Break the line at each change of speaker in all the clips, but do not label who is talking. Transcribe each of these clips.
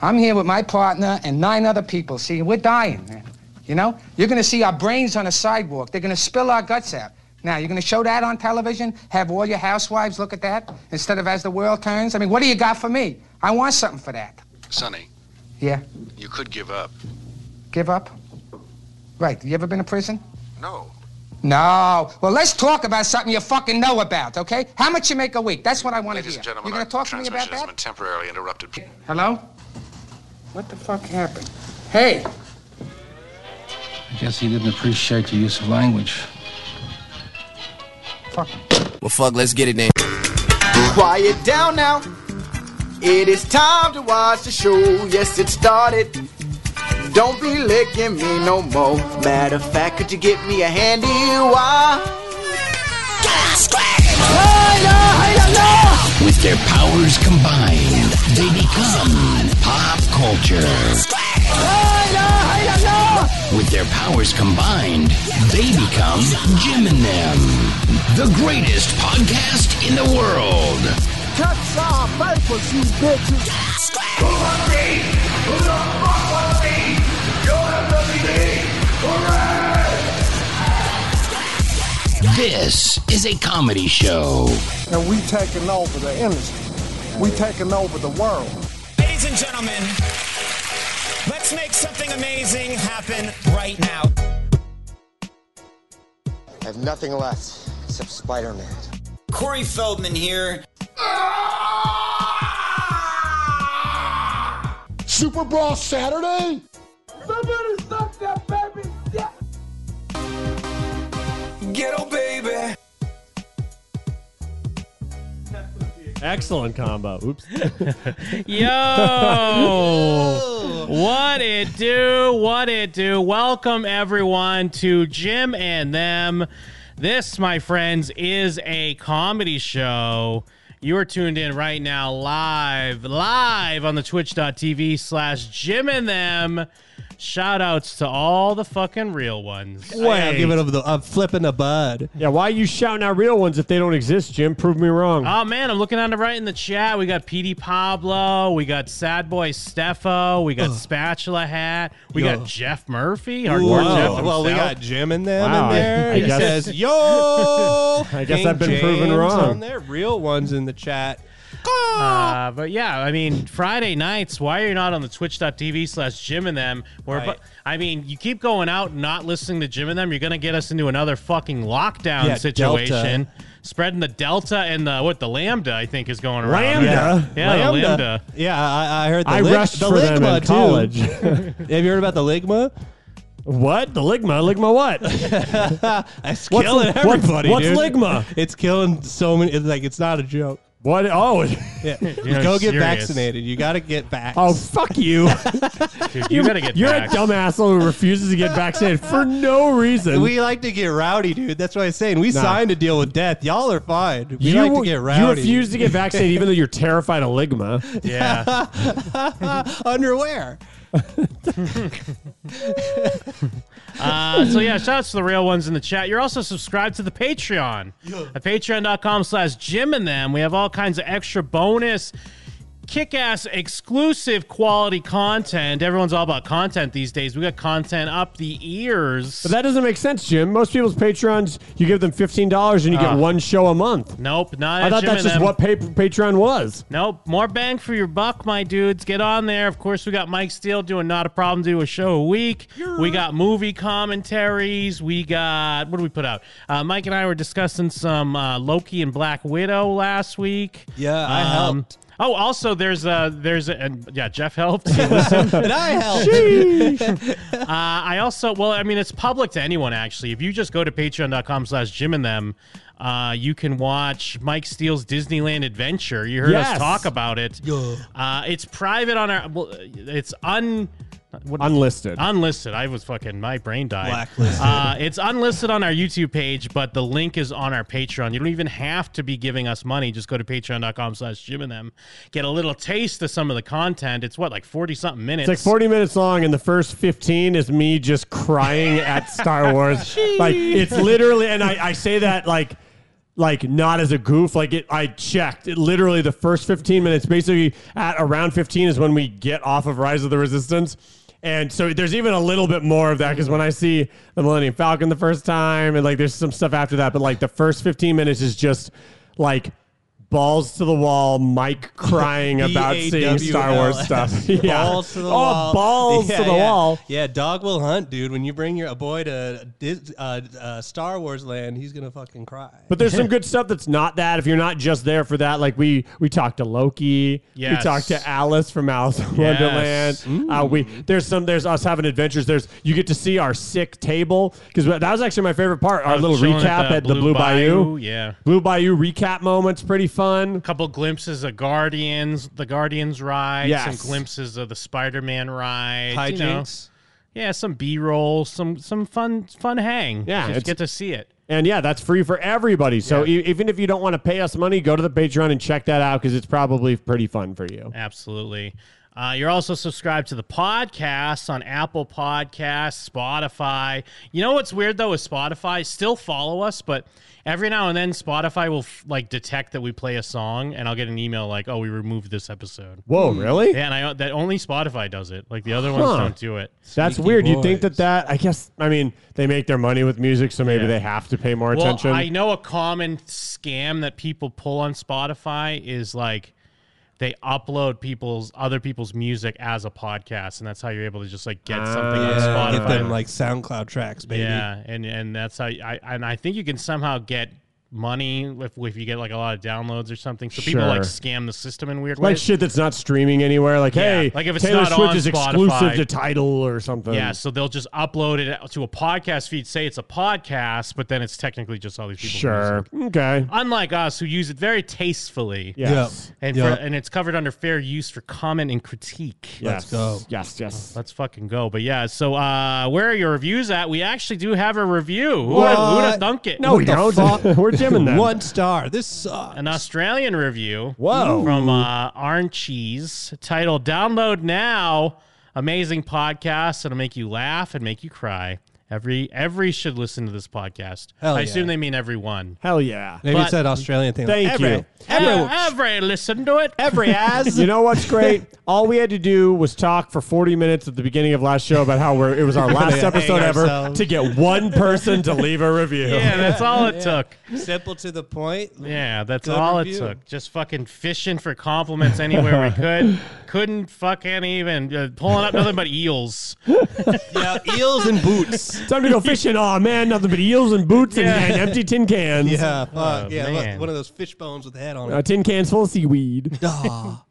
I'm here with my partner and nine other people. See, we're dying, man. You know? You're gonna see our brains on a sidewalk. They're gonna spill our guts out. Now, you're gonna show that on television? Have all your housewives look at that instead of as the world turns? I mean, what do you got for me? I want something for that.
Sonny,
Yeah?
you could give up.
Give up? Right. You ever been to prison?
No.
No. Well, let's talk about something you fucking know about, okay? How much you make a week? That's what I want to
Ladies
hear.
and gentlemen,
You're going
our
to talk to me
transmission
about
has
that?
been temporarily interrupted.
Hello? What the fuck happened? Hey!
I guess he didn't appreciate the use of language.
Fuck.
Well, fuck, let's get it then.
Quiet down now. It is time to watch the show. Yes, it started. Don't be licking me no more. Matter of fact, could you get me a handy wire?
With their powers combined, they become pop culture. With their powers combined, they become Jim and them, the greatest podcast in the world. This is a comedy show.
and we taking over the industry. We taking over the world.
Ladies and gentlemen, let's make something amazing happen right now.
I have nothing left except Spider-Man.
Corey Feldman here.
Super Brawl Saturday?
Excellent combo. Oops.
Yo! what it do? What it do? Welcome everyone to Jim and Them. This, my friends, is a comedy show. You are tuned in right now live, live on the twitch.tv slash Jim and Them. Shout outs to all the fucking real ones.
Wait.
the, I'm flipping the bud.
yeah, why are you shouting out real ones if they don't exist, Jim? Prove me wrong.
Oh man, I'm looking on the right in the chat. We got PD Pablo, we got Sad Boy Steffo, we got Spatula Hat, we
Yo.
got Jeff Murphy, hardcore Jeff. Himself.
Well, we got Jim and them
Wow,
in
I-
there.
I
he
guess-
says, "Yo."
I guess
King
I've been proven
James
wrong.
On there, real ones in the chat.
Uh, but yeah, I mean, Friday nights, why are you not on the twitch.tv slash Jim and them? Where,
Right.
I mean, you keep going out and not listening to Jim and them, you're going to get us into another fucking lockdown
Yeah,
situation.
Delta.
Spreading the Delta and the, what, the Lambda, I think, is going around.
Lambda?
Yeah, the Lambda.
Yeah, I, I heard the
I
lig-
rushed
the
for them
Ligma
in
too.
college.
Have you heard about the Ligma?
what? The Ligma? Ligma what?
It's
What's
killing
li- what's-
everybody.
what's
dude.
Ligma?
It's killing so many. It's like it's not a joke.
what? Oh,
Yeah,
know,
go get
serious.
vaccinated. You got to get vaxxed.
oh, fuck you.
Dude, you got to get
You're
back.
a dumb asshole who refuses to get vaccinated for no reason.
we like to get rowdy, dude. That's what I'm saying. We
Nah.
signed a deal with death. Y'all are fine. We
you,
like to get rowdy.
you refuse to get vaccinated even though you're terrified of Ligma.
Yeah.
underwear.
Uh, so yeah, shout outs to the real ones in the chat. You're also subscribed to the Patreon at patreon.com slash Jim and them. We have all kinds of extra bonus kick-ass exclusive quality content. Everyone's all about content these days. We got content up the ears.
But that doesn't make sense, Jim. Most people's patrons, you give them $15 and you get one show a month.
Ah. nope, not
I
at
thought
Jim
that's
and
just
them.
what pa- Patreon was.
Nope, more bang for your buck, my dudes. Get on there. Of course, we got Mike Steele doing not a problem, do a show a week. We got movie commentaries. We got what do we put out? Uh, Mike and I were discussing some uh, Loki and Black Widow last week.
Yeah,
Um,
I helped.
Oh, also there's a there's a and yeah Jeff helped.
And I helped.
Uh, I also, well, I mean, it's public to anyone, actually. If you just go to patreon.com slash Jim and them, uh, you can watch Mike Steele's Disneyland Adventure. You heard
Yes.
us talk about it. Uh, it's private on our, well, it's un... What,
Unlisted.
Unlisted. I was fucking. My brain died.
Blacklisted.
Uh, it's unlisted on our YouTube page, but the link is on our Patreon. You don't even have to be giving us money. Just go to Patreon.com/slash Jim and them. Get a little taste of some of the content. It's what like forty something minutes.
It's like 40 minutes long, and the first 15 is me just crying at Star Wars. like, it's literally, and I, I say that like like not as a goof. Like it, I checked it literally the first 15 minutes. Basically, at around 15 is when we get off of Rise of the Resistance. And so there's even a little bit more of that because when I see the Millennium Falcon the first time, and like there's some stuff after that, but like the first 15 minutes is just like balls to the wall, Mike crying about seeing Star Wars stuff. yeah.
Balls to the
oh,
wall.
balls
Yeah,
to the
yeah.
wall.
Yeah, dog will hunt, dude. When you bring your a boy to Dis- uh, uh, Star Wars land, he's gonna fucking cry.
But there's some good stuff that's not that. If you're not just there for that, like we we talked to Loki,
Yes.
we talked to Alice from Alice in Wonderland. Uh, we
Mm.
there's some there's us having adventures. There's you get to see our sick table because that was actually my favorite part. Our
was
little
chilling
recap at the, Blue Bayou.
Yeah.
Blue Bayou recap moments pretty fun.
couple glimpses of Guardians, the Guardians ride,
Yes.
some glimpses of the Spider-Man ride, you know.
hijinks.
yeah, some B-roll, some some fun fun hang.
Yeah,
just
it's-
get to see it.
And yeah, that's free for everybody. So e- even if you don't want to pay us money, go to the Patreon and check that out because it's probably pretty fun for you.
Absolutely. Uh, you're also subscribed to the podcast on Apple Podcasts, Spotify. You know what's weird though is Spotify still follow us, but every now and then Spotify will f- like detect that we play a song, and I'll get an email like, "Oh, we removed this episode."
Hmm.
Whoa, really?
Yeah, and I that only Spotify does it. Like the other ones
Huh.
don't do it.
That's
Sneaky
weird. You think that
boys.
that? I guess. I mean, they make their money with music, so maybe
Yeah.
they have to pay more
Well,
attention.
I know a common scam that people pull on Spotify is like they upload people's other people's music as a podcast, and that's how you're able to just like get something on
Yeah,
Spotify.
Uh,
get them like SoundCloud tracks, baby.
yeah, and and that's how I and I think you can somehow get money if, if you get like a lot of downloads or something. So people like
Sure.
scam the system in weird
like
ways.
shit that's not streaming anywhere. Like,
Yeah,
hey,
like if it's
Taylor
not
Swift
on
is
Spotify.
exclusive to Title or something.
yeah, so they'll just upload it to a podcast feed, say it's a podcast, but then it's technically just all these people's music.
sure. Okay.
Unlike us, who use it very tastefully.
Yes.
And,
Yeah.
for, and it's covered under fair use for comment and critique.
Yes.
go.
Yes. Yes.
Let's fucking go. But yeah, so uh, where are your reviews at? We actually do have a review. Who would have
What?
thunk it?
No, we
the
don't.
fuck?
We're Jim them.
One star. This sucks.
An Australian review
Whoa.
from uh, Arn Cheese titled Download Now. Amazing podcast that'll make you laugh and make you cry. Every every should listen to this podcast.
Hell
I
yeah.
assume they mean everyone.
Hell yeah.
Maybe
But-
it's that Australian thing.
Thank
every,
you.
Every,
every listen to it.
every as.
You know what's great? All we had to do was talk for 40 minutes at the beginning of last show about how we're, it was our last
hang
episode ever
ourselves.
to get one person to leave a review.
Yeah, that's all it took.
Simple to the point.
Yeah, that's
Good
all it
review.
took. Just fucking fishing for compliments anywhere we could. Couldn't fucking even uh, pulling up nothing but eels.
Yeah, eels and boots.
Time to go fishing. Oh, man, nothing but eels and boots and-
Yeah.
and, empty tin cans.
Yeah, fuck. yeah, look,
Oh, man.
one of those fish bones with the head on
Uh,
it.
tin cans full of seaweed.
Ah.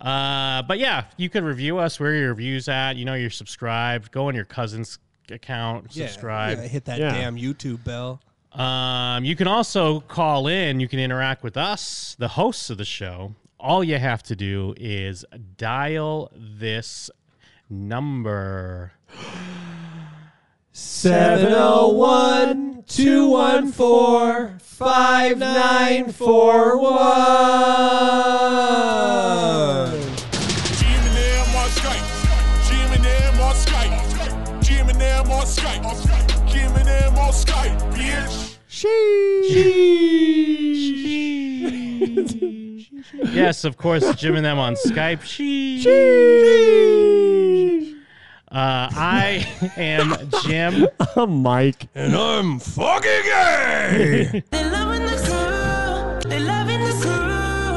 Uh, but yeah, you can review us where your reviews at. You know you're subscribed. Go on your cousin's account,
Yeah,
subscribe.
yeah, hit that
Yeah.
damn YouTube bell.
Um, you can also call in. You can interact with us, the hosts of the show. All you have to do is dial this number.
701 214 5941.
Jim and them on Skype. Jim and them on Skype. Jim and them on Skype. Jim and them on Skype, bitch.
yes, of course, Jim and them on Skype. She. Uh, I am Jim.
Mike.
And I'm fucking gay.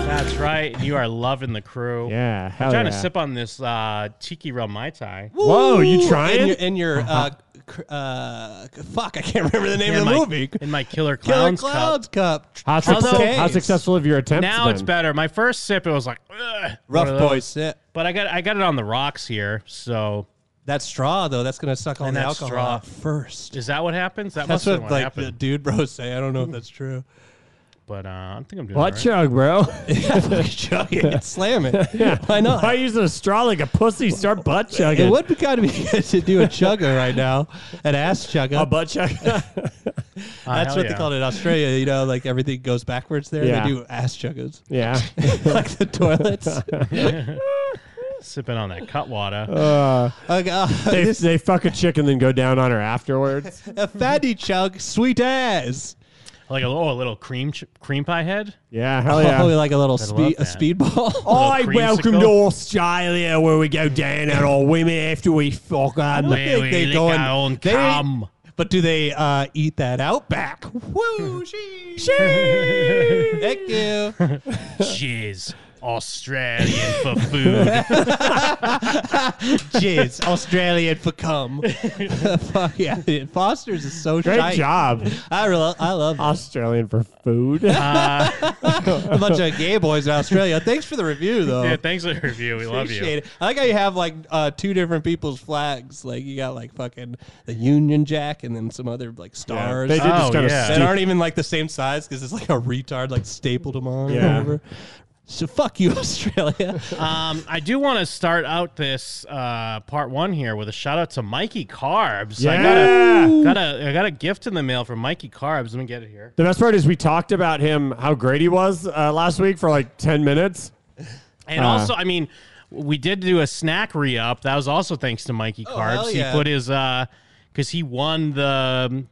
That's right. You are loving the crew.
Yeah,
I'm
hell
trying to
yeah.
sip on this uh, tiki rum mai tai.
Whoa, you trying? Uh-huh.
And your, and your uh, cr- uh, fuck, I can't remember the name
In
of the
my,
movie.
in my killer
Killer
clowns,
Clouds
cup.
Cup.
How,
Triple
success-
Ks.
how successful of your attempt?
Now
been?
it's better. My first sip, it was like ugh, one of
Rough
those.
boys. Yeah.
But I got I got it on the rocks here. So
That straw though, that's gonna suck all
And
the
that
alcohol
straw.
out first.
is that what happens? That
That's
must have
what
what,
like the
happened.
dude bros say. I don't know if that's true.
but uh, I think I'm doing
What
all right.
chug, bro?
Chug it, slam it. Why not?
Why use a straw like a pussy? Start butt chugging.
It would be kind of good to do a chugger right now, an ass chugger.
A butt chug.
Uh,
That's
hell
what
yeah.
they call it in Australia. You know, like everything goes backwards there.
Yeah.
They do ass chuggers,
yeah.
like the toilets.
Sipping on that cut water.
Like, uh,
They,
this
they fuck a chick and then go down on her afterwards.
a fatty chug, sweet ass.
Like a, oh, a little cream ch- cream pie head.
Yeah, hell
Oh,
yeah.
I'd love that.
Hi,
Little
welcome
creamsicle.
to Australia, where we go down on our women after we fuck on.
I think they're going- they- But do they uh, eat that out back? Woo! She. Thank you.
Jizz. Australian for food.
Jizz. Australian for cum. Fuck yeah. Foster's is so
Great
shite.
job.
I, re- I love it.
Australian for food.
a bunch of gay boys in Australia. Thanks for the review, though.
Yeah, thanks for the review. We love you.
Appreciate it. I like how you have like uh, two different people's flags. Like you got like fucking the Union Jack and then some other like stars.
they did just Oh, kinda yeah.
that
stick-
aren't even like the same size because it's like a retard like stapled them on
Yeah.
or whatever. So fuck you, Australia.
Um, I do want to start out this uh, part one here with a shout out to Mikey Carbs. I
Yeah.
got a, got a I got a gift in the mail from Mikey Carbs. Let me get it here.
The best part is we talked about him, how great he was uh, last week for like 10 minutes.
And
Uh,
also, I mean, we did do a snack re up. That was also thanks to Mikey Carbs.
Oh, hell yeah.
He put his uh, because he won the.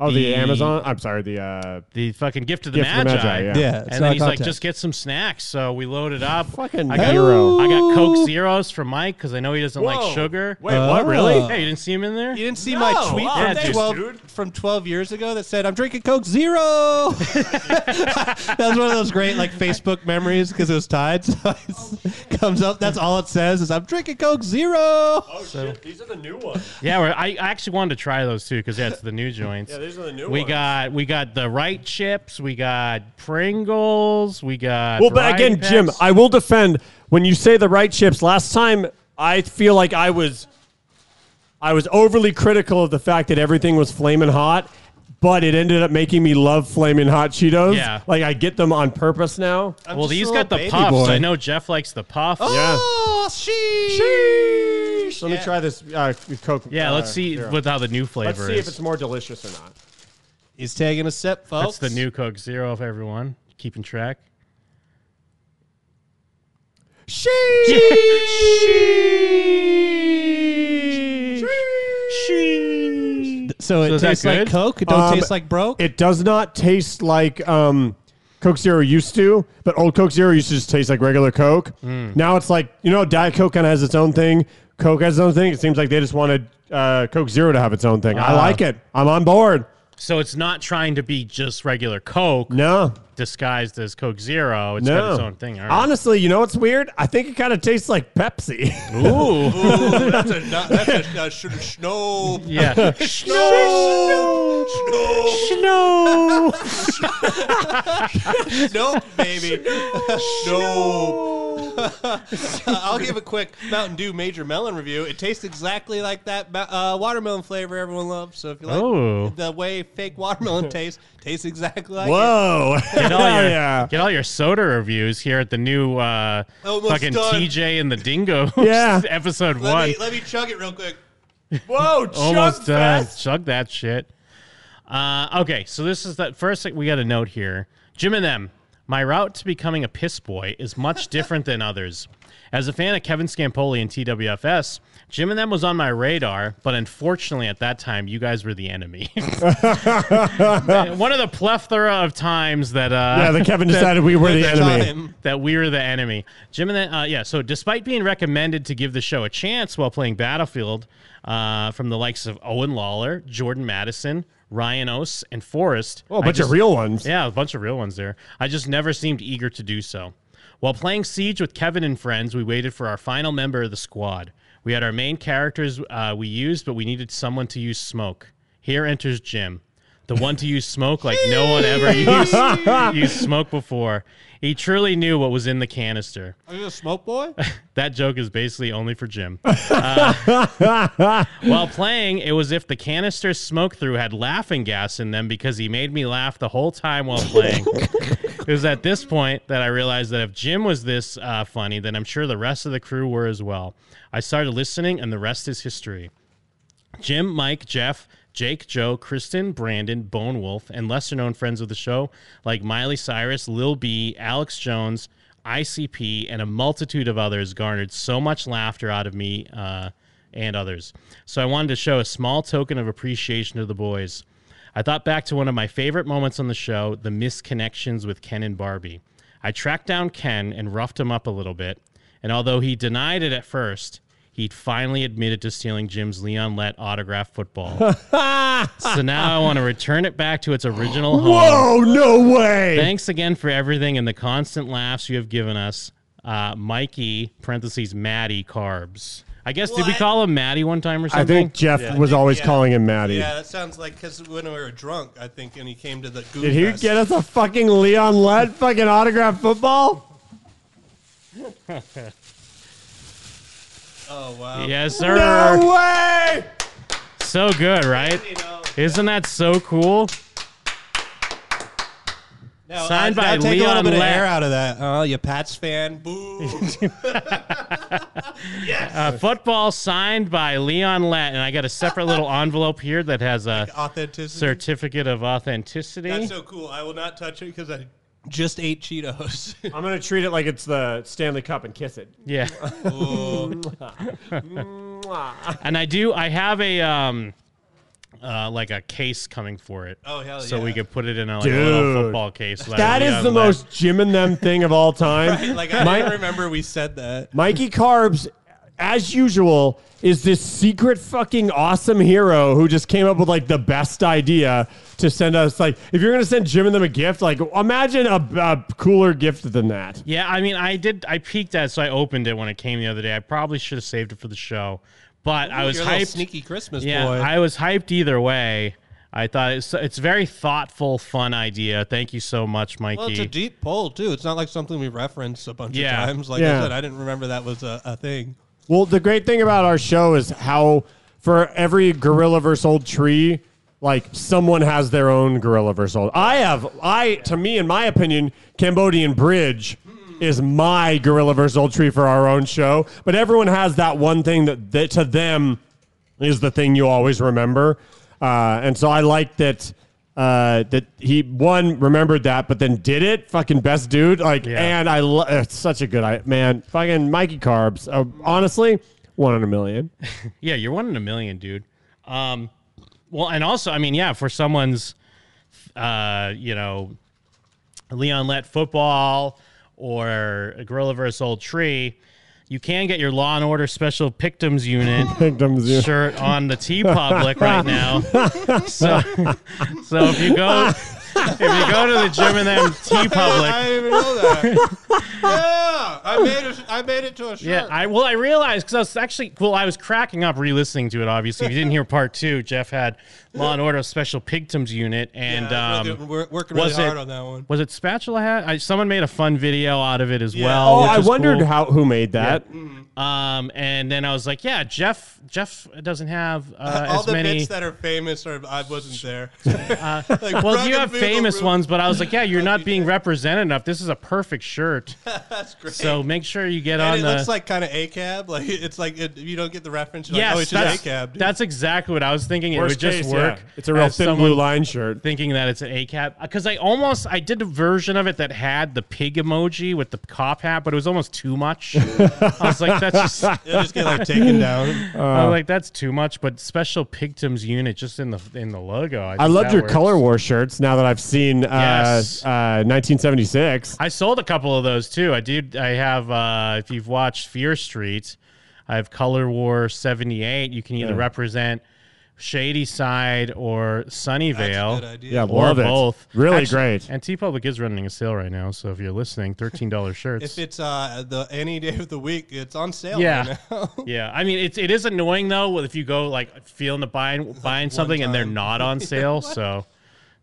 Oh, the, Amazon. I'm sorry, the uh,
the fucking gift to the
Gift to the
Magi.
Magi, yeah. Yeah, it's
and
not
then
a
he's like,
contest.
just get some snacks. So we loaded up.
Fucking
I got,
hero.
I got Coke Zeros for Mike because I know he doesn't
Whoa.
like sugar.
Wait, what? Oh. Really?
Yeah, you didn't see him in there?
You didn't see my
No.
tweet
Oh,
from,
thanks,
12, from 12 years ago that said, I'm drinking Coke Zero. that was one of those great like Facebook memories because it was tied. So it comes up. That's all it says is I'm drinking Coke Zero. Oh,
shit. These are the new ones.
Yeah, we're, I I actually wanted to try those too because that's the new joints.
Yeah, these are the new
We
ones.
got we got the right chips. We got Pringles. We got
Well, but
variety
again, Jim,
packs.
I will defend when you say the right chips. Last time, I feel like I was, I was overly critical of the fact that everything was flaming hot, but it ended up making me love flaming hot Cheetos.
Yeah.
like I get them on purpose now.
well, these got the puffs. I know Jeff likes the puffs.
Oh,
sheesh. Let me try this uh, Coke.
Yeah,
uh,
let's see
Zero.
with how the new flavor
Let's see
is.
if it's more delicious or not.
He's taking a sip, folks.
That's the new Coke Zero for everyone. Keeping track.
So it
is that
tastes like
good?
Coke? It don't taste like broke?
Um, It does not taste like um, Coke Zero used to, but old Coke Zero used to just taste like regular Coke.
Hmm.
Mm.
Now it's like you know, Diet Coke kind of has its own thing. Coke has its own thing. It seems like they just wanted uh, Coke Zero to have its own thing. I
Ah.
like it. I'm on board.
So it's not trying to be just regular Coke.
No.
Disguised as Coke Zero. It's got
no,
its own thing. All right.
honestly, you know what's weird? I think it kind of tastes like Pepsi.
Ooh, that's a not, that's a, uh, sh- snow.
Yeah.
snow,
snow,
snow, snow, baby, snow. Uh, I'll give a quick Mountain Dew Major Melon review. It tastes exactly like that ma- uh, watermelon flavor everyone loves. So if you like
Oh.
the way fake watermelon tastes, tastes exactly like
Whoa.
it.
Get all, your,
yeah.
get all your soda reviews here at the new uh,
Almost
fucking
done.
TJ and the Dingo
Yeah.
episode
Let
one.
me let me chug it real quick. Whoa,
Almost done.
that.
Chug that shit. Uh, okay, so this is that first thing we got a note here. Jim and them, my route to becoming a piss boy is much different than others. As a fan of Kevin Scampoli and TWFS, Jim and them was on my radar, but unfortunately at that time, you guys were the enemy. One of the plethora of times that uh,
Yeah, that Kevin decided we were the
that-
enemy.
that we were the enemy. Jim and the, uh, yeah, so despite being recommended to give the show a chance while playing Battlefield uh, from the likes of Owen Lawler, Jordan Madison, Ryan Ose, and Forrest.
Oh, a
I
bunch of
just-
real ones.
Yeah, a bunch of real ones there. I just never seemed eager to do so. While playing Siege with Kevin and friends, we waited for our final member of the squad. We had our main characters uh, we used, but we needed someone to use smoke. Here enters Jim, the one to use smoke like no one ever used, used smoke before. He truly knew what was in the canister.
Are you a smoke boy?
That joke is basically only for Jim. Uh, while playing, it was if the canisters smoke through had laughing gas in them because he made me laugh the whole time while playing. it was at this point that I realized that if Jim was this uh, funny, then I'm sure the rest of the crew were as well. I started listening, and the rest is history. Jim, Mike, Jeff, Jake, Joe, Kristen, Brandon, Bone Wolf, and lesser known friends of the show like Miley Cyrus, Lil B, Alex Jones, ICP, and a multitude of others garnered so much laughter out of me uh, and others. So I wanted to show a small token of appreciation to the boys. I thought back to one of my favorite moments on the show, the misconnections with Ken and Barbie. I tracked down Ken and roughed him up a little bit, and although he denied it at first, he finally admitted to stealing Jim's Leon Lett autograph football. so now I want to return it back to its original home.
Whoa, no way.
Thanks again for everything and the constant laughs you have given us. Uh, Mikey, parentheses, Maddie Carbs. I guess, did we
What?
call him Maddie one time or
I
something?
think Jeff was always calling him Maddie.
Yeah, that sounds like because when we were drunk, I think, and he came to the Goo
Did he
Fest.
get us a fucking Leon Lett fucking autograph football?
Oh wow!
Yes, sir.
No way!
So good, right? Isn't that so cool?
Now,
Signed
I-
by
now take a little
Leon
bit of
Lett.
air out of that. Oh, you Pats fan? Boo!
Uh, football signed by Leon Lett, and I got a separate little envelope here that has a
authenticity?
certificate of authenticity.
um, That's so cool. I will not touch it because I just ate Cheetos.
I'm gonna treat it like it's the Stanley Cup and kiss it.
Yeah.
Mwah.
and I do. I have a um, uh, like a case coming for it.
Oh, hell
So
yeah.
we could put it in a, like, a little
Dude.
football case. like
that is
Leon
the
Lett.
most Jim and them thing of all time.
Right, like I
Mi-
didn't remember we said that.
Mikey Carbs, as usual, is this secret fucking awesome hero who just came up with like the best idea to send us. Like, if you're gonna send Jim and them a gift, like imagine a, a cooler gift than that.
Yeah, I mean, I did. I peeked at, it, so I opened it when it came the other day. I probably should have saved it for the show, but I
Ooh,
was
you're a little
hyped.
sneaky Christmas
yeah,
boy.
I was hyped either way. I thought it's it's a very thoughtful, fun idea. Thank you so much, Mikey.
Well, it's a deep poll too. It's not like something we referenced a bunch
Yeah.
of times. Like
Yeah.
I said, I didn't remember that was a, a thing.
Well, the great thing about our show is how for every gorilla versus old tree, like someone has their own gorilla versus old. I have I to me in my opinion, Cambodian Bridge is my gorilla versus old tree for our own show, but everyone has that one thing that, that to them is the thing you always remember. Uh, and so I like that uh, that he one remembered that, but then did it. Fucking best dude. Like, and I lo- it's such a good I man. Fucking Mikey Carbs. Uh, honestly, one in a million.
Yeah, you're one in a million, dude. Um, well, and also, I mean, yeah, for someone's, uh, you know, Leon Lett football or a Gorilla vs. Old Tree, you can get your Law and Order Special Pictums Unit
Victims, yeah.
shirt on the T Public right now. So, so if you go, if you go to the gym and then T Public,
I didn't even know that. yeah, I made it. I made it to a shirt.
Yeah, I well, I realized because I was actually well, I was cracking up re-listening to it. Obviously, if you didn't hear part two, Jeff had Law and Order Special Pictums Unit, and
Yeah,
um,
really- we're working really
was
hard
it,
on that one.
Was it Spatula Hat? I, someone made a fun video out of it as
Yeah.
well.
oh,
which
I
was
wondered
cool.
how who made that.
Um, and then I was like, yeah, Jeff. Jeff doesn't have uh,
All
as
the
many. Uh,
bits that are famous are I wasn't there. Like,
well,
Rock and
you have
Voodoo
famous
Room.
ones, but I was like, yeah, you're not being represented enough. This is a perfect shirt.
That's great.
So make sure you get on
and it
the.
looks like kind of a cab. Like it's like it, you don't get the reference. You're
Yes,
like, oh, it's
that's,
just a cab.
that's exactly what I was thinking. it
Worst
would just
case,
work.
yeah. It's a real
as
thin
someone
blue line shirt.
Thinking that it's an A cap because I almost I did a version of it that had the pig emoji with the cop hat, but it was almost too much. I was like, that's just.
It'll just get like taken down.
Uh.
I was like, that's too much, but special pigtums unit just in the in the logo. I,
I
think
loved
that
your
works.
color war shirts. Now that I've seen uh,
Yes.
uh, 1976.
I sold a couple of those too. I did. I have. Uh, if you've watched Fear Street, I have Color War '78. You can either
Yeah.
represent Shady Side or Sunnyvale.
good idea.
Yeah,
or
love it.
both.
Really
Actually-
great.
And T Public is running a sale right now, so if you're listening, thirteen dollars shirts.
If it's uh the any day of the week, it's on sale.
yeah,
Right now.
yeah. I mean, it's it is annoying though if you go like feeling to buying buying something and they're not on sale, so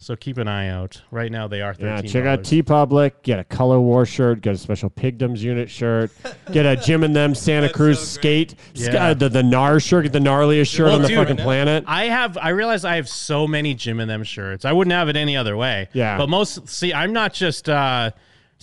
so keep an eye out. Right now they are
Yeah,
thirteen.
check out T Public. Get a color war shirt. Get a special Pigdoms unit shirt. Get a Jim and them Santa Cruz skate. sk-
Yeah.
uh, the the NAR shirt. Get the gnarliest shirt
Well,
on the
dude,
fucking planet.
I have. I realize I have so many Jim and them shirts. I wouldn't have it any other way.
Yeah.
But most see, I'm not just uh,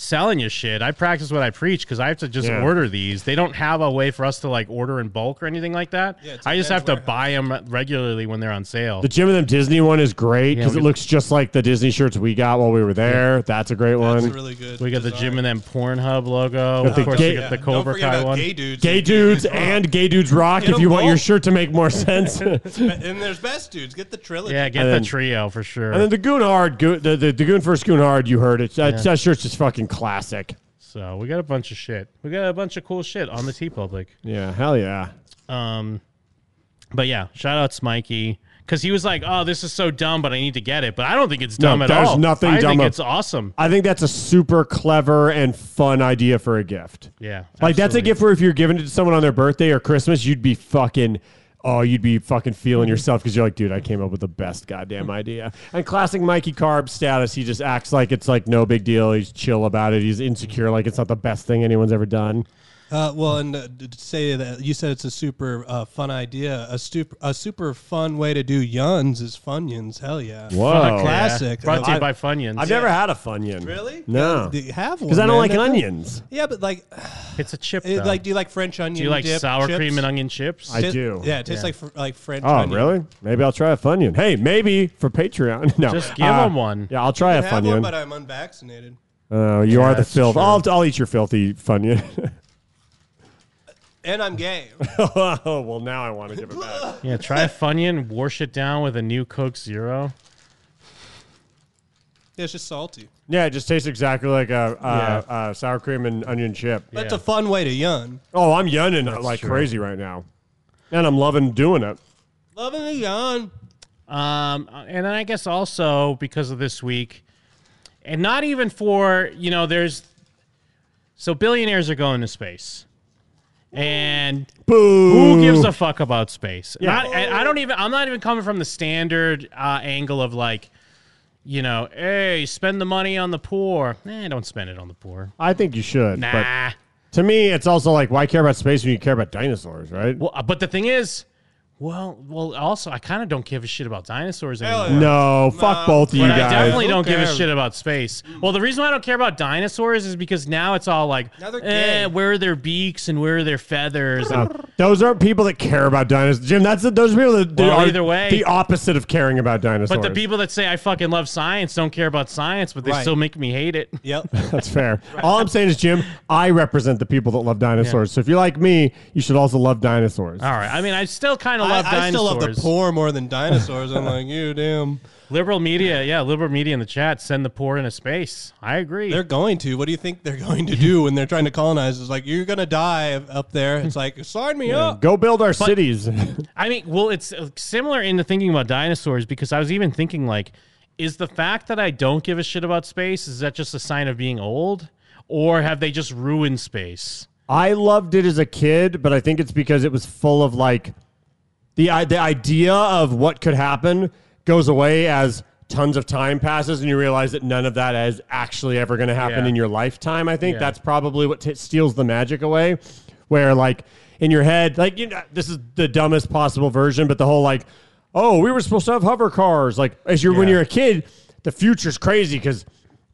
selling you shit. I practice what I preach because I have to just
Yeah.
order these. They don't have a way for us to like order in bulk or anything like that.
Yeah, it's
I
a
just
men's
have to buy them regularly when they're on sale.
The Jim and them Disney one is great because
we-
it looks just like the Disney shirts we got while we were there. That's a great one.
good. We got the Jim and them Pornhub logo.
Got
of
the
course,
gay-
we got the
yeah.
Cobra Kai one.
gay dudes, and gay dudes rock.
Get
If
'em
you want your
both.
shirt to make more sense, and
and there's best dudes. Get the trilogy.
Yeah, get
And then-
the trio for sure.
then the Goon Hard, Goon, the, the the Goon first Goon Hard, you heard it. That,
Yeah.
that shirt's just fucking classic.
so we got a bunch of shit. We got a bunch of cool shit on the T Public.
Yeah, hell yeah.
Um, but yeah, shout out to Mikey because he was like, "Oh, this is so dumb, but I need to get it." But I don't think it's dumb at
there's
all.
nothing
I
dumb.
think
ab-
it's awesome.
I think that's a super clever and fun idea for a gift.
Yeah,
Like that's a gift where if you're giving it to someone on their birthday or Christmas, you'd be fucking oh, you'd be fucking feeling yourself because you're like, dude, I came up with the best goddamn idea. And classic Mikey Carb status, he just acts like it's like no big deal. He's chill about it. He's insecure, like it's not the best thing anyone's ever done.
Uh, well, and uh, to say that you said it's a super uh, fun idea. A super a super fun way to do yuns is funyuns. Hell yeah!
Whoa.
Fuck, classic.
Oh, Yeah. Brought to you
I-
by Funyuns.
I've never had a Funyun.
Really?
No.
Do you have one?
Because I don't
man?
like
They're good.
onions.
Yeah, but like,
It's a chip.
it,
though.
like, do you like French onion?
Do you like
dip,
sour
chips?
cream and onion chips?
I do.
Yeah, it tastes
Yeah.
like fr- like French.
Oh,
onion.
really? Maybe I'll try a Funyun. Hey, maybe for Patreon. No. Uh,
Just give 'em one.
Yeah, I'll try
I
a
have one,
Funyun.
but I'm unvaccinated.
Oh, you
Yeah,
are the
that's
filth.
true.
I'll, I'll eat your filthy Funyun.
And I'm gay.
oh, well, now I want to give it back.
Yeah, try a Funyun, wash it down with a new Coke Zero.
Yeah, it's just salty.
Yeah, it just tastes exactly like a,
Yeah.
uh uh sour cream and onion chip.
But it's a fun way to yun.
oh, I'm yunning
That's
like
true.
crazy right now, and I'm loving doing it.
Loving the yun.
Um, and then I guess also because of this week, and not even for you know, there's so billionaires are going to space, and who gives a fuck about space?
Yeah.
Not, and I don't even. I'm not even coming from the standard uh, angle of like, you know, hey, spend the money on the poor. Eh, don't spend it on the poor.
I think you should.
Nah.
But to me, it's also like, why care about space when you care about dinosaurs, right?
Well, uh, but the thing is, well, well, also, I kind of don't give a shit about dinosaurs anymore.
No, fuck both of you
But I
guys.
definitely don't
Who
give a
cares?
shit about space. Well, the reason why I don't care about dinosaurs is because now it's all like, eh, where are their beaks and where are their feathers?
Uh,
And
those aren't people that care about dinosaurs, Jim. That's the, those are people that
Well,
are
either way-
the opposite of caring about dinosaurs.
but the people that say I fucking love science don't care about science, but they
Right.
still make me hate it.
Yep.
That's fair. All I'm saying is, Jim, I represent the people that love dinosaurs. So if you're like me, you should also love dinosaurs.
All right. I mean, I still kind of
I,
love
I still
dinosaurs.
love the poor more than dinosaurs. I'm like, you damn.
Liberal media, yeah, liberal media in the chat send the poor into space. I agree.
They're going to. What do you think they're going to do when they're trying to colonize? It's like you're gonna die up there. It's like sign me up.
Go build our
But-
cities.
I mean, well, it's uh, similar in the thinking about dinosaurs because I was even thinking like, is the fact that I don't give a shit about space is that just a sign of being old, or have they just ruined space?
I loved it as a kid, but I think it's because it was full of like the i- the idea of what could happen goes away as tons of time passes and you realize that none of that is actually ever going to happen
Yeah.
in your lifetime. I think
Yeah.
that's probably what t- steals the magic away where like in your head like you know, this is the dumbest possible version but the whole like oh, we were supposed to have hover cars like as you're when you're a kid, the future's crazy cuz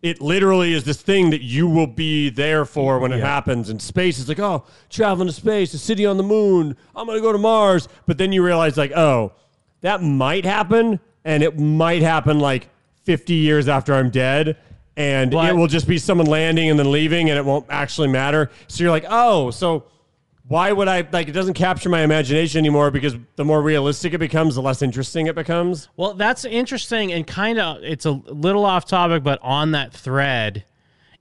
it literally is this thing that you will be there for when it happens. And space is like, oh, traveling to space, a city on the moon. I'm gonna go to Mars. But then you realize, like, oh, that might happen, and it might happen like 50 years after I'm dead. And it will just be someone landing and then leaving, and it won't actually matter. So you're like, oh, so why would I like? It doesn't capture my imagination anymore because the more realistic it becomes, the less interesting it becomes.
Well, that's interesting and kind of it's a little off topic, but on that thread,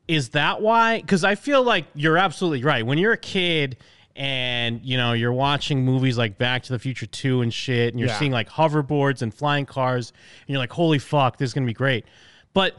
is that why? Because I feel like you're absolutely right. When you're a kid and you know you're watching movies like Back to the Future Two and shit, and you're
Yeah.
seeing like hoverboards and flying cars, and you're like, "Holy fuck, this is gonna be great," but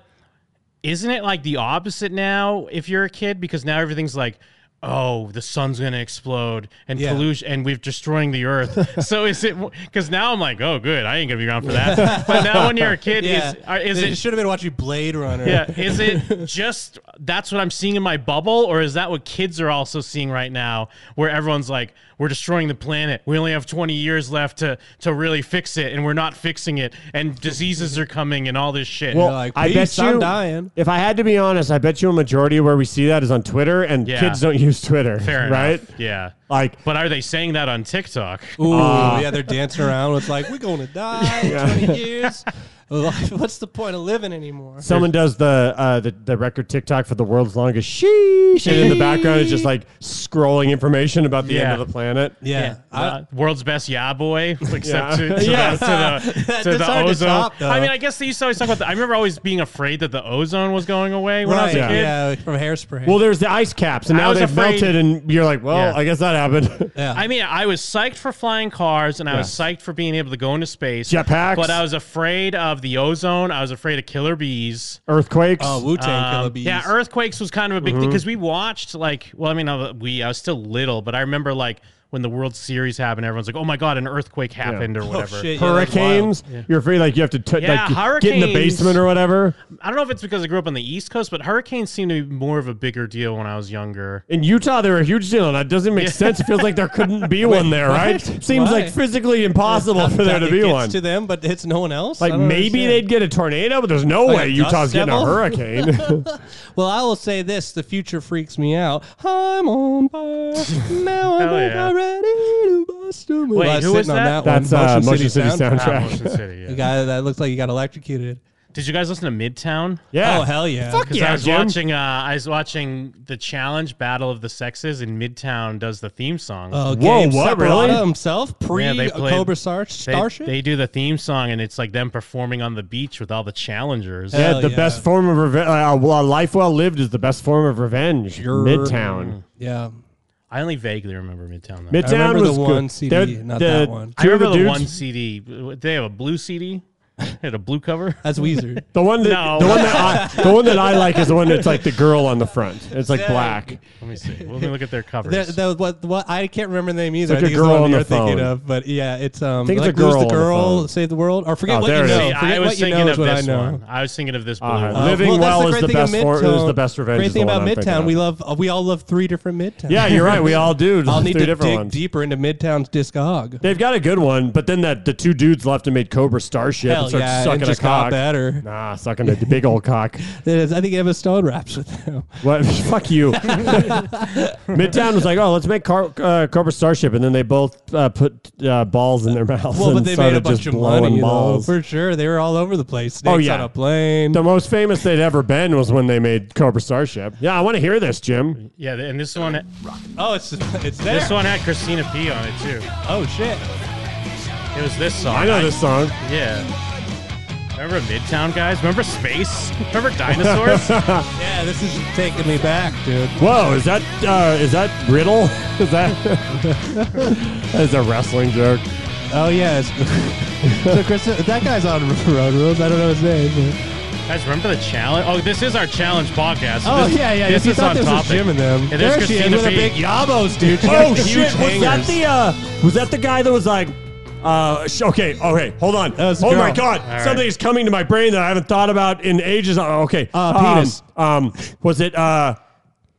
isn't it like the opposite now if you're a kid because now everything's like oh, the sun's going to explode and
Yeah.
pollution, and we've destroying the earth. so is it because now I'm like, oh, good, I ain't going to be around for that. but now when you're a kid, is, are- is
They
it
should have been watching Blade Runner?
yeah, is it just that's what I'm seeing in my bubble, or is that what kids are also seeing right now, where everyone's like, "We're destroying the planet. We only have 20 years left to to really fix it, and we're not fixing it, and diseases are coming, and all this shit."
Well, I bet you. If I had to be honest, I bet you a majority where we see that is on Twitter, and
Yeah.
kids don't use Twitter,
Fair enough.
right?
Yeah.
Like,
But are they saying that on TikTok?
Ooh,
Uh.
yeah, they're dancing around with like, we're going to die in 20 years. What's the point of living anymore?
Someone does the, uh, the the record TikTok for the world's longest sheesh, and in the background is just like scrolling information about the end of the planet.
Uh, world's best yeah boy, except
Yeah.
to, to
Yeah.
the, to the,
That's
to the
hard to
ozone.
top, though.
I mean, I guess they used to always talk about that. I remember always being afraid that the ozone was going away when I was a
Right.
kid.
Yeah.
from hairspray.
Well, there's the ice caps, and
I
now
was
they've
afraid-
melted, and you're like, well,
Yeah.
I guess that happened.
I mean, I was psyched for flying cars and I was psyched for being able to go into space.
Jetpacks.
But I was afraid of the ozone. I was afraid of killer bees.
Earthquakes.
Oh, Wu-Tang killer bees.
Um,
Mm-hmm.
Yeah, earthquakes was kind of a big thing
Mhm.
because we watched, like, well, I mean, I was- we, I was still little, but I remember, like, when the World Series happened, everyone's like, oh my God, an earthquake happened
Oh,
or whatever.
hurricanes. You're afraid like you have to t-
Yeah,
like get in the
hurricanes.
basement or whatever.
I don't know if it's because I grew up on the East Coast, but hurricanes seem to be more of a bigger deal when I was younger.
In Utah, they're a huge deal, and that doesn't make
Yeah.
sense. It feels like there couldn't be
Wait,
one there, right?
what?
Seems
Why?
like physically impossible for there to
it
be
gets
one.
to them, but it's no one else.
Like
I don't
maybe
understand.
they'd get a tornado, but there's no
Like a
way
dust
Utah's getting a
devil?
hurricane.
well, I will say this: the future freaks me out. I'm on fire now. I'm
Hell yeah.
ready to bust a move.
Wait,
I was
who
sitting
was
on
that?
one.
That's, uh, Motion City soundtrack.
Ah, Motion City, yeah.
The guy that looks like he got electrocuted.
Did you guys listen to Midtown?
Yeah. Oh, hell yeah. Fuck
'Cause
yeah,
I was
Jim.
watching. Uh, I was watching the Challenge Battle of the Sexes, and Midtown does the theme song.
Oh, Gabe Separata Himself pre Cobra Sarge
they-
Starship.
They, do the theme song, and it's like them performing on the beach with all the challengers.
yeah, the best form of revenge. Uh, well, a life well lived is the best form of revenge. Midtown.
Yeah.
I only vaguely remember Midtown. Though.
Midtown was good. They're- the-
I
two of
remember the
dudes-
one CD. They have a blue CD. It had a blue cover.
That's Weezer.
The one that
No.
the one that I, the one that I like is the one that's like the girl on the front. It's like black.
Let me see. Let me look at their covers.
That, that- what, what, I can't remember the name either.
like
I
a
think it's the
girl
one
on
you're
the
thinking
phone.
of, but yeah, it's um.
I think it's
like,
a
Who's
girl on
the
the
girl?
phone.
save the world, or forget
Oh,
what
there
you
it
know.
is. See, I
Forget
was
what you
thinking
know is
of
what I
this
know. Ah,
one. I was thinking of this blue
Uh-huh.
one.
Living
Well, that's
well
the
is
great
the
thing of
best for, is
Midtown.
the best revenge.
Great
is the
thing
one
about
I'm thinking
Midtown,
of.
we love uh, we all love three different Midtowns.
Yeah, you're right. We all do.
I'll
Three
need to dig
different ones.
deeper into Midtown's discog.
They've got a good one, but then that the two dudes left and made Cobra Starship
Hell
and started
yeah, it
sucking
just
a
got
cock.
better.
Nah, sucking a big old cock.
That is, I think Emma Stone raps with them.
What? Fuck you. Midtown was like, oh, let's make car, uh, Cobra Starship, and then they both uh, put uh, balls in their mouths.
Well, but
and
they made
started
a bunch
just
of
blowing
money though,
balls.
for sure. They were all over the place. Snakes
oh yeah,
on a plane.
The most famous they'd ever been was when they made Cobra Starship. Yeah, I want to hear this, Jim.
Yeah, and this one.
Oh, it's it's there.
This one had Christina P on it too.
Oh shit!
It was this song.
I know this song.
Yeah. Remember Midtown guys? Remember space? Remember dinosaurs?
yeah, this is taking me back, dude.
Whoa, is that uh, is that Riddle? Is that that is a wrestling joke?
Oh yes. so Chris, that guy's on Road Rules. I don't know his name. but-
guys, remember the challenge? Oh, this is our challenge podcast. so
Oh
this-
yeah, yeah.
This
if you
is
thought
on
this
topic.
Was Jim and them.
And there's
there she is
Christina
with a
P.
big yabos, dude. She
Oh
has huge
shit! Was that
hangers.
the uh, was that the guy that was like, uh, sh- okay, okay, hold on.
was a
Oh my
girl.
god,
All right.
something is coming to my brain that I haven't thought about in ages. Oh, okay,
Uh,
Um,
penis.
Um, was it? Uh,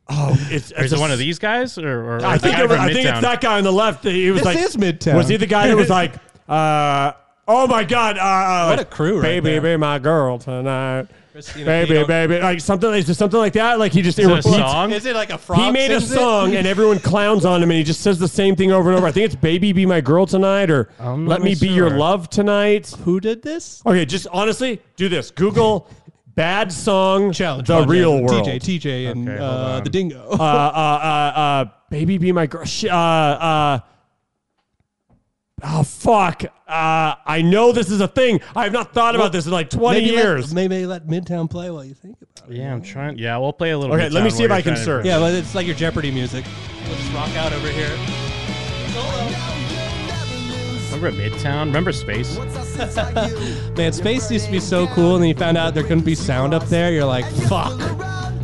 oh, it's,
Or
it's
is it
a
one of
s-
these guys? Or, or
I
the
think
guy
it was,
from
I think
Midtown?
it's that guy on the left. that He was
This
like,
is Midtown.
Was he the guy that was like, uh, oh my god, uh, uh,
What a crew right
baby, be
there.
my girl tonight,
Christina
baby,
Pino.
baby, like something, is it something like that? Like he just
Is it a
repeats-
song?
Is it like a frog?
He made a
sings it?
song and everyone clowns on him and he just says the same thing over and over. I think it's "Baby Be My Girl Tonight" or
I'm
"Let
not
Me Be Your
sure.
Love Tonight."
Who did this?
Okay, just honestly, do this. Google "bad song the
Project.
real world."
TJ, TJ, and
Okay, hold
uh,
on.
the dingo.
uh, uh, uh, uh, baby be my girl. Sh- Uh, uh, oh fuck! Uh, I know this is a thing. I have not thought about this in like twenty
maybe
years.
Let, maybe let Midtown play while you think about it.
Yeah, I'm trying. Yeah, we'll play a little.
Okay, let me
Midtown
see if
while
I
you're
can
trying to-
search.
Yeah, but it's like your Jeopardy music. We'll just rock out over here.
Remember Midtown? Remember space?
Man, space used to be so cool, and then you found out there couldn't be sound up there. You're like, fuck.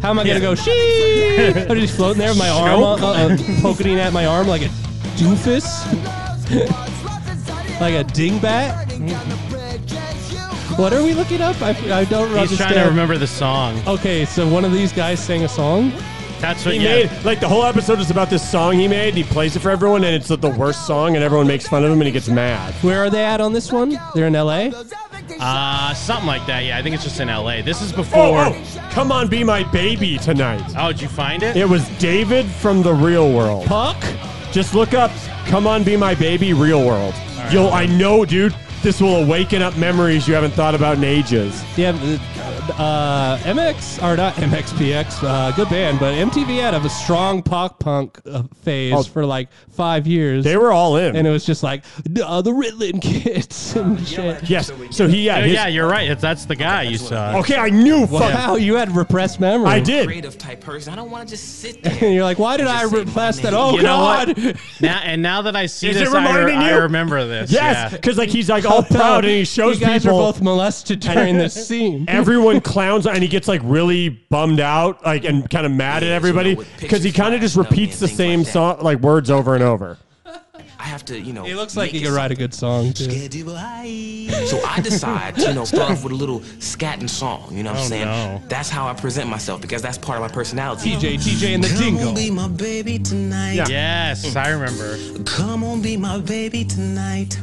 How am I gonna
Yeah.
go? Sheep. I'm just floating there with my arm,
Nope.
uh, uh, poking at my arm like a doofus, like a dingbat. What are we looking up? I, I don't remember.
He's trying to remember the song.
Okay, so one of these guys sang a song.
That's
He made like the whole episode is about this song he made. And he plays it for everyone, and it's the worst song, and everyone makes fun of him, and he gets mad.
Where are they at on this one? They're in L.A.
Uh, something like that. Yeah, I think it's just in L.A. This is before.
Oh, oh, come on, be my baby tonight.
Oh, did you find it?
It was David from the Real World.
Puck.
Just look up "Come on, be my baby, Real World."
right.
You'll, I know, dude. This will awaken up memories you haven't thought about in ages.
Yeah, uh, MX or not MXPX, uh, good band, but MTV had a strong pop punk uh, phase
Oh.
for like five years.
They were all in,
and it was just like uh, the Ritalin kids and shit.
Yes, so he
Oh, yeah, you're right. It's- That's the guy you
Oh,
saw.
Wow, you had repressed memory.
Creative type person. I don't want to just sit there.
and you're like, why did I repress that? Oh
You know
God!
what? Now and now that I see
Is it
this, I,
reminding
I
you?
remember this.
Yes,
yeah.
because like he's like all
no.
proud and he
You
shows
guys are
people.
both molested during this scene.
Everyone clowns and he gets like really bummed out, like and kind of mad at everybody because he kind of just repeats the same song, like words over and over.
I have to, you know.
He looks like
make
he
it
could write a good song. Too.
So I decide, to, you know, start off with a little scatting song. You know what I'm
Oh,
saying?
no.
That's how I present myself because that's part of my personality.
TJ, TJ and the
Come
Dingo.
on, be my baby tonight.
Yeah.
Hmm.
Yes, I remember.
Come on, be my baby tonight.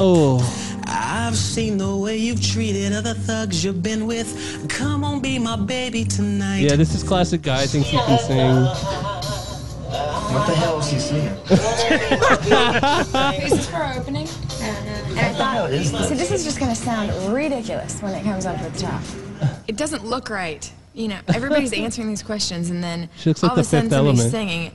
Oh,
I've seen the way you've treated other thugs you've been with. Come on, be my baby tonight.
yeah, this is classic guy thinks he can sing.
What the hell is he singing?
This is for our opening. And I thought, so this is just gonna sound ridiculous when it comes up at the top. It doesn't look right. You know, everybody's answering these questions, and then
She looks
all
like
of a
the
sudden
Fifth
somebody's
Element.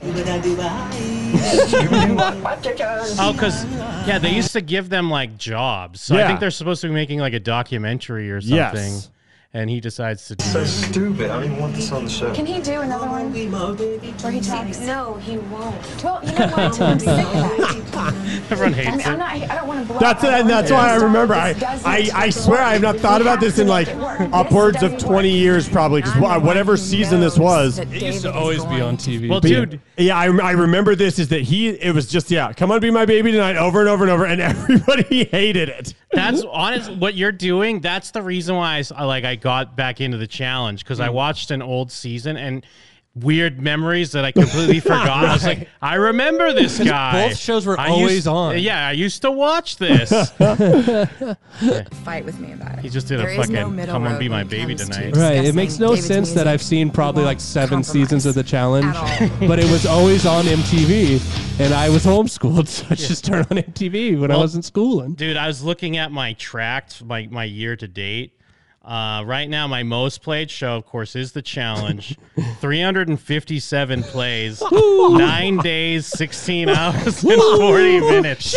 singing.
Oh, because yeah, they used to give them like jobs. So I
Yeah.
think they're supposed to be making like a documentary or something.
Yes.
And he decides to do
So
it.
stupid. I don't even want this on the show.
Can he do another one where he talks? No, he won't. Well, you know what? I'm sick of that. I mean,
Everyone
hates
I'm
it.
not. I don't want to blow.
That's
up
it,
our
and that's
own
why I
stars.
remember. I,
This doesn't
I, I
work.
swear I have not thought about this in like upwards of 20 years, probably, because whatever season this was.
It
used to always be on TV.
But yeah- Yeah, I, I remember this is that he, it was just, yeah, come on, be my baby tonight over and over and over, and everybody hated it.
That's honest. What you're doing, that's the reason why I s- I, like I got back into the challenge because
Mm.
I watched an old season and weird memories that I completely forgot. I was like, I remember this
'Cause
guy.
both shows were
I
always
used-
on.
Yeah, I used to watch this.
Fight with me about it.
He just did
There
a
is no
fucking
middle
come on
road
be
when
my
it
baby
comes to
tonight.
Right. It makes no sense that I've seen probably like seven seasons of the challenge, but it was always on MTV, and I was homeschooled, so I just turned on MTV when I
Well-
wasn't schooling.
Dude, I was looking at my tracked, my, my year to date. Uh, right now, my most played show, of course, is The Challenge. 357 plays, 9 days, 16 hours, and 40 minutes.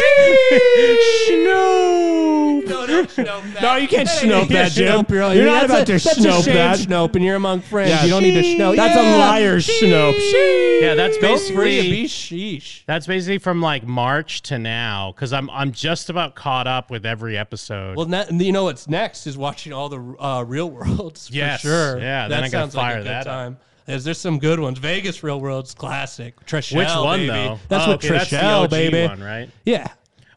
Schnoop!
No, no,
No, you can't schnope that, Jim.
You're,
You're not about to schnope that.
Schnope, and you're among friends.
Yeah.
You don't need to
Sheesh.
schnope.
That's a
Yeah.
liar's schnope. Sheesh.
Yeah, that's
Go free and
basically
be sheesh.
that's basically from like March to now because I'm I'm just about caught up with every episode.
Well, na- you know what's next is watching all the uh, real worlds for
Yes.
sure.
Yeah,
that
then I gotta
sounds like
fire
a good
that up.
time. There's, there's some good ones. Vegas Real World's classic. Trishelle,
Which one
baby.
though?
That's
Oh,
what
okay, that's the
Trishelle,
OG
baby.
One, right?
Yeah.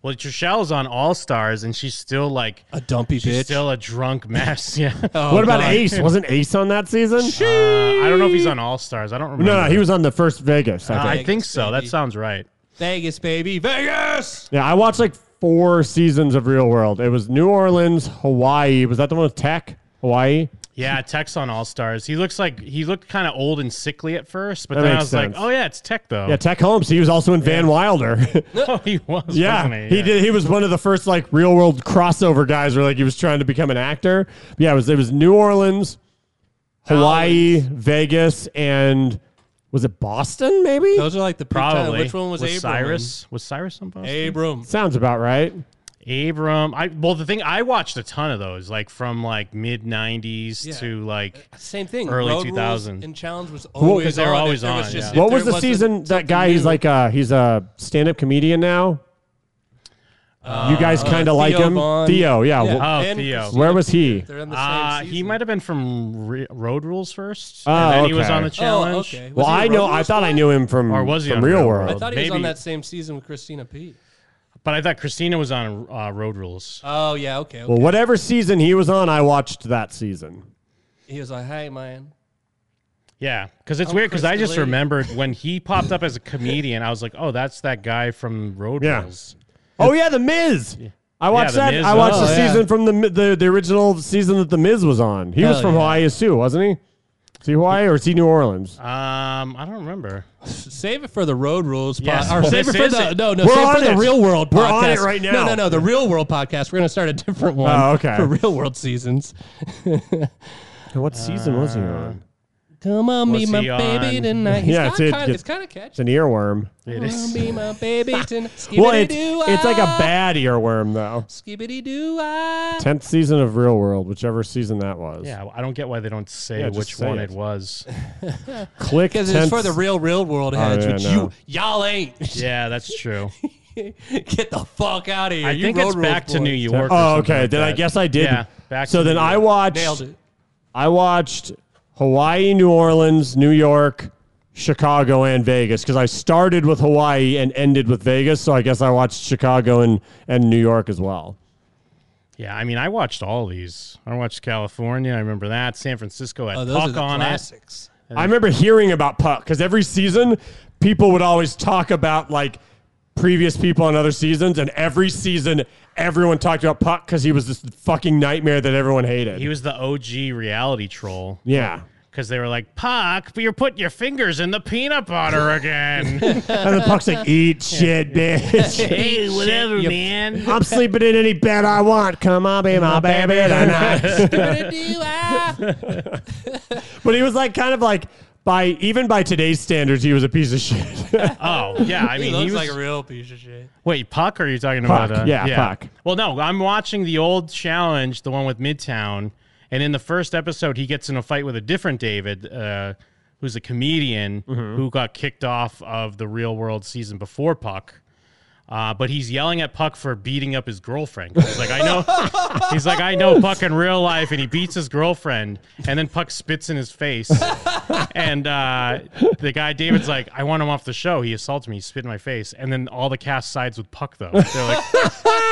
Well, Trishelle's on All Stars, and she's still like
a dumpy
she's
bitch. Oh,
Still a drunk mess. Yeah.
what about Ace? Wasn't Ace on that season?
Uh, I don't know if he's on All Stars. I don't remember.
No, no, he was on the first Vegas.
Uh,
I
I
think.
think so. That sounds right.
Vegas, baby. Vegas.
Yeah, I watched like four seasons of Real World. It was New Orleans, Hawaii. Was that the one with Tech? Hawaii?
Yeah, Tech's on All Stars. He looks like he looked kind of old and sickly at first, but
That
then I
makes
was
sense.
like, oh yeah, it's Tech though.
Yeah, Tech Holmes. He was also in Van Wilder.
oh, he was.
yeah,
wasn't
he did. He was one of the first like Real World crossover guys, where like he was trying to become an actor. But yeah, it was it was New Orleans, Hawaii, Vegas, and was it Boston? Maybe
Those are like the peak time.
Probably.
Which one was,
Was
Abram?
Cyrus? Was Cyrus on Boston?
Abram.
sounds about right.
Abram. I well, the thing I watched a ton of those, like from like mid '90s
Yeah.
to like
Same thing.
early
Road
2000s.
Rules and Challenge was
Well, 'cause
always
they were
on. If
always
there
on,
just-
yeah.
if
What was
there
the
wasn't
season? That
something
guy. He's
new-
like a he's a stand up comedian now. you guys
Uh,
kind of like
Theo
him,
Vaughn.
Theo. Yeah.
Yeah.
Wh-
Oh, Theo.
Where was he?
uh, he might have been from Re- Road Rules first,
Oh,
and then he
okay.
was on the
Oh,
challenge.
okay. Was
Well, I know. I thought I knew him from
Or was he
from
on
Real,
Real
World.
World?
I thought he was on
Maybe.
that same season with Christina P.
But I thought Christina was on uh, Road Rules.
Oh yeah, okay. okay.
Well, whatever season he was on, I watched that season.
He was like, "Hey man,
Yeah, because it's
I'm
weird. Because I
Chris the
just
Lady.
remembered when he popped up as a comedian, I was like, "Oh, that's that guy from Road
Yeah.
Rules."
Oh yeah, the Miz. I watched
The
that.
Miz
I watched
was-
the
Oh, yeah.
season from the, Mi- the the original season that the Miz was on. He was
Hell
from
yeah.
Hawaii too, wasn't he? Is he Hawaii or is he New Orleans?
Um, I don't remember.
save it for the Road Rules
Yes.
podcast, or
Well,
save it
this
for
is
the
it.
no no
We're
save it
on
for the
it.
Real World podcast.
We're on it right
No no
now.
no the Real World podcast. We're gonna start a different one.
Oh, okay.
For Real World seasons.
what season was he on?
Come on,
Was
be my
he
baby
on-
tonight.
Yeah,
yeah,
it's- it
it's
gets-
kind of catchy.
It's an earworm.
Come on, be my baby tonight.
Well, it's,
Skibbity-doo,
it's like a
ah.
bad earworm though.
Skibbity doo ah.
Tenth season of Real World, whichever season that was.
Yeah, I don't get why they don't say
Yeah, just
which
say
one
it.
it, was.
Click
Because it's for
tenth-
the real, real world
Oh,
heads,
yeah,
which
no.
you y'all ain't.
yeah, that's true.
Get the fuck out of here.
I
you
think
road
it's
rules Uh,
back to
boys.
New York. or
Oh,
something
okay.
like
then I
that.
guess I did.
Yeah, back
so
to
then
New
I
York.
watched.
Nailed it.
I watched Hawaii, New Orleans, New York, Chicago, and Vegas because I started with Hawaii and ended with Vegas. So I guess I watched Chicago and, and New York as well.
Yeah, I mean, I watched all these. I watched California. I remember that. San Francisco had
Oh, those are
Puck
the
on
classics.
it.
I remember hearing about Puck because every season people would always talk about like previous people on other seasons, and every season everyone talked about Puck because he was this fucking nightmare that everyone hated.
He was the OG reality troll.
yeah.
Because they were like, Puck, but you're putting your fingers in the peanut butter again. and
And the Puck's like, eat shit, bitch.
hey, whatever, man.
I'm sleeping in any bed I want. Come on, be my baby tonight. but he was like, kind of like, by even by today's standards, he was a piece of shit.
Oh, yeah. I mean,
he looks
was.
like a real piece of shit.
Wait, Puck, or are you talking
Puck,
about? Uh,
yeah, Puck.
Well, no, I'm watching the old challenge, the one with Midtown. And in the first episode, he gets in a fight with a different David, uh, who's a comedian
Mm-hmm.
who got kicked off of the real world season before Puck. Uh, but he's yelling at Puck for beating up his girlfriend. 'Cause He's like, I know. He's like, I know Puck in real life, and he beats his girlfriend, and then Puck spits in his face. and uh, the guy David's like, I want him off the show. He assaulted me. He spit in my face. And then all the cast sides with Puck though. They're like,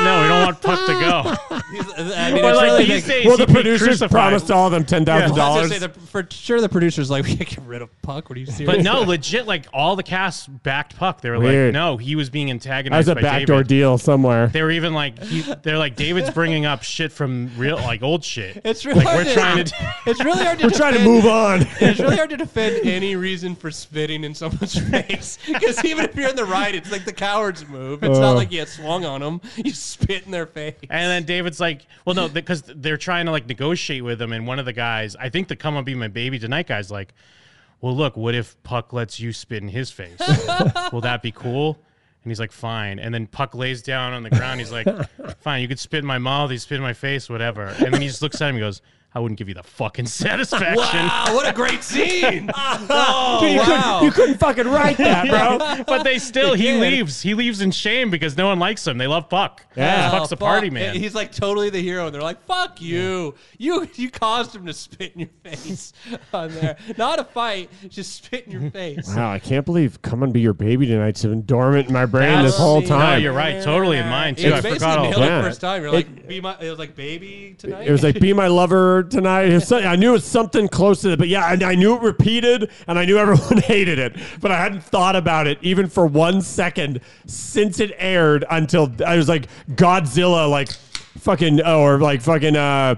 No, we don't want Puck to go.
I mean,
Or
it's
like
really
these
like-
days,
well,
he'd
the
be
producers
crucified.
promised all of them ten
Well, I
thousand
was gonna say,
dollars.
the, for sure, the producers like we gotta get rid of Puck. What are you serious?
But no, legit, like all the cast backed Puck. They were
Weird.
like, No, he was being antagonized.
That was a
by
backdoor
David.
deal somewhere.
They were even like, he, they're like, David's bringing up shit from real, like old shit.
It's really
like
hard
we're
to-
trying to.
it's really hard to.
We're trying to move
defend-
on.
It's really hard to defend any reason for spitting in someone's face because even if you're in the right, it's like the coward's move. It's
Oh.
not like you had swung on them; you spit in their face.
And then David's like, well, no, because they're trying to like negotiate with him. And one of the guys, I think the come on be my baby tonight guy's like, well, look, what if Puck lets you spit in his face? Will that be cool? And he's like, fine. And then Puck lays down on the ground. He's like, fine, you could spit in my mouth, you spit in my face, whatever. And then he just looks at him and goes, I wouldn't give you the fucking satisfaction.
Wow! What a great scene! oh
Dude, you,
wow!
couldn't, you couldn't fucking write that, bro.
But they still, he leaves. He leaves in shame because no one likes him. They love Puck.
Yeah.
Puck's a
fuck.
party man.
He's like totally the hero, and they're like, "Fuck you! You you caused him to spit in your face on there. Not a fight, just spit in your face."
wow, I can't believe "Come and Be Your Baby Tonight's been dormant in my brain
That's-
this whole
no,
time.
you're right. Totally in mine, too.
It's
I
basically
forgot all
nailed it
that.
first time. You're like, "Be my," it was like, "Baby tonight."
It was like "Be My Lover" tonight. It was some- I knew it was something close to that, but yeah, I, I knew it repeated, and I knew everyone hated it, but I hadn't thought about it even for one second since it aired until I was like Godzilla, like fucking oh, or like fucking uh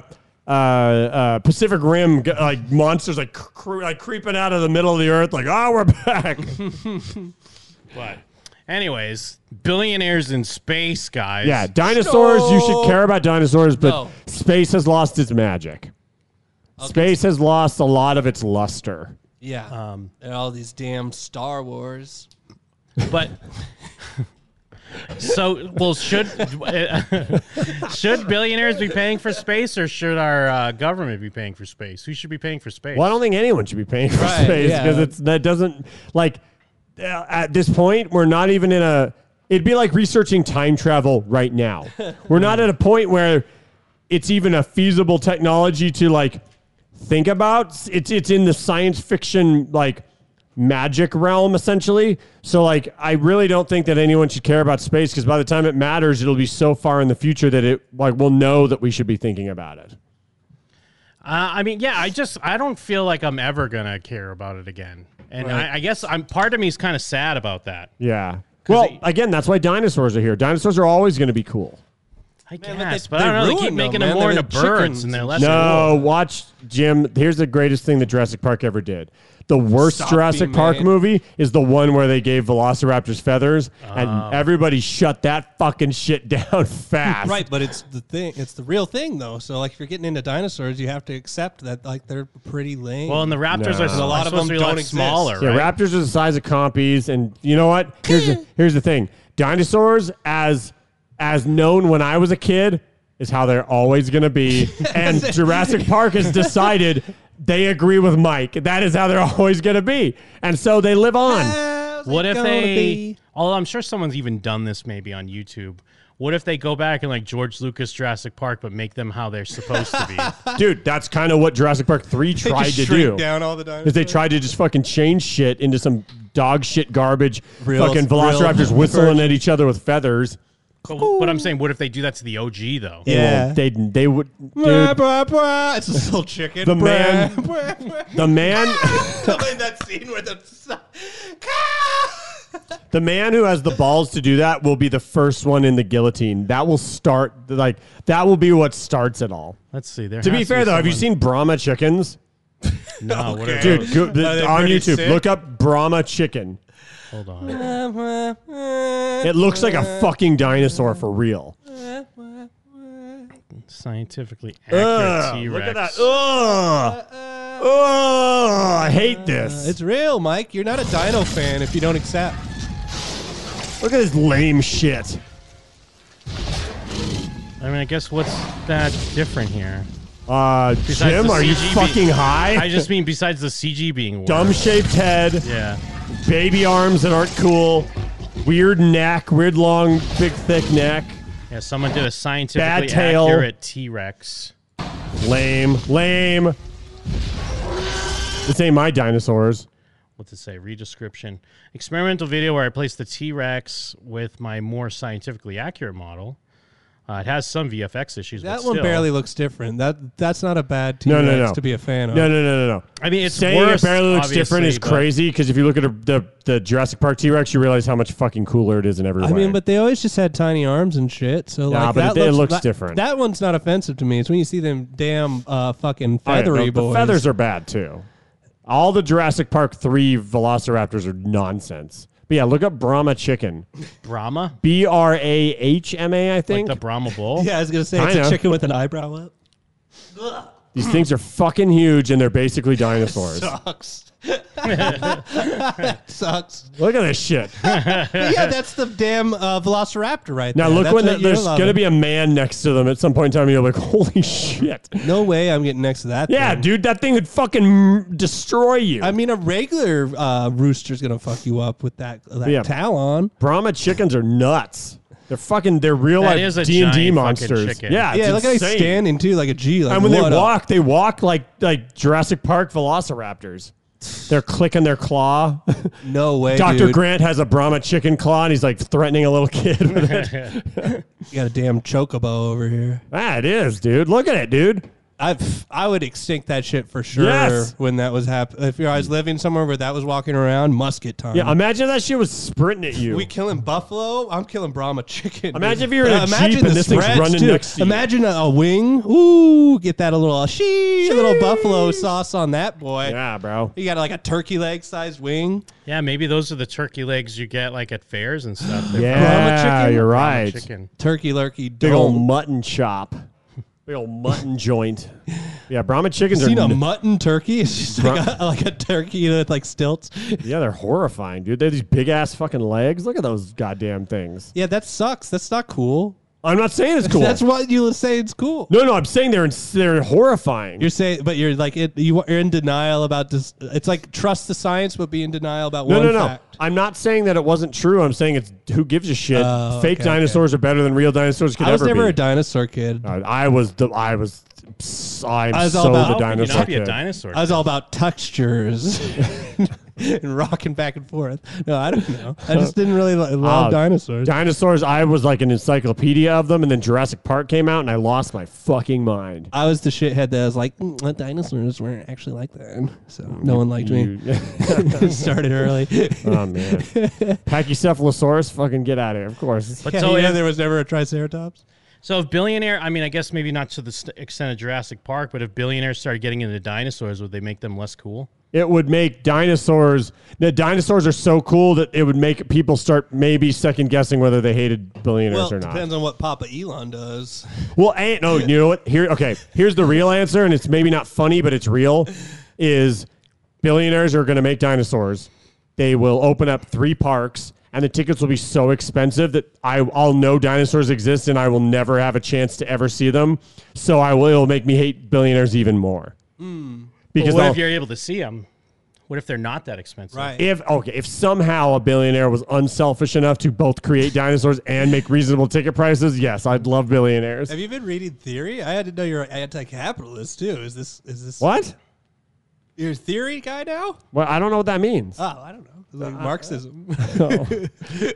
uh, uh Pacific Rim, g- like monsters like cre- like creeping out of the middle of the earth, like oh we're back.
But, anyways, billionaires in space, guys.
yeah, dinosaurs. You should care about dinosaurs, but
No.
space has lost its magic. Space has lost a lot of its luster.
yeah,
Um,
and all these damn Star Wars.
But so, well, should should billionaires be paying for space, or should our uh, government be paying for space? Who should be paying for space?
Well, I don't think anyone should be paying for
Right,
space
yeah.
because it's that doesn't like uh, at this point we're not even in a it'd be like researching time travel right now. We're not at a point where it's even a feasible technology to like think about. It's it's in the science fiction like magic realm essentially. So like I really don't think that anyone should care about space because by the time it matters, it'll be so far in the future that it like we'll know that we should be thinking about it.
Uh, I mean, yeah, I just I don't feel like I'm ever gonna care about it again, and
Right.
I, I guess I'm part of me is kind of sad about that.
Yeah. Well, again, that's why dinosaurs are here. Dinosaurs are always going to be cool.
I guess, but I don't know. They keep making them more into birds, and they're less.
no, watch Jim. Here's the greatest thing that Jurassic Park ever did. The worst
Stop
Jurassic
being
Park
mad.
movie is the one where they gave Velociraptors feathers, and everybody shut that fucking shit down fast.
Right, but it's the thing. It's the real thing, though. So, like, if you're getting into dinosaurs, you have to accept that, like, they're pretty lame.
Well, and the raptors
No.
are a lot of them don't smaller.
Yeah,
right?
raptors are the size of compies, and you know what? Here's the, here's the thing: dinosaurs, as as known when I was a kid, is how they're always going to be. and Jurassic Park has decided they agree with Mike. That is how they're always going to be, and so they live on.
What if
gonna
they?
be?
Although I'm sure someone's even done this maybe on YouTube. What if they go back and like George Lucas Jurassic Park, but make them how they're supposed to be?
Dude, that's kind of what Jurassic Park Three tried
just
to
shrink
do.
down all the
is they tried to just fucking change shit into some dog shit garbage.
Real-
fucking
real
Velociraptors whistling
version.
at each other with feathers.
but, but I'm saying, what if they do that to the OG though?
They won't- they they would.
Blah,
Dude,
blah, blah. It's this little chicken.
The
Blah,
man-
blah, blah.
the man-
Like that scene where the
the man who has the balls to do that will be the first one in the guillotine. That will start like that will be what starts it all.
Let's see. There
to be
has
fair though, have you seen Brahma chickens?
No, what Oh. are
dude,
those?
go, the, on YouTube, look up Brahma chicken.
Hold on.
It looks like a fucking dinosaur for real.
Scientifically accurate
Ugh,
T-Rex.
look at that. Ugh. Oh, I hate this.
it's real, Mike. You're not a dino fan if you don't accept.
Look at this lame shit.
I mean, I guess what's that different here?
Uh,
Besides
Jim,
the
are you
CG be-
fucking high?
I just mean besides the CG being worse.
Dumb shaped head.
Yeah.
Baby arms that aren't cool. Weird neck. Weird long, big, thick neck.
Yeah, someone did a scientifically
Bad tail.
accurate T-Rex.
Lame. Lame. This ain't my dinosaurs.
What to say? Read description. Experimental video where I placed the T-Rex with my more scientifically accurate model. Uh, it has some VFX issues.
That
but
one
still.
barely looks different. That that's not a bad T
No,
Rex
no, no.
to be a fan of.
No, no, no, no, no.
I mean, it's
Saying
worse,
it barely looks
obviously,
different is
but-
crazy because if you look at a, the, the Jurassic Park T Rex, you realize how much fucking cooler it is in every
I
way.
mean, but they always just had tiny arms and shit. So
Nah,
like,
but
that
it- it looks
looks, that-
different.
That one's not offensive to me. It's when you see them damn uh, fucking
Oh, yeah, no,
feathery boys.
The feathers are bad too. All the Jurassic Park 3 velociraptors are nonsense. But yeah, look up Brahma chicken.
Brahma.
B R A H M A, I think.
Like the Brahma bull.
Yeah, I was gonna say it's
Kinda.
a chicken with an eyebrow up.
These things are fucking huge and they're basically dinosaurs.
Sucks. that sucks.
look at this shit.
But yeah, that's the damn uh, Velociraptor right
Now
there.
look
That's
when
what
the-
you're
there's going to
loving.
be a man next to them at some point in time. You're like, holy shit.
No way I'm getting next to that.
Yeah,
thing.
dude, that thing would fucking destroy you.
I mean, a regular uh, rooster's gonna fuck you up with that uh, that
Yeah.
talon.
Brahma chickens are nuts. They're fucking. They're real
That
life
is a
D and D
giant fucking
monsters.
chicken.
Yeah,
Yeah, look how he's standing, too, like a G. like,
and when they
what up?
walk, they walk like like Jurassic Park Velociraptors. They're clicking their claw.
No way,
Doctor
dude.
Grant has a Brahma chicken claw, and he's like threatening a little kid with it.
You got a damn chocobo over here.
Ah, it is, dude. Look at it, dude.
I've I would extinct that shit for sure
Yes.
when that was happening. If I was living somewhere where that was walking around, musket time.
yeah, imagine if that shit was sprinting at you.
Uh-huh. We killing buffalo. I'm killing Brahma chicken. dude.
Imagine if you're in
But
a
imagine
Jeep and
the
this thing's
spreads,
running
too.
next to you.
Imagine a, a wing. Ooh, get that a little she, a little buffalo sauce on that boy.
Yeah, bro.
You got like a turkey leg sized wing.
Yeah, maybe those are the turkey legs you get like at fairs and stuff. They're
Yeah,
Brahma chicken.
you're
Brahma
right.
chicken.
Turkey lurkey
Big old
dome.
mutton chop. Big old mutton joint. Yeah, Brahma chickens
Seen
are
a
n-
mutton turkey? It's just like a, like a turkey with like stilts.
Yeah, they're horrifying, dude. They have these big ass fucking legs. Look at those goddamn things.
Yeah, that sucks. That's not cool.
I'm not saying it's cool.
That's what you say. It's cool.
No, no, I'm saying they're ins- they're horrifying.
You're saying, but you're like it. You are in denial about this. It's like trust the science, but be in denial about
No,
one
no, no.
fact.
I'm not saying that it wasn't true. I'm saying it's who gives a shit.
Oh,
Fake
okay, okay.
dinosaurs are better than real dinosaurs could
I was
ever
never
be.
a dinosaur kid.
I was the I was I'm
I was
so
all about
the dinosaur. kid.
I was all about textures and rocking back and forth. No, I don't know. I just didn't really li- love
Uh,
dinosaurs.
Dinosaurs. I was like an encyclopedia of them, and then Jurassic Park came out, and I lost my fucking mind.
I was the shithead that was like, "Mm, well, dinosaurs weren't actually like that. So no one liked me.
You-
Started early.
oh man, Pachycephalosaurus, fucking get out of here! Of course.
But so if-
there was never a Triceratops.
So if billionaire, I mean, I guess maybe not to the st- extent of Jurassic Park, but if billionaires started getting into dinosaurs, would they make them less cool?
It would make dinosaurs. The dinosaurs are so cool that it would make people start maybe second guessing whether they hated billionaires
Well,
or
it
not.
depends on what Papa Elon does.
Well, ain't no. You know what? Here, okay. Here's the real answer, and it's maybe not funny, but it's real. Is billionaires are going to make dinosaurs? They will open up three parks, and the tickets will be so expensive that I, I'll know dinosaurs exist, and I will never have a chance to ever see them. So I will. It'll make me hate billionaires even more. Because
Hmm. But what
I'll-
if you're able to see them? What if they're not that expensive? Right.
If okay, if somehow a billionaire was unselfish enough to both create dinosaurs and make reasonable ticket prices, yes, I'd love billionaires.
Have you been reading theory? I had to know you're anti-capitalist too. Is this is this
What?
your theory guy now?
Well, I don't know what that
Uh,
means.
Oh, I don't know. It's Like Marxism.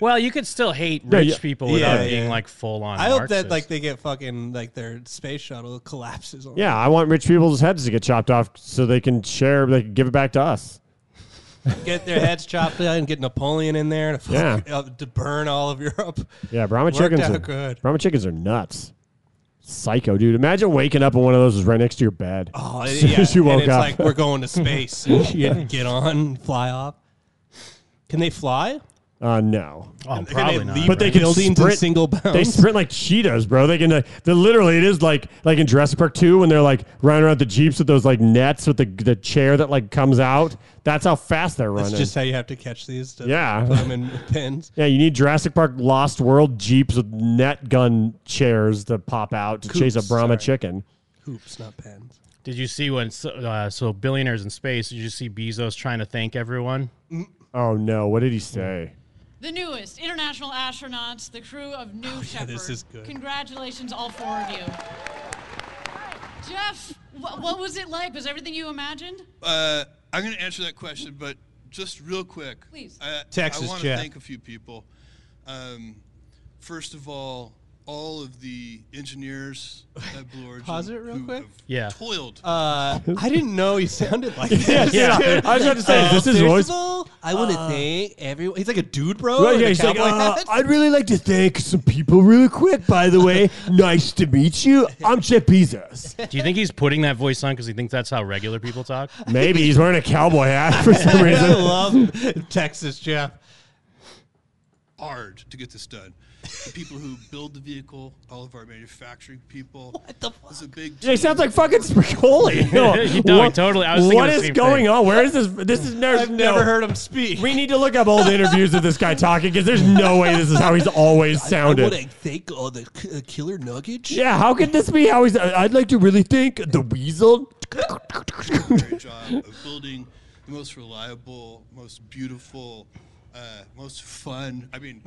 well, you could still hate
Yeah,
rich
yeah.
people without
Yeah,
being
yeah.
like full on.
I hope that like they get fucking like their space shuttle collapses on.
Yeah, I want rich people's heads to get chopped off so they can share, they can give it back to us.
Get their heads chopped down and get Napoleon in there to,
Yeah.
fuck, uh, to burn all of Europe.
Yeah, Brahma
Worked
chickens.
out
Are,
good.
Brahma chickens are nuts. Psycho, dude. Imagine waking up and one of those is right next to your bed.
Oh,
As
yeah.
soon as you
and
woke
it's
up.
like we're going to space. you get get on, fly off. Can they fly?
Uh, no.
Oh,
they probably not, leap
But they can
buildings in
sprint,
single
They
bounds?
sprint like cheetahs, bro. They can. Like, they're literally, it is like like in Jurassic Park two when they're like running around the jeeps with those like nets with the the chair that like comes out. That's how fast they're running.
That's just how you have to catch these. To
Yeah.
Put them in pins.
Yeah, you need Jurassic Park Lost World jeeps with net gun chairs to pop out to chase a
Coops,
Brahma
sorry.
chicken.
Hoops, not pens.
Did you see when so, uh, so billionaires in space? Did you see Bezos trying to thank everyone?
Oh no, what did he say?
The newest international astronauts, the crew of New Shepard.
Oh, this is good.
Congratulations, all four of you. Jeff, wh- what was it like? Was everything you imagined?
Uh, I'm going to answer that question, but just real quick.
Please.
I,
Uh,
Texas
I want
Jeff.
to thank a few people. Um, first of all, all of the engineers at Blue Origin.
Pause it real
who
quick.
have
Yeah.
Toiled.
Uh, I didn't know he sounded like this.
Yeah, yeah. I was about to say,
Oh,
is this his
first
voice?
of all, I want to thank everyone. He's like a dude, bro.
Well,
in
yeah,
a
he's like,
cowboy
uh,
hat.
I'd really like to thank some people really quick. By the way, nice to meet you. I'm Jeff Bezos.
Do you think he's putting that voice on because he thinks that's how regular people talk?
Maybe he's wearing a cowboy hat for some reason.
I love Texas Jeff.
hard to get this done. The people who build the vehicle, all of our manufacturing people. What the fuck? It's a big.
Yeah, he sounds like fucking Spicoli.
You know, totally. I was thinking
what
the
is
same
going
thing.
on? Where is this? This is never.
I've never heard him speak.
We need to look up old interviews of this guy talking because there's no way this is how he's always sounded.
I want to thank all the k- uh, killer nuggets.
yeah, how could this be how he's? I- I'd like to really thank the weasel.
extraordinary job of building the most reliable, most beautiful, uh, most fun. I mean,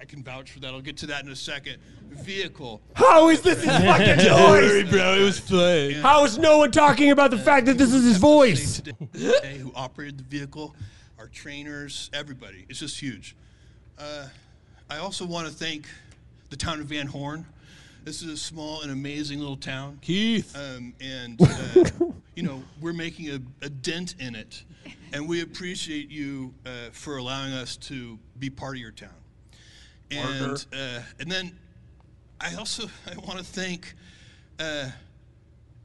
I can vouch for that. I'll get to that in a second. Vehicle.
How is this his fucking voice?
bro, it was fun.
How is no one talking about the fact that this is his voice?
Today, who operated the vehicle, our trainers, everybody. It's just huge. Uh, I also want to thank the town of Van Horn. This is a small and amazing little town.
Keith.
Um, and, uh, you know, we're making a, a dent in it. And we appreciate you uh, for allowing us to be part of your town. And, uh, and then I also I want to thank uh,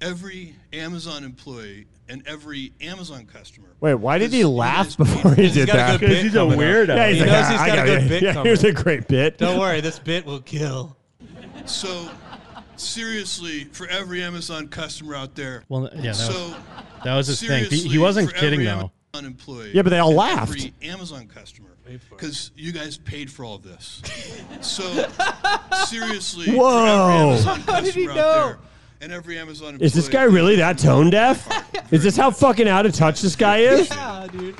every Amazon employee and every Amazon customer.
Wait, why did he laugh before he did
got a
that?
good bit He's a coming up. weirdo.
Yeah, he's
He
like,
knows
"Ah,
he's
I
got a good
it.
bit
Yeah,
coming
here's a
up."
great bit.
Don't worry, this bit will kill.
So, seriously, for every Amazon customer out there.
Well, yeah, that was-
so
that was his thing. He- he
seriously,
wasn't
for every
kidding,
Ama-
though.
unemployed.
Yeah, but they all
and
laughed.
Every Amazon customer, because you guys paid for all of this. so seriously, for
Whoa.
every Amazon
How did he
customer
know?
out there, and every Amazon employee,
Is this guy really that tone deaf? Is this how fucking out of touch this guy is?
Yeah, dude.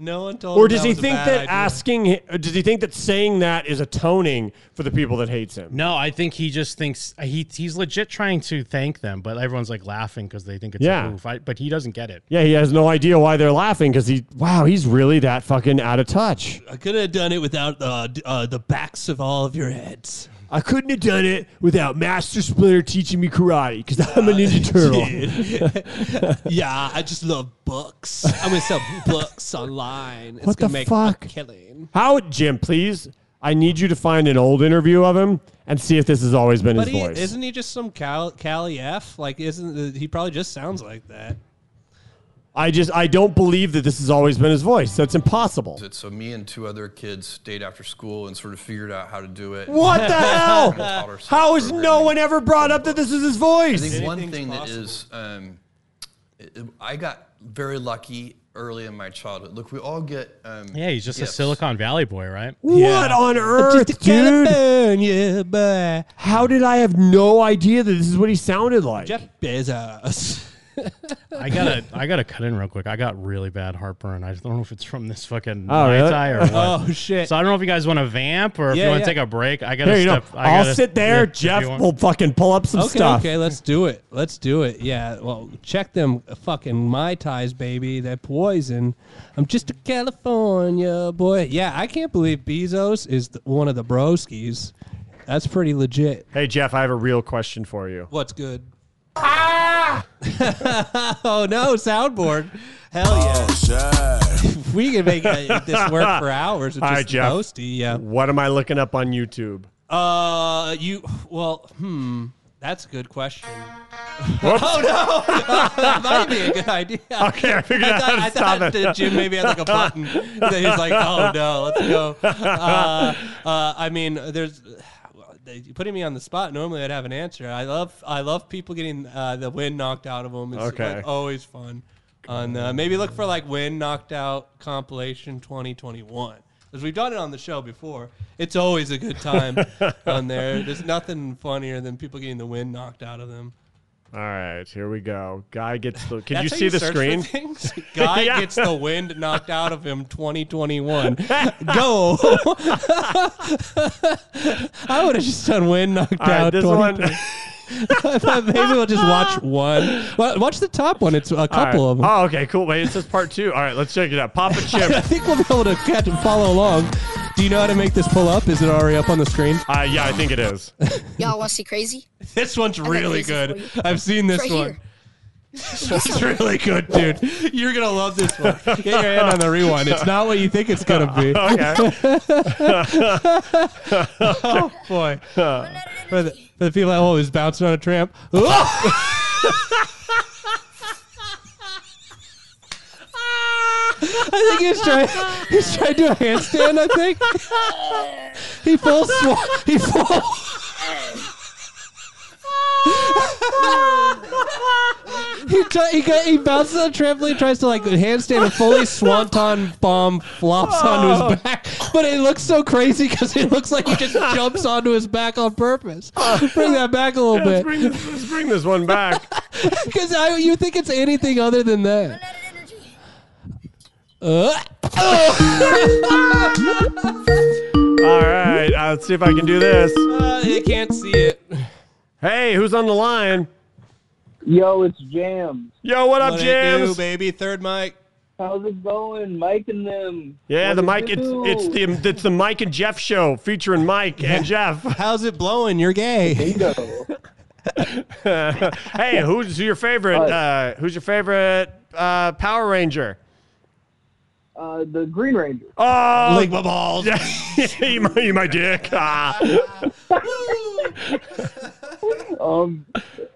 No one told.
Or
him
does
that
he
was a
think
bad
Oh, that
idea.
asking, or does he think that saying that is atoning for the people that hates him?
No, I think he just thinks uh, he he's legit trying to thank them, but everyone's like laughing because they think it's
Yeah.
a goof. I, but he doesn't get it.
Yeah, he has no idea why they're laughing because he, wow, he's really that fucking out of touch.
I could have done it without uh, d- uh, the backs of all of your heads.
I couldn't have done it without Master Splinter teaching me karate because I'm a Ninja Turtle.
yeah, I just love books. I'm gonna sell books online. It's
What
gonna
the
make
fuck?
a killing.
How, Jim, please, I need you to find an old interview of him and see if this has always been
But
his
he,
voice.
isn't he just some Cal, Cali F? Like, isn't he probably just sounds like that?
I just, I don't believe that this has always been his voice. That's impossible.
So me and two other kids stayed after school and sort of figured out how to do it.
What the
And taught
hell?
ourselves
How is no one ever brought up that this is his voice?
I think one thing that is, um, it- it- I got very lucky early in my childhood. Look, we all get. Um,
Yeah, he's just a
gifts.
Silicon Valley boy, right?
What on earth, dude? How did I have no idea that this is what he sounded like? Jeff
Bezos.
I gotta, I gotta cut in real quick. I got really bad heartburn. I don't know if it's from this fucking
Oh,
Mai
really?
Tai or what.
Oh,
shit! So I don't know if you guys want to vamp or if you
Yeah,
want
yeah.
to take a break. I gotta
Here you
step.
go.
I gotta,
I'll sit there.
if- if you
Jeff
want-
will fucking pull up some
okay,
stuff.
Okay, let's do it. Let's do it. Yeah. Well, check them fucking Mai Tais, baby. That poison. I'm just a California boy. Yeah, I can't believe Bezos is the, one of the broskies. That's pretty legit.
Hey, Jeff, I have a real question for you.
What's good? oh, no, soundboard. Hell yeah. we can make uh, this work for hours. It's
All right,
just
Jeff.
Mosty, yeah.
What am I looking up on YouTube?
Uh, you. Well, hmm. That's a good question.
Whoops.
Oh no! that might be a good idea.
Okay, I figured out how to
I
stop
thought
it.
that Jim maybe had like a button that he's like, "Oh no, let's go." Uh, uh, I mean, there's they- you're putting me on the spot. Normally, I'd have an answer. I love I love people getting uh, the wind knocked out of them. It's
Okay.
like, always fun. On uh, maybe look for like wind knocked out compilation 2021 because we've done it on the show before. It's always a good time on there. There's nothing funnier than people getting the wind knocked out of them.
All right, here we go. Guy gets the. Can
That's
you
how
see the
search for
screen?
things? Guy
Yeah.
gets the wind knocked out of him 2021. Go. I would have just done wind knocked
All right,
out.
this
2020.
one-
I thought maybe we'll just watch one. Well, Watch the top one. It's a
All right.
couple of them.
Oh, okay, cool. Wait, it says part two. All right, let's check it out. Papa Chip.
I think we'll be able to catch and follow along. Do you know how to make this pull up? Is it already up on the screen?
Uh, yeah, I think it is.
Y'all want to see crazy?
This one's really good. I've seen this
Right
one.
here.
This one's really good, dude. You're gonna love this one. Get your hand on the rewind. It's not what you think it's gonna be. oh boy. For the, for the people at home who's bouncing on a tramp. I think he's trying. He's trying to do a handstand. I think he full sw- He full. he try, he, got, he bounces on a trampoline, tries to like handstand and fully swanton bomb flops onto his back. But it looks so crazy because it looks like he just jumps onto his back on purpose. Bring that back a little
Let's
bit.
bring, this, let's bring this one back.
Because you think it's anything other than that. Uh,
All right, uh, let's see if I can do this.
I can't see it.
Hey, who's on the line?
Yo, it's Jam.
Yo, what up,
What it
James?
do, baby? Third mic.
How's it going, Mike and them?
Yeah,
What
the
it
Mike. It's
do?
it's the it's the Mike and Jeff show featuring Mike and Jeff.
How's it blowing? You're gay.
hey, who's your favorite? Uh, who's your favorite uh, Power Ranger?
uh, the Green Ranger.
Oh,
Lick my balls.
you, my, you my dick. Ah.
um,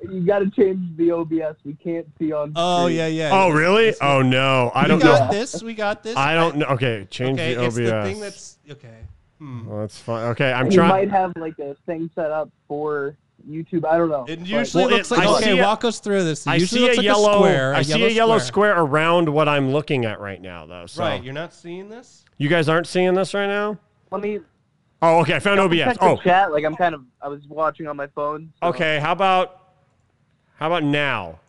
you got to change the OBS. We can't see on.
Oh
screen.
yeah, yeah.
Oh, really? Oh no, I don't
we got
know.
this. We got this.
I don't know. Okay, change
okay,
the
it's
OBS.
the thing that's okay.
Well, that's fine. Okay, I'm
you
trying.
might have like a thing set up for
YouTube. I don't know.
And
But-
usually
Well,
looks
it-
like
I
okay.
see a-
walk us through this. It
I
usually
see
looks
a
like
yellow.
a square. a
I see a yellow
square.
square around what I'm looking at right now, though. So
Right, you're not seeing this?
You guys aren't seeing this right now.
Let me
Oh, okay. I found OBS.
check the
Oh,
chat. Like I'm kind of I was watching on my phone.
okay. How about how about now?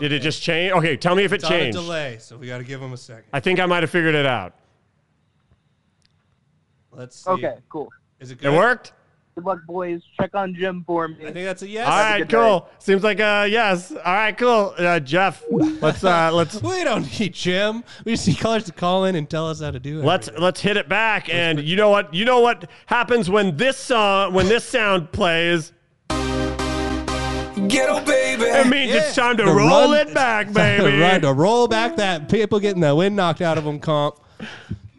Did it just change? Okay, tell me if it
it's
changed.
On a delay, so we got to give him a second.
I think I might have figured it out.
Let's see.
Okay, cool.
Is it
It
good?
worked.
Good luck, boys. Check on Jim for me. I
think that's a yes.
All right, cool. Seems like uh yes. All right, cool. Uh, Jeff, let's uh let's
We don't need Jim. We just need callers to call in and tell us how to do it.
Let's let's hit it back, and you know what? You know what happens when this song, when this sound plays.
Ghetto baby.
It means it's time to roll it back, baby.
Right to roll back that people getting the wind knocked out of them comp.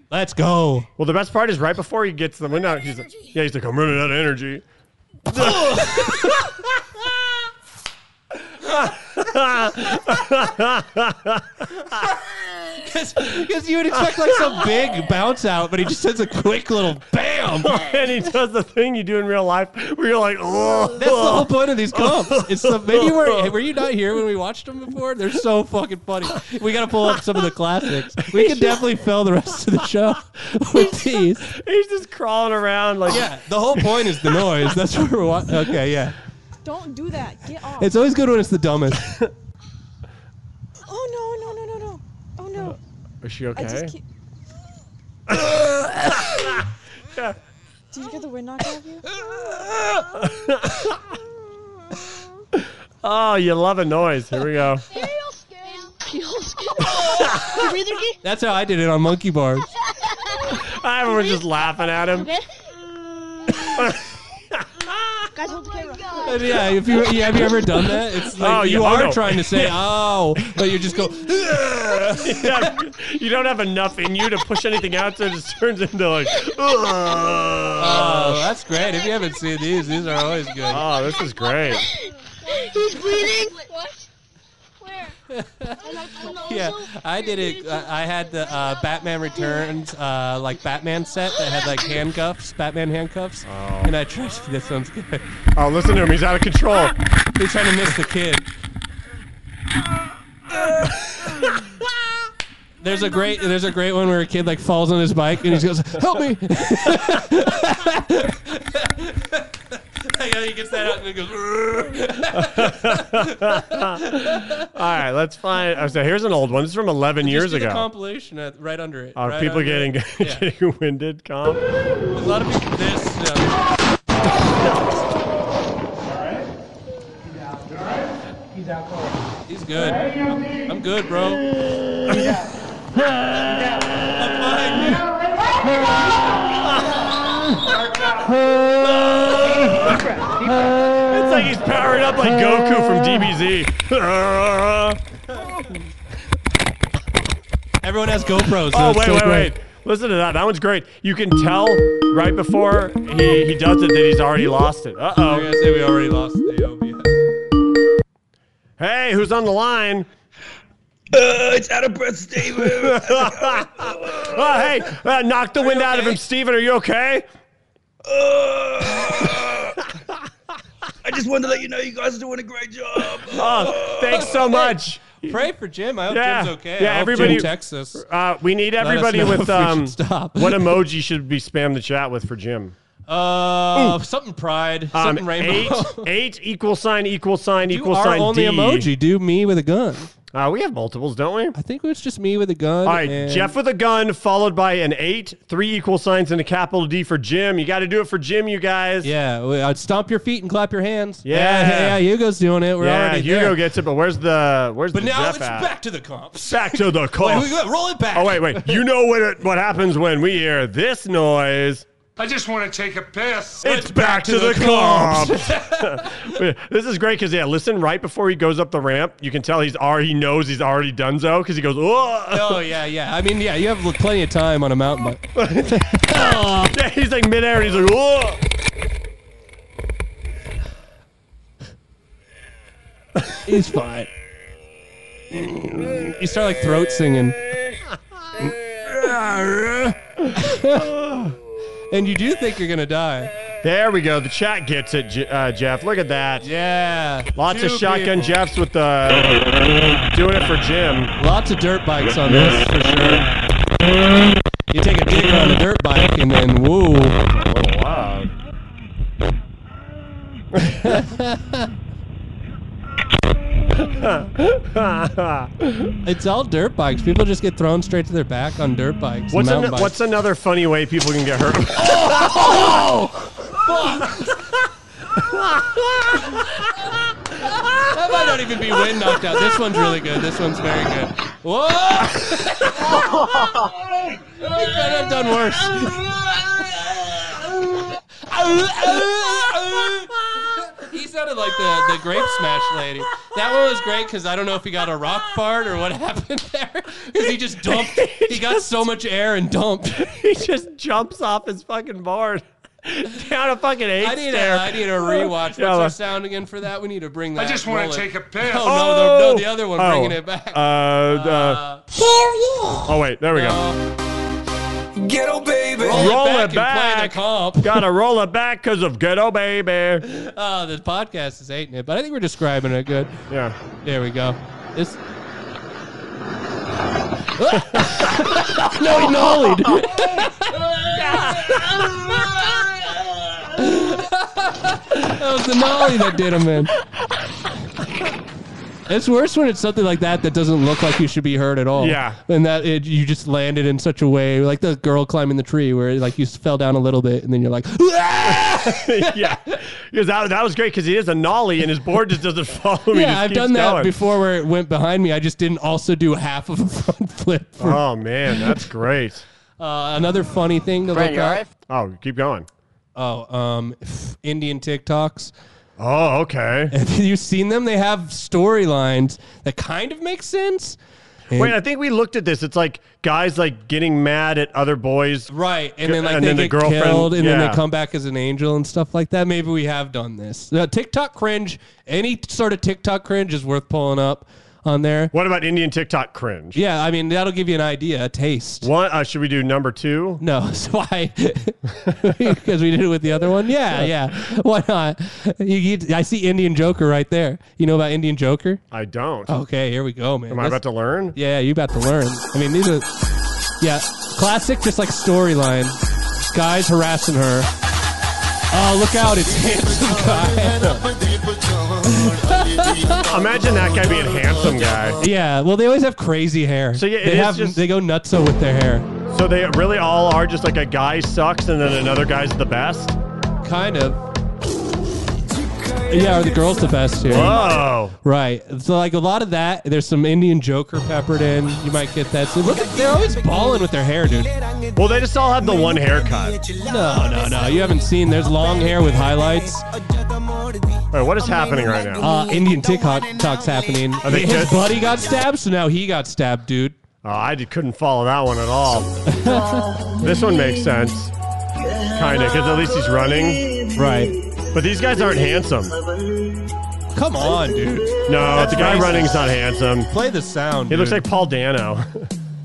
Let's go.
Well, the best part is right before he gets the window, he's like, yeah, he's like, I'm running out of energy.
Because you would expect like some big bounce out, but he just does a quick little bam.
and he does the thing you do in real life where you're like, oh.
That's the whole point of these comps. It's the maybe you were, were you not here when we watched them before? They're so fucking funny. We gotta pull up some of the classics. We can definitely fill the rest of the show with these.
He's just crawling around like
Yeah, the whole point is the noise. That's what we're watching. Okay, yeah.
Don't do that. Get off.
It's always good when it's the dumbest.
oh no no no no no. Oh no.
Is she
I
okay?
just keep... Did you get the wind knocked out of you?
Oh, you love a noise. Here we go.
That's how I did it on Monkey Bars.
Ah, Everyone's just laughing at him.
Guys, hold the camera.
But yeah, if you yeah, have you ever done that? It's like
Oh,
you,
yeah, oh,
are
no.
trying to say
Yeah.
oh, but you just go.
Yeah, you don't have enough in you to push anything out, so it just turns into like. Oh,
that's great. If you haven't seen these, these are always good.
Oh, this is great.
He's bleeding.
What? Where?
Yeah, I did it. uh, I had the uh, Batman Returns uh, like Batman set that had like handcuffs, Batman handcuffs, and I tried. This one's good.
Oh, listen to him. He's out of control.
He's trying to miss the kid. There's a great there's a great one where a kid like falls on his bike and he goes, "Help me!" he gets that out and he goes.
All right, let's find. oh, So here's an old one. This is from 11 years
Just do the
ago.
compilation at, right under it.
Are
right
people
under it.
getting
Yeah.
getting winded? Comp.
A lot of people. This. Uh, He's good. I'm, I'm good, bro.
It's like he's powered up like Goku from DBZ.
Everyone has GoPros. so
oh
it's
wait,
so
wait,
great.
wait! Listen to that. That one's great. You can tell right before he, he does it that he's already lost it. Uh
I'm
oh.
gonna say we already lost the OBS.
Hey, who's on the line?
Uh, it's out of breath, Steven.
Oh, hey, uh, knock the wind out of him, Steven. Are you okay?
Uh, I just wanted to let you know you guys are doing a great job.
Oh, thanks so much.
Pray for Jim. I hope
Yeah,
Jim's okay. I
yeah.
hope
Everybody,
Jim texts us.
Uh, we need
Let us
everybody
know
with
if we should
um.
stop.
what emoji should be spam the chat with for Jim?
Uh, something pride,
Um,
something
eight,
rainbow.
eight equal sign equal sign
You
equal
are
sign
only
D.
emoji. Do me with a gun.
Uh, we have multiples, don't we?
I think it was just me with a gun.
All right,
and-
Jeff with a gun, followed by an eight, three equal signs, and a capital D for Jim. You got to do it for Jim, you guys.
Yeah, we- I'd stomp your feet and clap your hands.
Yeah.
yeah, yeah Hugo's doing it. We're
yeah,
already
Hugo
there.
gets it, but where's the where's
But
the
now
Jeff
it's
at?
back to the comps.
Back to the call.
Wait, wait, wait, roll it back.
Oh wait, wait. You know what it, what happens when we hear this noise?
I just want to take a piss.
It's back, to, the, comps. this is great because yeah, listen. Right before he goes up the ramp, you can tell he's already he knows he's already done so because he goes. Oh,
Oh yeah, yeah. I mean, yeah, you have plenty of time on a mountain bike.
yeah, he's like midair. And he's like, oh.
He's fine. You start like throat singing. and you do think you're gonna die.
There we go. The chat gets it, J- uh, Jeff. Look at that.
Yeah.
Lots of
Two
shotgun
people.
Jeffs with the doing it for Jim.
Lots of dirt bikes on this for sure. You take a digger on a dirt bike and then woo.
Wow.
it's all dirt bikes. People just get thrown straight to their back on dirt bikes.
What's,
mountain
an-
bikes.
what's another funny way people can get hurt?
that might not even be wind knocked out. This one's really good. This one's very good. Whoa! I could have done worse. he sounded like the, the grape smash lady. That one was great because I don't know if he got a rock fart or what happened there. Because he just dumped. He got so much air and dumped.
he just jumps off his fucking board down a fucking eight
I need
stair.
a, I need a rewatch. What's
Yeah,
our
look.
sound again for that? We need to bring that.
I just wanna
roll it.
take a piss.
No, no, no, no, the
Oh.
other one,
Oh.
bringing it back.
Uh, uh, oh wait, there we
go. Ghetto baby.
go.
Roll, it back.
back.
And play the comp.
Gotta roll it back because of ghetto baby.
Oh, this podcast is hating it, but I think we're describing it good.
Yeah.
There we go. This. no, he nollied. that was the nollie that did him in. It's worse when it's something like that that doesn't look like you should be hurt at all.
Yeah.
and that it, you just landed in such a way, like the girl climbing the tree, where like you fell down a little bit, and then you're like,
yeah, because that, that was great because he is a nollie and his board just doesn't follow me.
yeah, I've done that before where it went behind me. I just didn't also do half of a front flip. for-
Oh man, that's great.
Uh, another funny thing to
Brent,
look
you
up.
alright? Oh, keep going.
Oh, um, Indian TikToks.
Oh, okay.
Have you seen them? They have storylines that kind of make sense. And-
Wait, I think we looked at this. It's like guys like getting mad at other boys,
right? And then like they get killed, and then they come back as an angel and stuff like that. Maybe we have done this. Now, TikTok cringe. Any sort of TikTok cringe is worth pulling up on there.
What about Indian TikTok cringe?
Yeah, I mean that'll give you an idea, a taste.
What uh, should we do? Number two?
No, so I because we did it with the other one. Yeah, yeah. Why not? You, you, I see Indian Joker right there. You know about Indian Joker?
I don't.
Okay, here we go, man.
Am I about to learn?
Yeah, you about to learn. I mean, these are yeah, classic, just like storyline. Guys harassing her. Oh, look out! It's handsome guy.
Imagine that guy being handsome guy.
Yeah, well, they always have crazy hair. So
yeah, it
they
is
have
just-
they go nutso with their hair.
So they really all are just like a guy sucks and then another guy's the best?
Kind of. Yeah, or the girls the best here.
Whoa.
Right. So like a lot of that, there's some Indian Joker peppered in. You might get that. So look, at, they're always balling with their hair, dude.
Well, they just all have the one haircut.
No, no, no. You haven't seen. There's long hair with highlights.
Wait, what is happening right now?
Uh, Indian TikTok talks happening.
they
His
just-
buddy got stabbed, so now he got stabbed, dude.
Oh, I d- couldn't follow that one at all. this one makes sense. Kind of, because at least he's running.
Right.
But these guys aren't handsome.
Come on, dude.
No,
That's
the guy
racist.
running's not handsome.
Play the sound.
He looks
dude.
like Paul Dano.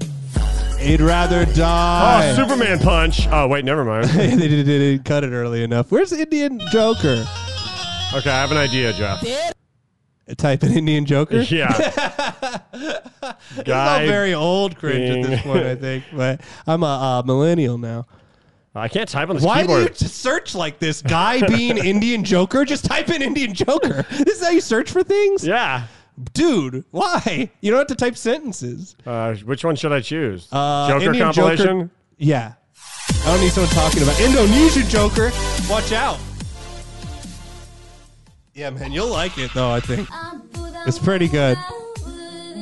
He'd rather die.
Oh, Superman punch. Oh, wait, never mind.
they didn't- they didn't cut it early enough. Where's Indian Joker?
Okay, I have an idea, Jeff.
Type in Indian Joker.
Yeah.
It's all
Guy
very old cringe at this
being-
point, I think. But I'm a uh, millennial now.
I can't type on this
Why
keyboard.
do you t- search like this? Guy being Indian Joker? Just type in Indian Joker. This is how you search for things?
Yeah.
Dude, why? You don't have to type sentences.
Uh, which one should I choose?
Uh,
Joker
Indian Joker-
compilation?
yeah. I don't need someone talking about Indonesia Joker. Watch out. Yeah, man, you'll like it though, I think. It's pretty good.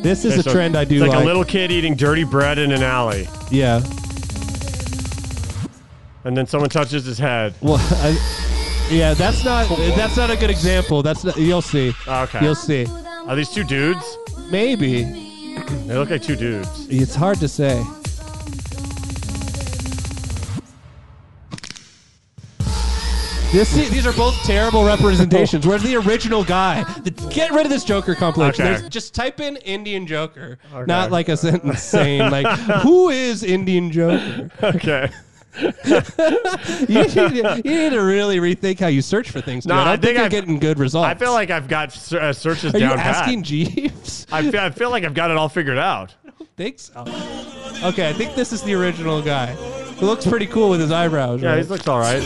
This is
Okay,
a
so
trend I do
it's like,
like.
a little kid eating dirty bread in an alley,
yeah.
and then someone touches his head.
Well, I, yeah, that's not that's not a good example. That's not, you'll see.
Oh, Okay.
You'll see.
Are these two dudes?
Maybe
They look like two dudes.
it's hard to say. This, these are both terrible representations. Where's the original guy? The- get rid of this Joker complex.
Okay.
There's- Just type in Indian Joker,
Okay.
not like a sentence saying like, "Who is Indian Joker?"
Okay.
you, need to, you need to really rethink how you search for things. dude.
No,
I don't
I think
think you're
I've-
getting good results.
I feel like I've got ser- uh, searches
Are you
down pat.
asking Jeeves?
I feel, I feel like I've got it all figured out.
Thanks. Oh. Okay, I think this is the original guy. He looks pretty cool with his eyebrows.
Yeah,
right?
he looks all right.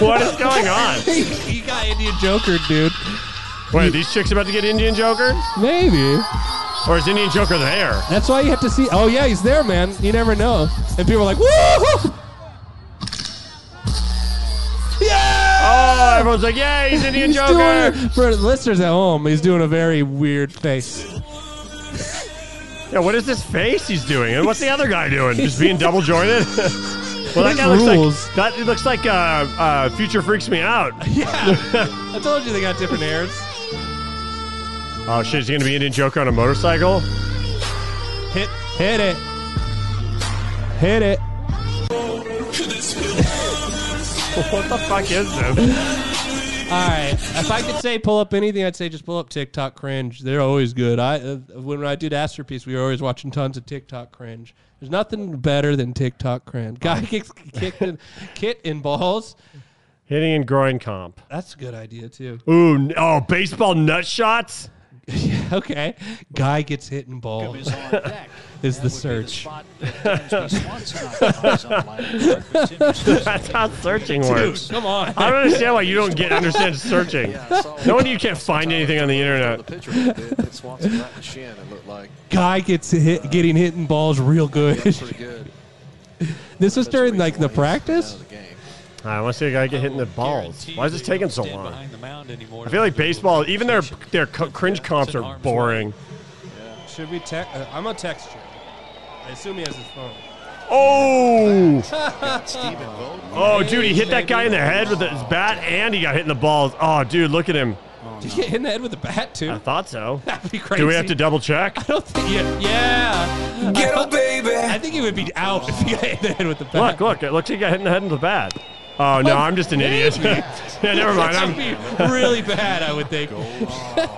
what is going on?
he got Indian Joker, dude.
Wait, are these chicks about to get Indian Joker?
Maybe.
Or is Indian Joker there?
That's why you have to see. Oh yeah, he's there, man. You never know. And people are like, "Woo!"
Oh, everyone's like, yeah, he's Indian
He's
Joker.
doing- for listeners at home, he's doing a very weird face.
Yeah, what is this face he's doing? And what's the other guy doing? Just being double jointed? well, that
His
guy looks
rules.
like that. It looks like uh, uh, Future freaks me out.
I told you they got different airs.
Oh shit, is he gonna be Indian Joker on a motorcycle?
Hit, hit it, hit it.
what the fuck is this?
All right. If I could say pull up anything, I'd say just pull up TikTok cringe. They're always good. I uh, when I did Astropiece, we were always watching tons of TikTok cringe. There's nothing better than TikTok cringe. Guy kicks kicked in, kit in balls.
Hitting and groin comp.
That's a good idea too.
Ooh, n- oh, baseball nut shots.
Okay, guy gets hit in balls. Is the search?
That's how searching works.
come on.
I don't understand why you don't get understand searching. No wonder you can't find anything on the internet.
Swanson right in the shin, it looked like.
Guy gets hit, getting hit in balls real good.
Pretty good.
this was during like the practice.
I want to see a guy get hit in the balls. Why is this taking so long?
behind the mound anymore.
I feel like baseball, even their their co- cringe comps are boring.
Should we text? Uh, I'm gonna text you. I assume he has his phone.
Oh, oh,
oh,
dude, he hit that guy in the head with his bat, and he got hit in the balls. Oh, dude, look at him.
Did he get hit in the head with a bat too?
I thought so.
That'd be
Do we have
crazy.
to double check?
I don't think. Yeah, yeah. Ghetto baby. I think he would be out if he got hit in the head with the bat.
Look, look, it looks like he got hit in the head with a bat. Oh no, I'm just an idiot. yeah, never mind.
That
I'm
would be really bad, I would think.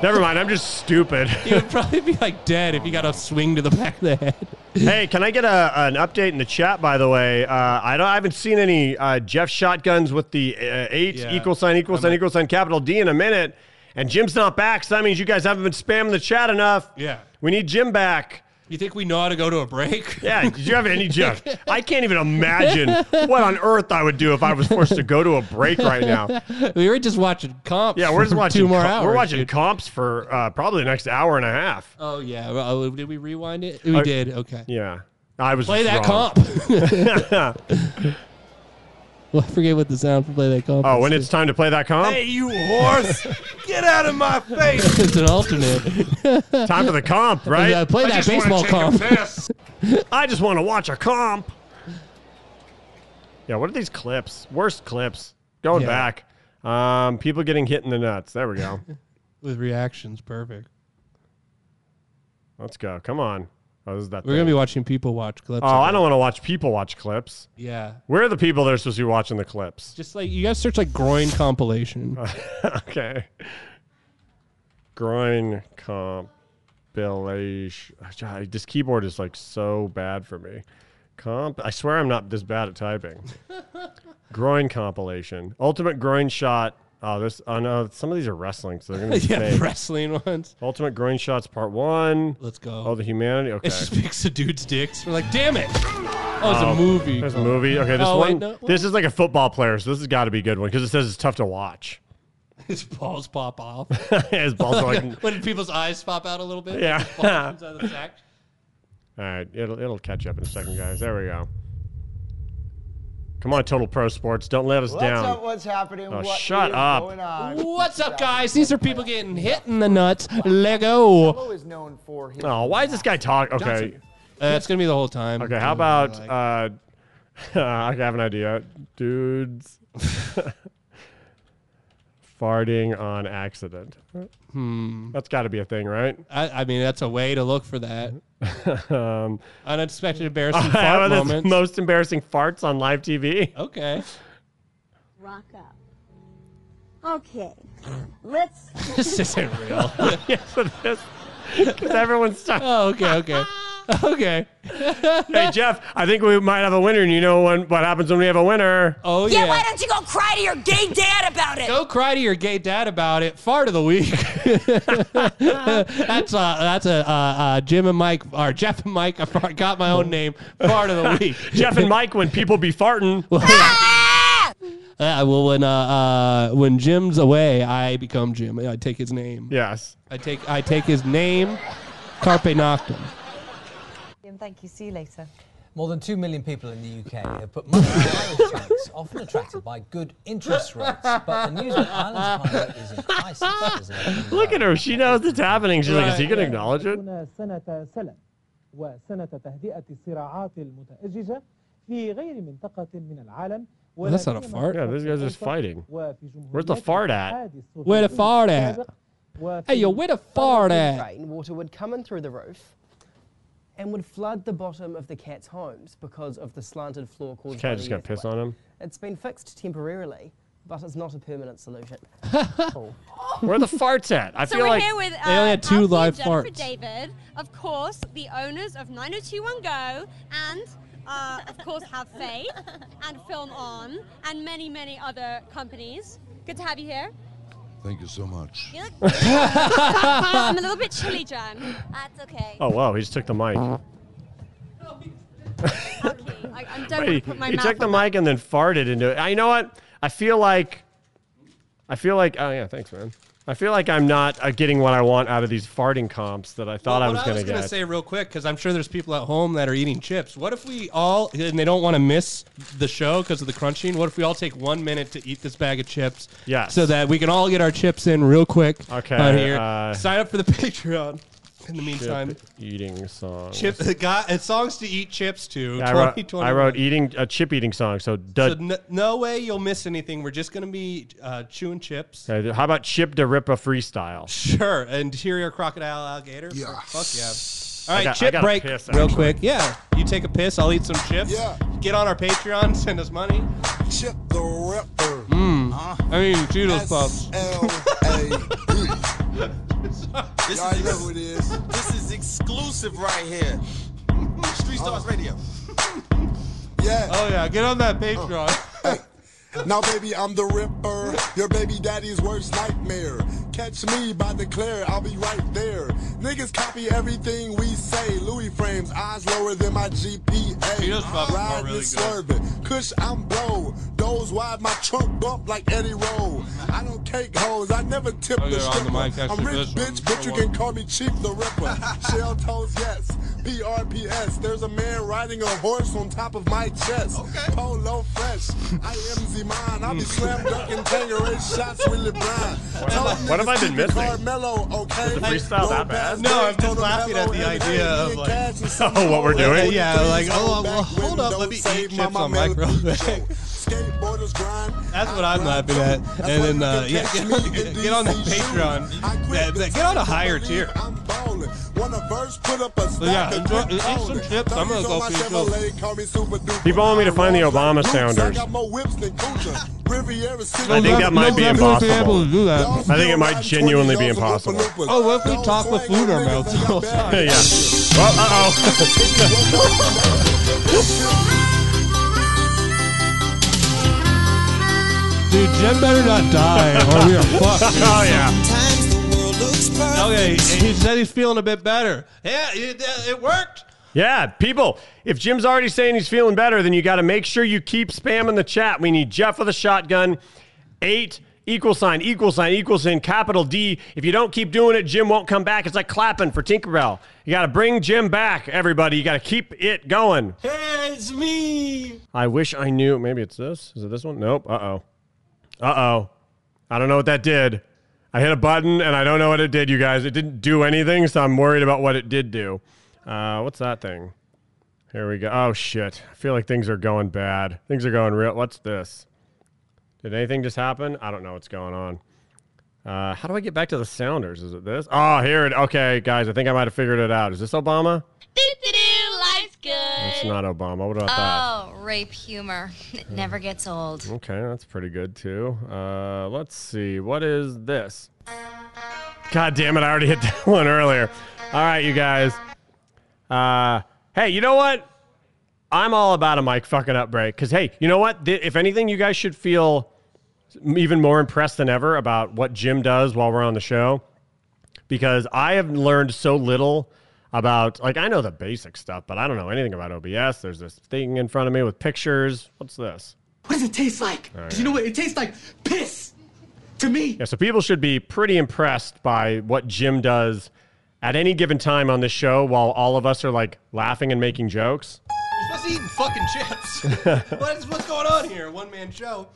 never mind. I'm just stupid.
he would probably be like dead if he got a swing to the back of the head.
hey, can I get a, an update in the chat? By the way, uh, I don't. I haven't seen any uh, Jeff shotguns with the uh, eight
Yeah.
equal sign equal sign equal sign capital D in a minute. And Jim's not back, so that means you guys haven't been spamming the chat enough.
Yeah.
we need Jim back.
You think we know how to go to a break?
Yeah, did you have any Jeff? I can't even imagine what on earth I would do if I was forced to go to a break right now.
we were just watching comps.
Yeah, we're just
for
watching.
two more
co-
hours.
We're watching
dude.
comps for uh, probably the next hour and a half.
Oh yeah. Well, oh, did we rewind it? We
Uh,
did. Okay.
Yeah, I was
Play that
wrong.
comp. well, I forget what the sound for play that comp.
oh,
is.
when it's time to play that comp,
Hey,
you horse! Get out of my face!
it's an alternate.
time for the comp, right?
Yeah, play that baseball comp.
I just want to watch a comp. Yeah, what are these clips? Worst clips. Going
Yeah.
back. Um, people getting hit in the nuts. There we go.
With reactions, perfect.
Let's go. Come on. Oh, this is that
We're gonna be watching people watch clips.
Oh, I don't want to watch people watch clips.
Yeah.
Where are the people that are supposed to be watching the clips?
Just like you guys search like groin compilation.
okay. Groin compilation. God, This keyboard is like so bad for me. Comp. I swear I'm not this bad at typing. groin compilation. Ultimate groin shot. Oh, this. Oh no, some of these are wrestling, so they're gonna be
yeah,
fake.
wrestling ones.
Ultimate groin shots part one.
Let's go.
Oh, the humanity. Okay.
It just picks a dude's dicks. We're like, damn it. Oh, it's
Oh,
a movie.
There's a movie. Okay, this
Oh,
one.
wait, no, what?
this is like a football player, so this has got to be a good one because it says it's tough to watch.
His balls pop off.
His balls are like,
when people's eyes pop out a little bit.
Yeah.
his ball comes out of the sack.
All right, it'll it'll catch up in a second, guys. There we go. Come on, Total Pro Sports, don't let us down.
What's happening?
Oh, shut up.
What's up, guys? These are people getting hit in the nuts. Lego.
is known for his
Oh, why is this guy talk? Okay,
Uh, it's gonna be the whole time.
okay. How about uh, I have an idea, dudes. Farting on accident.
Hmm.
That's got to be a thing, right?
I, I mean, that's a way to look for that.
um,
Unexpected, embarrassing
how
fart
about this
moments.
most embarrassing farts on live TV.
okay.
Rock up. Okay, let's.
this isn't real.
yes, it is. Because everyone's stuck.
Oh, okay, okay. Okay.
hey, Jeff, I think we might have a winner, and you know when, what happens when we have a winner.
Oh,
yeah,
yeah.
why don't you go cry to your gay dad about it?
Go cry to your gay dad about it. Fart of the week. that's uh, that's a uh, uh, Jim and Mike or Jeff and Mike. I forgot my own name. Fart of the week.
Jeff and Mike, when people be farting.
Uh, well, when uh, uh, when Jim's away, I become Jim. I take his name.
Yes.
I take I take his name. Carpe noctem.
Jim, thank you. See you later.
More than 2 million people in the UK have put money in Irish banks, often attracted by good interest rates. But the news that Ireland's climate is in crisis. is
Look at her. She knows it's happening. She's like, is he going to acknowledge it?
هنا سنة سلام وسنة تهدئة الصراعات المتأججة في غير منطقة من العالم
Well, that's not a fart.
Yeah, these guys are just fighting. Where's the fart at?
Where the fart at? Hey, yo, where the fart at?
Rainwater would come in through the roof and would flood the bottom of the cats' homes because of the slanted floor caused by the
Cat just got piss on him.
It's been fixed temporarily, but it's not a permanent solution. Cool.
Where are the farts at? I
so
feel
we're
like
here with uh, Alfie and Jennifer David, of course, the owners of 90210 Go, and uh, of course Have Faith and Film On, and many many other companies. Good to have you here.
Thank you so much.
You look. I'm a little bit chilly, Jan.
That's okay.
Oh wow, he just took the mic.
I, I
Wait,
don't want to put my
he
mouth
took the
on
mic and then farted into it. I, you know what? I feel like, I feel like. Oh yeah, thanks, man. I feel like I'm not uh, getting what I want out of these farting comps that I thought I was
what
going to
gonna
get.
say real quick because I'm sure there's people at home that are eating chips. What if we all and they don't want to miss the show because of the crunching? What if we all take one minute to eat this bag of chips?
Yes.
so that we can all get our chips in real quick.
Okay,
on here.
uh,
Sign up for the Patreon. In the meantime,
Chip eating song.
chip got and songs to eat chips to.
I wrote,
2021.
I wrote eating a chip eating song. So,
So
dud-
n- no way you'll miss anything. We're just gonna be uh, chewing chips.
Okay, uh, how about chip to rip a freestyle?
Sure, interior crocodile alligator. Yeah. Fuck yeah.
I
All right,
got- I
chip
gotta
break
piss,
real
actually.
quick. Yeah, you take a piss. I'll eat some chips. Yeah. Get on our Patreon. Send us money.
Chip the Ripper.
Mm. I mean Cheetos pops.
This is, who it is. This is exclusive right here. Street Stars Radio. Yeah.
Oh yeah, get on that Patreon.
Now, baby, I'm the Ripper. Your baby daddy's worst nightmare. Catch me by the clear, I'll be right there. Niggas copy everything we say. Louis frames, eyes lower than my GPA.
He does pop
Ride and
really good.
swerving. Kush, I'm blow. Those wide, my trunk bump like Eddie Roll. I don't cake hoes, I never tip
Oh,
the
yeah, on the
stripper.
mic, actually,
I'm
for
rich,
this one.
bitch, but you
Hold on.
can call me Chief the Ripper. Shell toes, yes. PRPS. There's a man riding a horse on top of my chest. Polo fresh. I am Z-Mine.
Hmm.
I'll be slam dunking Tangeray shots with LeBron. Tell him
what have I
niggas
been
keep
missing?
it Carmelo, okay?
Is the freestyle that bad?
No, I'm just laughing at the idea of like.
Oh, what we're doing?
Yeah, like oh, well, hold up, let me eat chips on mic real quick.
Skateboarders grind.
That's what I'm laughing at. And then, uh, yeah, get on, get on that Patreon. That- that- get on a higher tier.
Wanna verse, put up a
So, yeah,
stack of
enjoy,
drip
eat some
cola.
chips. I'm gonna
Thirties
go
on my
for
Chevrolet, call me Super Duper.
People want me to find the Obama
Roots, I
sounders.
got more whips than Kucha. Riviera City.
I think that might be impossible.
that.
I think it might genuinely be impossible.
Oh, what if we talk with food in our mouths? all the time?
yeah. Well, uh
Dude, Jim better not die or we are fucked. dude.
Oh, yeah.
Okay, he said he's feeling a bit better. Yeah, it, uh, it worked.
Yeah, people, if Jim's already saying he's feeling better, then you got to make sure you keep spamming the chat. We need Jeff with a shotgun, eight, equal sign, equal sign, equal sign, capital D. If you don't keep doing it, Jim won't come back. It's like clapping for Tinkerbell. You got to bring Jim back, everybody. You got to keep it going.
Hey, it's me.
I wish I knew. Maybe it's this. Is it this one? Nope. Uh oh. Uh oh. I don't know what that did. I hit a button and I don't know what it did, you guys. It didn't do anything, so I'm worried about what it did do. Uh, what's that thing? Here we go. Oh, shit. I feel like things are going bad. Things are going real. What's this? Did anything just happen? I don't know what's going on. Uh, how do I get back to the Sounders? Is it this? Oh, here it. Okay, guys, I think I might have figured it out. Is this Obama?
Doo-doo-doo, life's good.
That's not Obama. What about that?
Oh, rape humor. It never gets old.
Okay, that's pretty good too. Uh, let's see. What is this? God damn it! I already hit that one earlier. All right, you guys. Uh, hey, you know what? I'm all about a mic fucking up break because hey, you know what? Th- if anything, you guys should feel even more impressed than ever about what Jim does while we're on the show because I have learned so little about like I know the basic stuff, but I don't know anything about OBS. There's this thing in front of me with pictures. What's this?
What does it taste like?
All
Because you know what? It tastes like piss to me.
Yeah, so people should be pretty impressed by what Jim does at any given time on the show while all of us are like laughing and making jokes.
You're supposed to be eating fucking chips. what is what's going on here? One man show.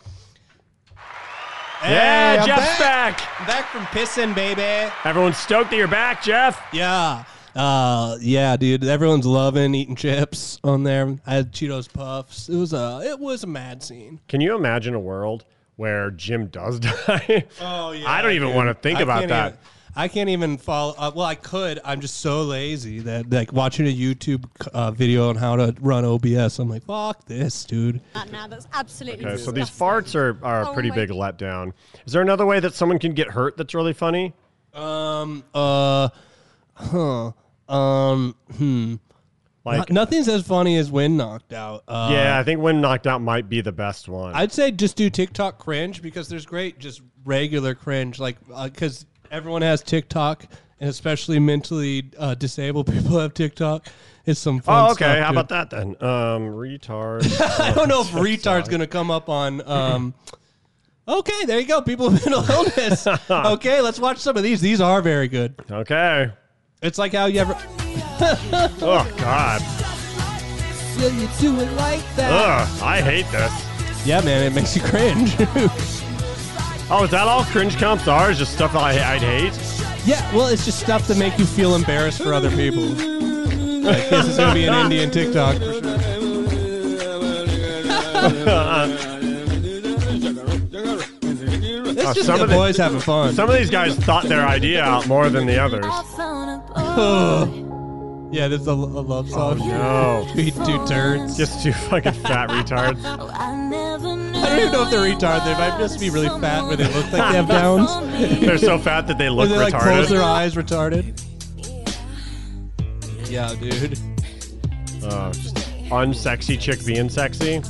yeah,
I'm
Jeff's back.
I'm back from pissing, baby.
Everyone's stoked that you're back, Jeff.
Yeah. Uh, yeah, dude. Everyone's loving eating chips on there. I had Cheetos puffs. It was a it was a mad scene.
Can you imagine a world where Jim does die?
Oh yeah.
I don't even
dude.
want to think
I
about
can't
that.
even- I can't even follow. Uh, well, I could. I'm just so lazy that like watching a YouTube uh, video on how to run OBS. I'm like, fuck this, dude.
That now that's absolutely
Okay, so
disgusting.
these farts are, are a
Oh
pretty
my-
big letdown. Is there another way that someone can get hurt that's really funny?
Um. Uh. Huh. Um. Hmm.
Like-
Like nothing's as funny as when knocked out. Uh,
yeah, I think when knocked out might be the best one.
I'd say just do TikTok cringe because there's great just regular cringe, like because everyone has TikTok, and especially mentally uh, disabled people have TikTok. It's some fun.
oh, okay.
stuff,
How
dude.
about that then? Um, retard.
I don't know if retard's going to come up on. Um, okay, there you go. People with mental illness. okay, let's watch some of these. These are very good.
Okay.
It's like how you ever.
oh God.
Yeah, you do it like
Ugh, I hate this.
Yeah, man, it makes you cringe.
oh, is that all cringe comps are? Is just stuff I, I'd hate?
Yeah, well, it's just stuff that make you feel embarrassed for other people. Like, this is going to be an Indian TikTok for sure.
Oh,
It's just Uh, the boys having fun.
Some of these guys thought their idea out more than the others.
yeah, this is a, a love song.
Oh, no.
Beat two turds.
Just two fucking fat retards.
I don't even know if they're retarded. They might just be really fat where they look like they have downs.
They're so fat that they
Or
look
they, like,
retarded.
close their eyes retarded. Yeah, dude.
Oh, just unsexy chick being sexy.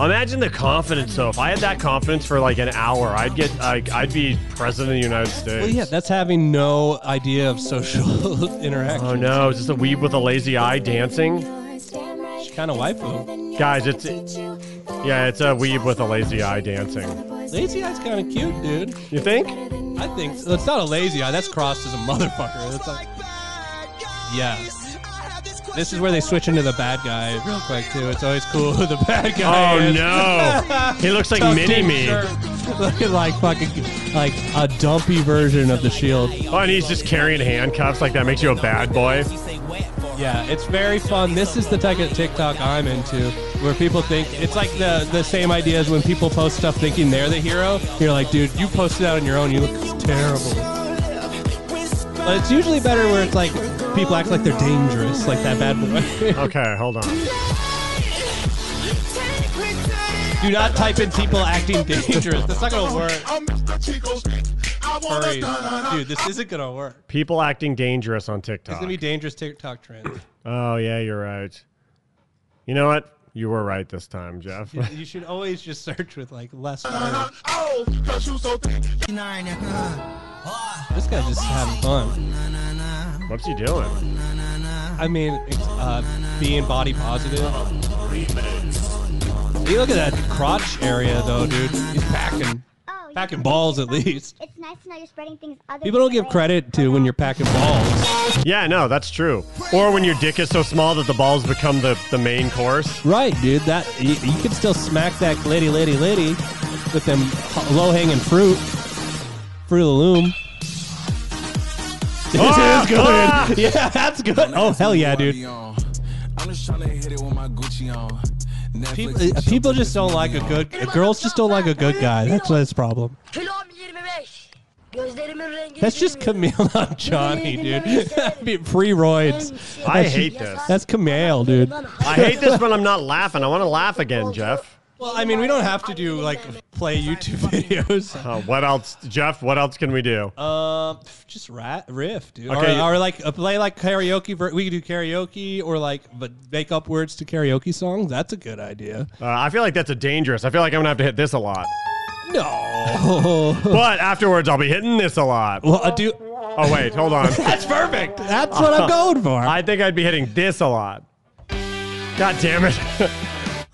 Imagine the confidence though. If I had that confidence for like an hour, I'd get like I'd be president of the United States.
Well, yeah, that's having no idea of social interaction.
Oh no, is this a weeb with a lazy eye dancing?
She's kind of waifu.
Guys, it's yeah, it's a weeb with a lazy eye dancing.
Lazy eye's kind of cute, dude.
You think?
I think so. It's not a lazy eye. That's crossed as a motherfucker. That's like, yeah. This is where they switch into the bad guy real quick too. It's always cool who the bad guy
Oh,
is.
no. He looks like
Tucked in
Mini-Me.
shirt. Looking like fucking like a dumpy version of the Shield.
Oh, and he's just carrying handcuffs like that makes you a bad boy.
Yeah, it's very fun. This is the type of TikTok I'm into, where people think it's like the the same idea as when people post stuff thinking they're the hero. You're like, dude, you posted that on your own. You look terrible. But it's usually better where it's like people act like they're dangerous, like that bad boy.
okay, hold on.
Do not type in people acting dangerous. That's not gonna work.
wanna-
Furries. Dude, this isn't gonna work.
People acting dangerous on
It's
TikTok.
gonna be dangerous TikTok trend.
oh yeah, you're right. You know what? You were right this time, Jeff.
You- You should always just search with like less. This guy's just having fun.
What's he doing?
I mean, it's, uh, being body positive. You look at that crotch area though, dude. He's packing, packing balls at least.
Oh, It's nice to know you're spreading things other
People don't give credit to when you're packing balls.
Yeah, no, that's true. Or when your dick is so small that the balls become the, the main course.
Right, dude. That you, you can still smack that lady, lady, lady with them low hanging fruit, fruit of the loom. This
Ah,
is good.
ah.
Yeah, that's good. Oh hell yeah, dude.
I'm just trying to hit it with my Gucci on.
People, uh, people just don't like a good. uh, Girls just don't like a good guy. That's his problem. That's just Camille on Johnny, dude. Be Free roids.
I
That's-
hate this.
That's Camille, dude.
I hate this when I'm not laughing. I want to laugh again, Jeff.
Well, I mean, we don't have to do like play YouTube videos.
Uh, what else, Jeff? What else can we do? Uh,
Um, just rat riff, dude.
Okay.
Or, or like uh, play like karaoke. Ver- we could do karaoke, or like but make up words to karaoke songs. That's a good idea.
Uh, I feel like that's a dangerous. I feel like I'm gonna have to hit this a lot.
No.
but afterwards, I'll be hitting this a lot.
Well, I do.
Oh wait, hold on.
That's perfect. That's what I'm going for.
I think I'd be hitting this a lot. God damn it.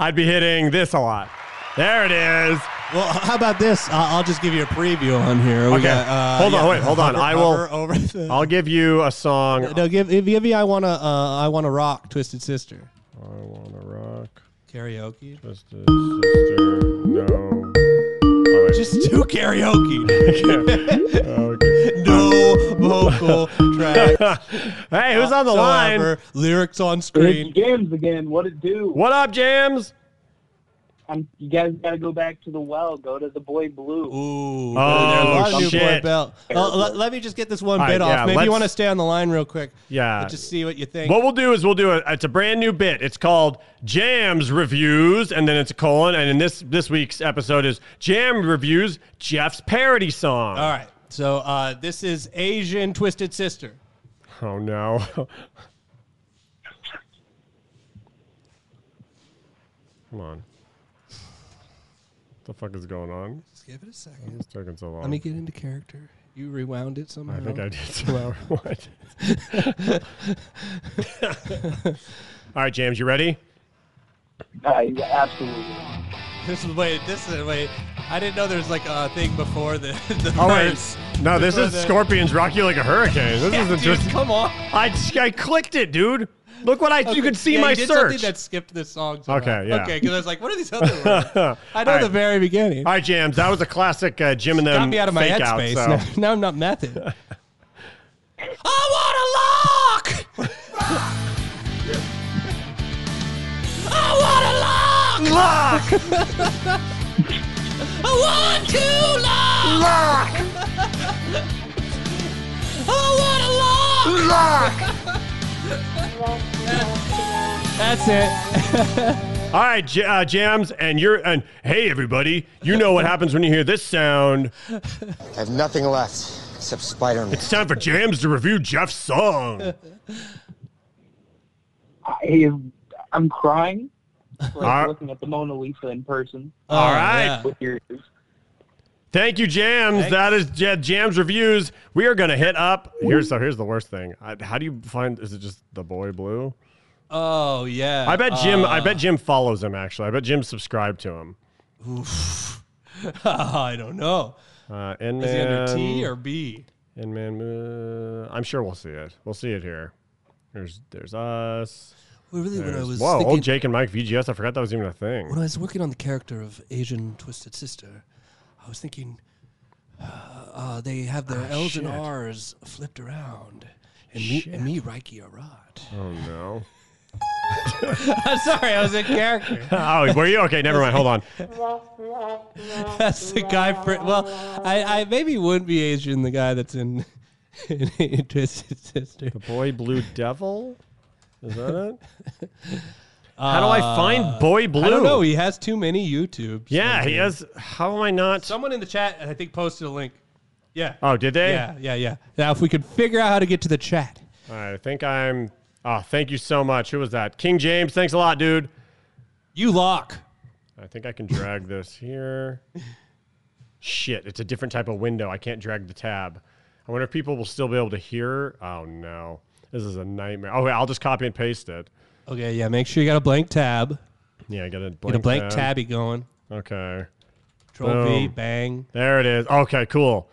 I'd be hitting this a lot. There it is.
Well, how about this? Uh, I'll just give you a preview on here. We
okay.
got, uh,
hold on.
yeah,
Wait. Hold on.
hover-
I will.
hover Over the,
I'll give you a song.
no, give if give me. I wanna. Uh, I wanna rock, Twisted Sister.
I wanna rock.
Karaoke.
Twisted sister. No. Oh, wait.
Just do karaoke.
Okay.
No vocal track.
Hey, who's on the line?
whatsoever. Lyrics on screen.
James again. What it do?
What up, Jams?
I'm, you guys got to go back to the well. Go to the boy blue.
Oh,
Ooh. there's a lot of new boy
shit.
belt. Uh, let, let me just get this one
All right,
bit
yeah,
off. Maybe
let's-
you want to stay on the line real quick.
Yeah.
Just see what you think.
What we'll do is we'll do a, it's a brand new bit. It's called Jams Reviews, and then it's a colon. And in this this week's episode is Jam Reviews Jeff's parody song.
All right. So uh, this is Asian Twisted Sister.
Oh no. Come on. What the fuck is going on?
Just give it a second.
It's taking so long.
Let me get into character. You rewound it somehow.
I think I did somehow. What? All right, James, you ready?
absolutely.
This is wait. This is wait. I didn't know there was like a thing before the. the
Oh wait,
verse.
no, this
Before
is
the-
Scorpions rock you like a hurricane. This
Yeah,
isn't
dude,
just.
Come on.
I just- I clicked it, dude. Look what I you could see
Yeah,
my
you did
search.
Something that skipped the song. somehow.
okay, yeah.
Okay, because I was like, what are these other words? I know
All right.
the very beginning.
All right, Jams, that was a classic uh, Jim and them
Got me out of my
fake out,
headspace.
so-
Now, now I'm not method.
I want a lock! I want a lock! Lock! I want to lock! Lock! I
That's it.
All right, J- uh, Jams, and you're and hey everybody, you know what happens when you hear this sound. I have nothing left except Spider-Man. It's time for Jams to review Jeff's song.
I, I'm crying. It's Like
Ar-
looking at the Mona Lisa in person.
Oh,
All right. yeah.
With your
Thank you, Jams. That is J- Jams reviews. We are gonna hit up. Here's so here's the worst thing. I, how do you find? Is it just the boy blue?
oh yeah.
I bet Jim. I
Uh,
bet Jim follows him. Actually, I bet Jim subscribed to him.
Oof. I don't know.
Uh, Inman,
Is he under T or B?
Inman, uh, I'm sure we'll see it. We'll see it here. There's there's us.
Well, really, when I
There's-
was
whoa,
thinking-
old Jake and Mike VGS. I forgot that was even a thing.
When I was working on the character of Asian Twisted Sister, I was thinking uh, uh, they have their
Ah,
L's and
shit.
R's flipped around. And me, and me Reiki Arad.
Oh no.
I'm sorry, I was in character.
oh, were you okay? Never mind. Hold on.
That's the guy. For, well, I, I maybe would be Asian, the guy that's in, in, Twisted Sister.
The boy Blue Devil? Is that it? How do I find Boy Blue?
I don't know. He has too many YouTubes.
Yeah, he
Okay.
has. How am I not?
Someone in the chat, I think, posted a link. Yeah.
Oh, did they?
Yeah, yeah, yeah. Now, if we could figure out how to get to the chat.
All right, I think I'm. Oh, thank you so much. Who was that? King James. Thanks a lot, dude.
You lock.
I think I can drag this here. Shit, it's a different type of window. I can't drag the tab. I wonder if people will still be able to hear. Oh no, this is a nightmare. Oh, I'll just copy and paste it.
Okay, yeah. Make sure you got a blank tab.
Yeah, I got a
Get a
blank
blank
tab.
tabby going.
Okay.
Control V,
Boom.
bang.
There it is. Okay, cool.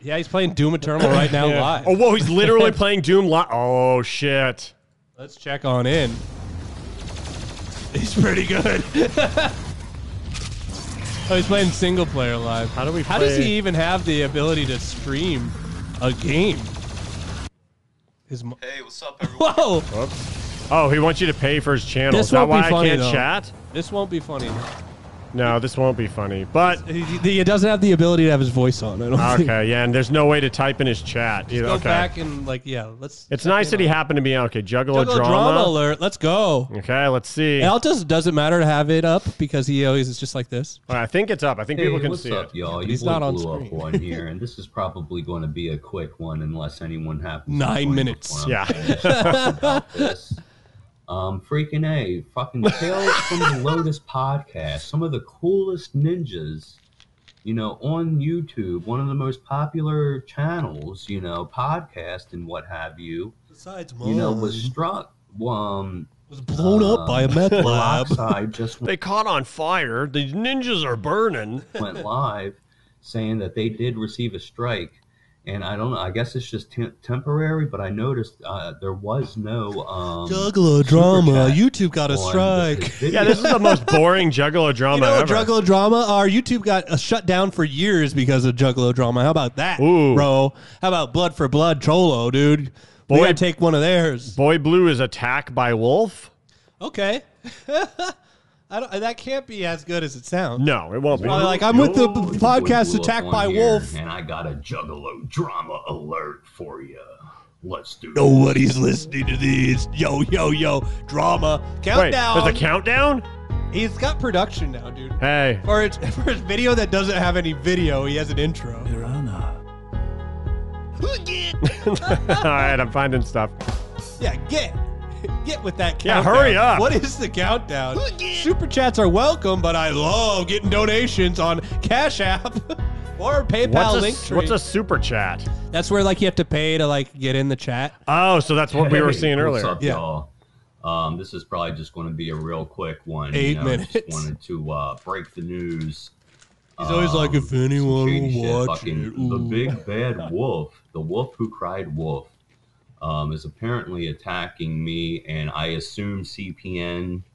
Yeah, he's playing Doom Eternal right now
Yeah.
live.
Oh, whoa, he's literally playing Doom live. Oh, shit.
Let's check on in. He's pretty good. oh, he's playing single player live. How
do we?
How does
play-
he even have the ability to stream a game? His mo- hey, what's up, everyone? Whoa!
Oh, he wants you to pay for his channel.
This
is that
won't
why
be funny,
I can't
though.
chat?
This won't be funny.
No, this won't be funny. But
He doesn't have the ability to have his voice on. I don't think.
okay, yeah, and there's no way to type in his chat. either.
go
Ah, okay.
back and like yeah, let's.
It's nice that he happened to be okay. Juggalo,
Juggalo
drama.
drama alert. Let's go.
Okay, let's see.
It all just doesn't matter to have it up because he always is just like this.
All right, I think it's up. I think
Hey,
people can
what's
see
up,
it.
y'all?
But
You
he's
blew,
not on
blew up
screen.
one here, and this is probably going to be a quick one unless anyone happens. to
Nine
join
minutes.
before I'm
Yeah.
finished talking about this. um, freaking a fucking tales from the Lotus podcast. Some of the coolest ninjas, you know, on YouTube. One of the most popular channels, you know, podcast and what have you.
Besides
you know,
mine.
was struck. Um,
was blown up by a meth lab.
just
They caught on fire. These ninjas are burning.
went live saying that they did receive a strike. And I don't know. I guess it's just tem- temporary, but I noticed uh, there was no um,
Juggalo drama. YouTube got a
on
strike.
this video. Yeah, this is
the most boring Juggalo drama
You know,
ever.
Juggalo drama. Our YouTube got uh, shut down for years because of Juggalo drama. How about that, bro? How about blood for blood, Cholo, dude? we gotta take one of theirs.
Boy Blue is attacked by wolf.
Okay. I don't, that can't be as good as it sounds.
No, it won't be.
Probably like I'm with the b- podcast
Blue up
attacked
on
by
here,
wolf.
and I got a Juggalo drama alert for you. Let's do.
Nobody's listening to these. Yo, yo, yo, drama countdown.
there's a countdown.
He's got production now, dude.
Hey,
For his, for his video that doesn't have any video, he has an intro.
all right, I'm finding stuff.
Yeah, get get with that
Yeah,
countdown.
hurry up.
What is the countdown? Super chats are welcome, but I love getting donations on Cash App or PayPal
What's a,
link.
s- what's a super chat?
That's where like you have to pay to like get in the chat.
Oh, so that's what we were seeing
Hey,
earlier.
What's up, y'all? Um, this is probably just going to be a real quick one.
Eight
you know, Just
minutes.
wanted to uh, break the news.
He's always like,
Um,
if anyone
shady shit,
will watch
fucking-
it,
The
ooh.
big bad wolf, the wolf who cried wolf, um, is apparently attacking me, and I assume CPN.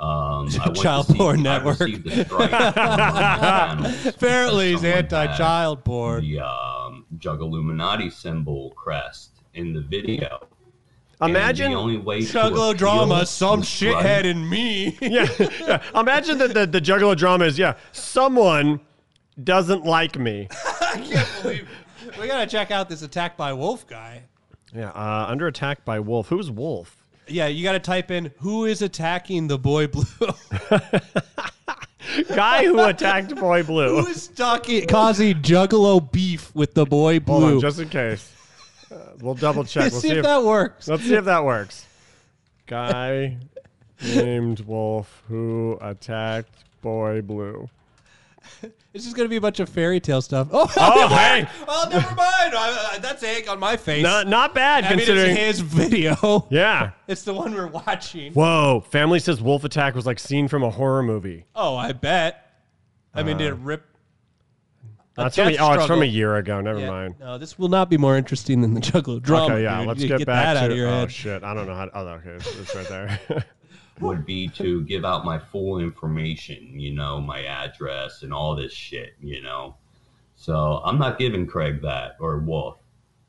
Um, I went to
Child
see-
porn
I
network.
received a strike from one of the channels
Apparently, he's
because someone
anti-child
had
porn.
The um, Juggluminati symbol crest in the video. And
Imagine
the only way to
Juggalo
appeal
drama,
is
some
to
shithead in me.
yeah, yeah. Imagine that the, the juggalo drama is yeah, someone doesn't like me.
we gotta check out this attack by wolf guy.
Yeah, uh, under attack by wolf. Who's wolf?
Yeah, you gotta type in who is attacking the boy blue.
Guy who attacked boy blue.
who is talking causing juggalo beef with the boy blue?
Hold on, just in case. Uh, we'll double check.
Let's
we'll
see if that works.
Let's see if that works. Guy named Wolf who attacked Boy Blue.
It's just gonna be a bunch of fairy tale stuff. Oh,
Oh, hey.
Oh, never mind. I, I, that's egg on my face.
Not, not bad
I mean, it's
considering
his video.
Yeah.
It's the one we're watching.
Whoa. Family says Wolf Attack was like seen from a horror movie.
Oh, I bet. I mean,
Uh.
did it rip? A
That's from,
death
oh, it's from
struggle.
a year ago. Never
Yeah.
mind.
No, this will not be more interesting than the Juggalo drama.
okay, yeah.
dude.
Let's
You
get, back
that
to
out of your
oh
head.
shit. I don't know how. To, oh, okay, it's, it's right there.
would be to give out my full information, you know, my address and all this shit, you know. So I'm not giving Craig that or Wolf,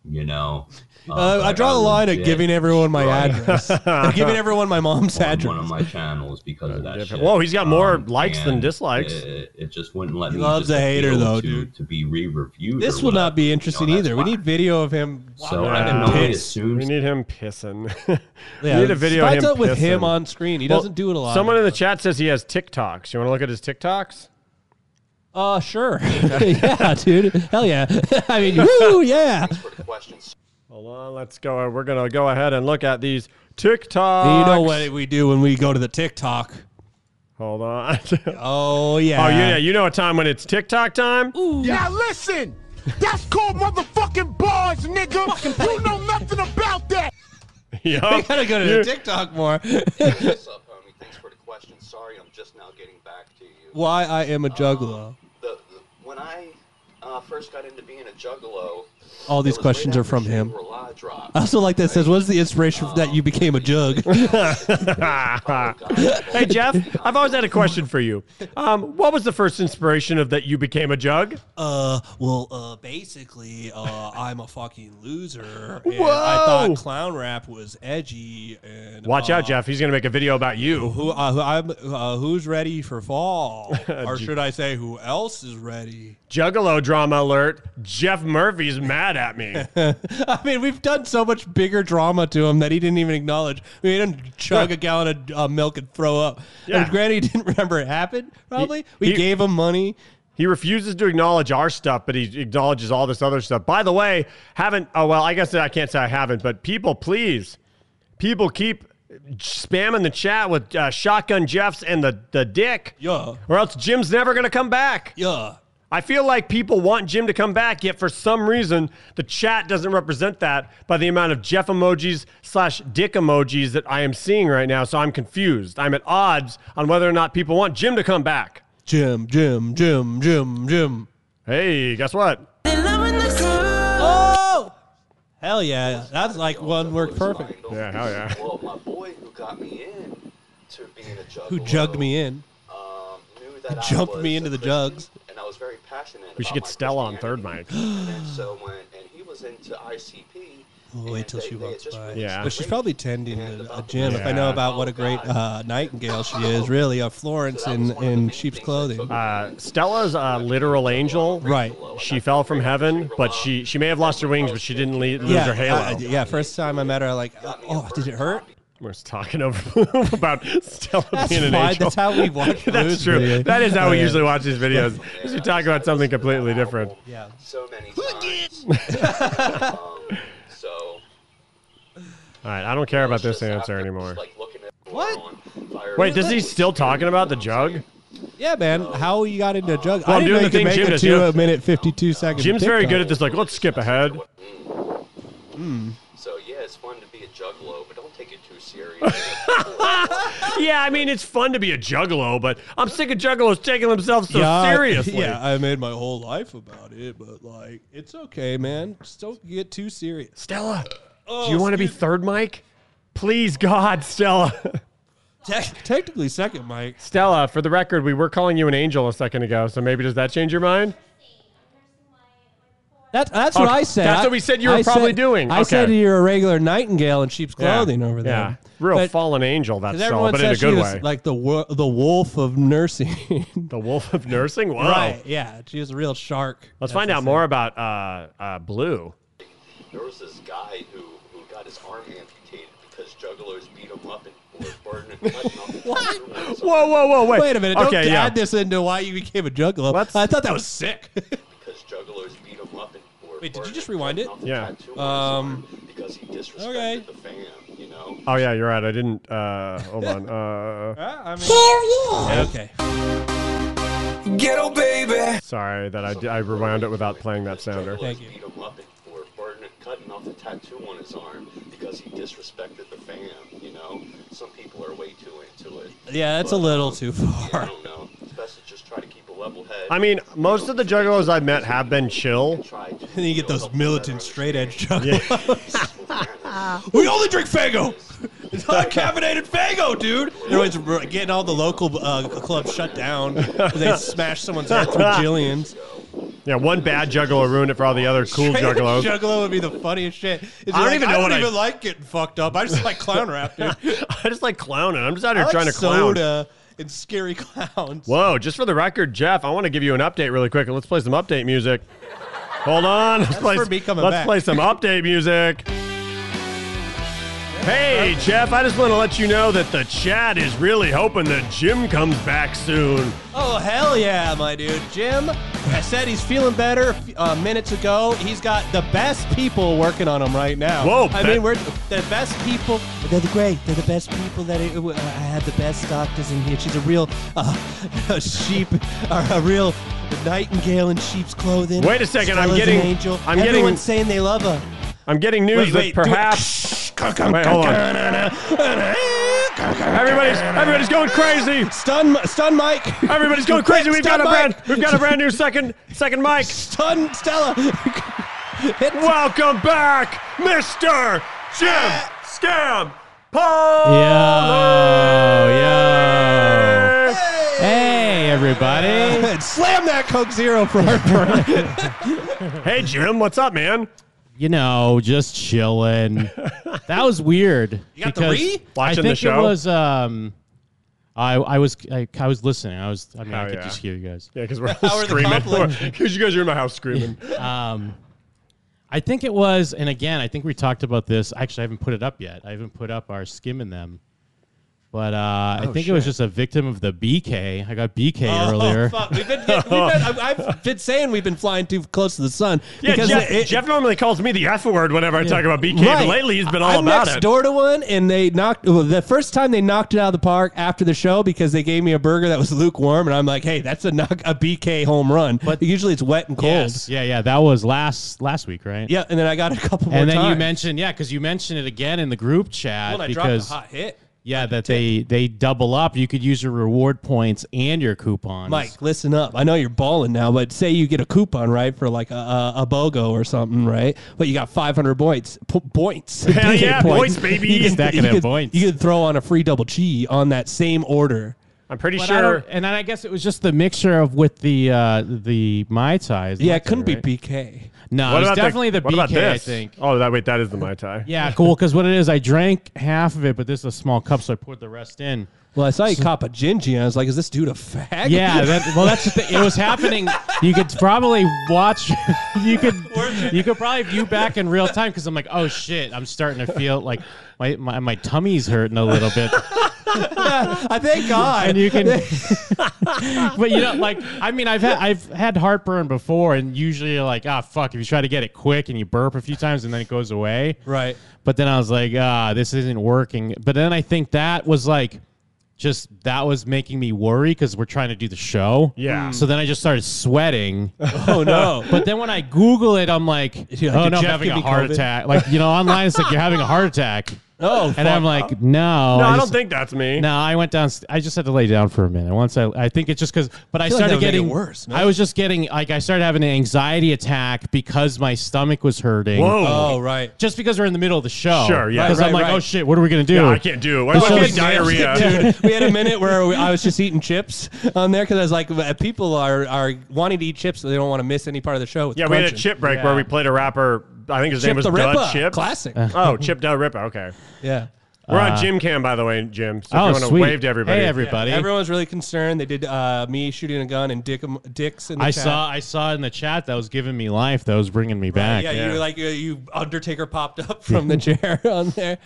you know.
Uh,
but
I draw
got
the line at
legit
giving everyone my
strike
address. I'm giving everyone my mom's
on
address.
one of my channels because
Uh,
of that shit. Um,
Whoa, he's got more likes than
and
dislikes.
It, it just wouldn't let
He
me.
loves
just
a hater,
appeal
though,
to,
dude.
To be re-reviewed.
This
or
will not
whatever.
be interesting either. We need video of him.
So
walking
I
around
can
and
only
pissed.
assume
we need him pissing.
Yeah,
we need a video of
spot's
him
up with him
pissing.
on screen. He doesn't do it a lot
Someone in the chat says he has TikToks. You want to look at his TikToks?
Uh, sure. yeah, dude. Hell yeah. I mean, woo, yeah.
Hold on, let's go. We're gonna go ahead and look at these TikToks.
You know what we do when we go to the TikTok?
Hold on.
oh yeah.
Oh yeah, you know a time when it's TikTok time.
Now listen, that's called motherfucking bars, nigga. you know nothing about that.
Yeah.
We gotta go to
You-
the TikTok more.
What's up, homie? Thanks for the question. Sorry, I'm just now getting back to you.
Why I am a juggalo.
The, the, when I
uh, first got into being a juggalo.
All these
it was
questions
right
are
after
from
Shane
him.
Rely dropped,
I also like that it says, "What is the inspiration for that you became a jug?"
Ah,
Oh,
hey Jeff, I've always had a question for you. Um, what was the first inspiration of that you became a jug?
Uh, well, uh, basically, uh, I'm a fucking loser. And I thought
Whoa!
clown rap was edgy. And
Watch
uh,
out, Jeff. He's gonna make a video about you.
Who, uh, who I'm, uh, who's ready for fall? or
Ju-
should I say, who else is ready?
Juggalo drama alert. Jeff Murphy's mad at me.
I mean, we've done so much bigger drama to him that he didn't even acknowledge. I mean, he didn't chug a gallon of uh, milk and throw up.
Yeah.
And granted, he didn't remember it happened. Probably we
he-
gave him money.
He refuses to acknowledge our stuff, but he acknowledges all this other stuff. By the way, haven't, oh, well, I guess I can't say I haven't, but people, please, people keep spamming the chat with uh, Shotgun Jeffs and the, the dick.
Yeah.
Or else Jim's never going to come back.
Yeah.
I feel like people want Jim to come back, yet for some reason, the chat doesn't represent that by the amount of Jeff emojis slash dick emojis that I am seeing right now. So I'm confused. I'm at odds on whether or not people want Jim to come back.
Jim, Jim, Jim, Jim, Jim.
Hey, guess what?
Oh, hell yeah! That's like one word perfect.
Yeah, hell yeah.
Well, my boy who got me in to being a juggalo
Who jugged me in?
um, knew that I
Jumped
was
me
a
into the
Christian,
jugs.
and I was very passionate.
We should get
about
Stella on third mic.
my- and then so when and he was into ICP.
We'll wait till she walks by.
Yeah.
But she's probably tending a, a gym. If I
Yeah.
know about what a great uh, nightingale she is, really, a Florence in, in sheep's clothing.
Uh, Stella's a literal angel.
Right.
She fell from heaven, but she she may have lost her wings, but she didn't le- lose
yeah,
her halo.
I- I- yeah, first time I met her, I like, oh, did it hurt?
We're just talking over about Stella
That's
being an
fine.
angel.
That's how we watch Blue's
That's true.
video.
That is how
Oh,
we
yeah.
usually watch these videos. We should talk about something completely different.
Yeah.
So many times. um, so
All right, I don't care about this answer anymore.
like looking at
What?
Wait, is he still talking about the jug?
Yeah, man. How you got into a jug?
Well,
I
I'm
didn't
doing
know
the
you could
thing
make
Jim
it
does,
to
yeah.
a minute fifty-two seconds.
Jim's very good at this. Like, let's skip ahead.
so yeah, it's fun to be a juggalo, but don't take it too serious.
Yeah, I mean, it's fun to be a juggalo, but I'm sick of juggalos taking themselves so
yeah, I-
seriously.
yeah, I made my whole life about it, but like, it's okay, man. Just don't get too serious.
Stella, do you want to be third mic? Please, God, Stella.
Te- technically second, Mike.
Stella, for the record, we were calling you an angel a second ago, so maybe does that change your mind?
That, that's what
Okay,
I said.
that's
I-
what we said you were
I
probably
said-
doing.
I
Okay.
said you're a regular nightingale in sheep's clothing over there.
Yeah. Real
But-
fallen angel, that's
'Cause
Stella,
everyone
but in a
says she
good
was
way.
like the wo- the wolf of nursing.
the wolf of nursing? Wow.
right? Yeah, she was a real shark.
Oh. Let's
That's
find
what
out
I
more about uh, uh, Blue.
There was this guy who, who got his arm amputated because jugglers beat him up and were burning and cutting off his arm or something
Whoa, whoa, whoa,
said.
wait.
Wait a minute!
Okay,
don't
yeah.
add this into why you became a juggalo. I thought that was sick.
because jugglers beat him up and were
Wait, did you
burning
just
and
rewind
cutting
it?
off the
Yeah.
tattoo on his
Um,
arm because he disrespected
okay.
the fam, you know.
Oh, yeah, you're right. I didn't. Uh, hold on. Uh,
okay.
Ghetto baby.
sorry that I, d- I rewound it without playing that sounder.
Jugglers beat him up and were burning and cutting off the tattoo on his arm because he disrespected the fam, you know. Some people are way too into it.
Yeah, that's a little
I
too far.
don't know. It's best to just try to keep a level head.
I mean, most of the juggalos I've met have been chill.
try to
And then you get those militant straight edge juggalos.
We only drink Fago. It's uncaffeinated Fago, dude.
They're always r- getting all the local uh, clubs shut down. 'cause They smash someone's head through Jillian's.
Yeah, one bad juggalo ruined it for all the other cool juggalos.
Juggalo would be the funniest shit. Is he
I don't
like,
even know
I don't
what I-
even like getting fucked up. I just like clown rap, dude.
I just like clowning. I'm just out here
I like
trying to clown.
soda and scary clowns.
Whoa, just for the record, Jeff, I want to give you an update really quick. and Let's play some update music. Hold on. Let's, play,
for
s-
me coming
let's
back.
play some update music. Hey, Jeff, I just want to let you know that the chat is really hoping that Jim comes back soon.
Oh hell yeah, my dude, Jim. I said he's feeling better uh, minutes ago. He's got the best people working on him right now.
Whoa,
I
that-
mean, we're the best people. They're the great. They're the best people that I, uh, I have the best doctors in here. She's a real uh, sheep, or a real nightingale in sheep's clothing.
Wait a second, I'm
Stella's
getting-
An angel.
I'm getting-
Everyone's saying they love her.
I'm getting news
Wait, wait,
that
do it.
perhaps. Wait, hold on. Everybody's everybody's going crazy.
Stun, stun, Mike.
Everybody's going crazy. We've
Stun
got a brand.
mic.
We've got a brand new second second mic.
Stun, Stella.
Welcome back, Mister Jim Scam Paul.
Yo, yo. Hey, everybody. Slam that Coke Zero for our
Hey, Jim. What's up, man?
You know, just chilling. That was weird.
You got the
because
re?
I
Watching
think
the show?
it was. Um, I I was I, I was listening. I was. I mean, I
Oh,
could
yeah.
just hear you guys.
Yeah, because we're all screaming. Because you guys are in my house screaming.
um, I think it was, and again, I think we talked about this. Actually, I haven't put it up yet. I haven't put up our skimming them. But uh, I
Oh,
think it was
shit.
just a victim of the BK. I got BK earlier.
Oh, fuck. We've been, we've been, I've I've been saying we've been flying too close to the sun.
Yeah,
because
Jeff,
it-
Jeff normally calls me the F word whenever I talk about BK,
Right.
but lately he's been all
I'm
about
next
it.
door to one, and they knocked well, the first time they knocked it out of the park after the show because they gave me a burger that was lukewarm, and I'm like, hey, that's a knock a BK home run. But usually it's wet and cold.
Yes. Yeah, yeah. That was last last week, right?
Yeah, and then I got a couple more.
and then you
times.
mentioned, yeah, because you mentioned it again in the group chat
Well, I dropped a
because
hot hit.
Yeah, that they they double up. You could use your reward points and your coupons.
Mike, listen up. I know you're balling now, but say you get a coupon right for like a, a, a BOGO or something, right? But you got 500 points. P- points.
Hell
BK
yeah, points, baby. Stack it
you
at
could-
points.
You could throw on a free double G on that same order.
I'm pretty
But I don't- and then I guess it was just the mixture of with the uh, the mai tais.
Yeah, it
Mai Tai,
couldn't
right?
be BK.
No,
What
it was
about
definitely the
what about
BK. I
this?
think.
Oh, that wait, that is the Mai Tai.
Yeah, cool. Because what it is, I drank half of it, but this is a small cup, so I poured the rest in.
Well, I saw you cop a gingy, and I was like, is this dude a fag?
Yeah, that, well, that's the thing. It was happening. You could probably watch. You could you could probably view back in real time because I'm like, oh shit, I'm starting to feel like my my, my tummy's hurting a little bit.
I thank God.
And you can, but you know, like I mean, I've had I've had heartburn before, and usually you're like, ah, fuck, if you try to get it quick and you burp a few times and then it goes away,
Right.
But then I was like, ah, this isn't working. But then I think that was like, just that was making me worry because we're trying to do the show.
Yeah.
So then I just started sweating.
Hmm. Oh, no.
but then when I Google it, I'm like,
You're like,
oh
did
no, I'm
Jeff
having
give
a
me
heart
COVID?
attack. Like you know, online it's like you're having a heart attack.
Oh, fuck.
and I'm like, no,
no, I,
just-
don't think that's me.
no, I went down. I just had to lay down for a minute. Once I, I think it's just because. But I,
feel like
started
that would make it
getting
worse, no?
I was just getting like I started having an anxiety attack because my stomach was hurting.
Whoa.
Oh, right.
Just because we're in the middle of the show.
Sure, yeah.
Because
Right,
I'm
right,
like,
right.
oh shit, what are we gonna do?
Yeah, I can't do it. Why
The
do I
show's
get diarrhea?
we had a minute where we- I was just eating chips on there because I was like, "Uh, people are, are wanting to eat chips, so they don't want to miss any part of the show. with
yeah, we had a
crunching.
chip break where we played a rapper. I think his
Chip
name was
the
Dud
Ripper,
Chip.
classic.
oh, Chip Dud Ripper. Okay.
Yeah.
We're on
Uh,
Jim Cam, by the way, Jim. So if
oh,
you want to
sweet.
wave to everybody.
Hey, everybody.
Everyone's really concerned. They did uh, me shooting a gun and dick, dicks in the
I
chat.
saw I saw in the chat that was giving me life. That was bringing me
Yeah,
back.
you like you, you Undertaker popped up from the chair on there.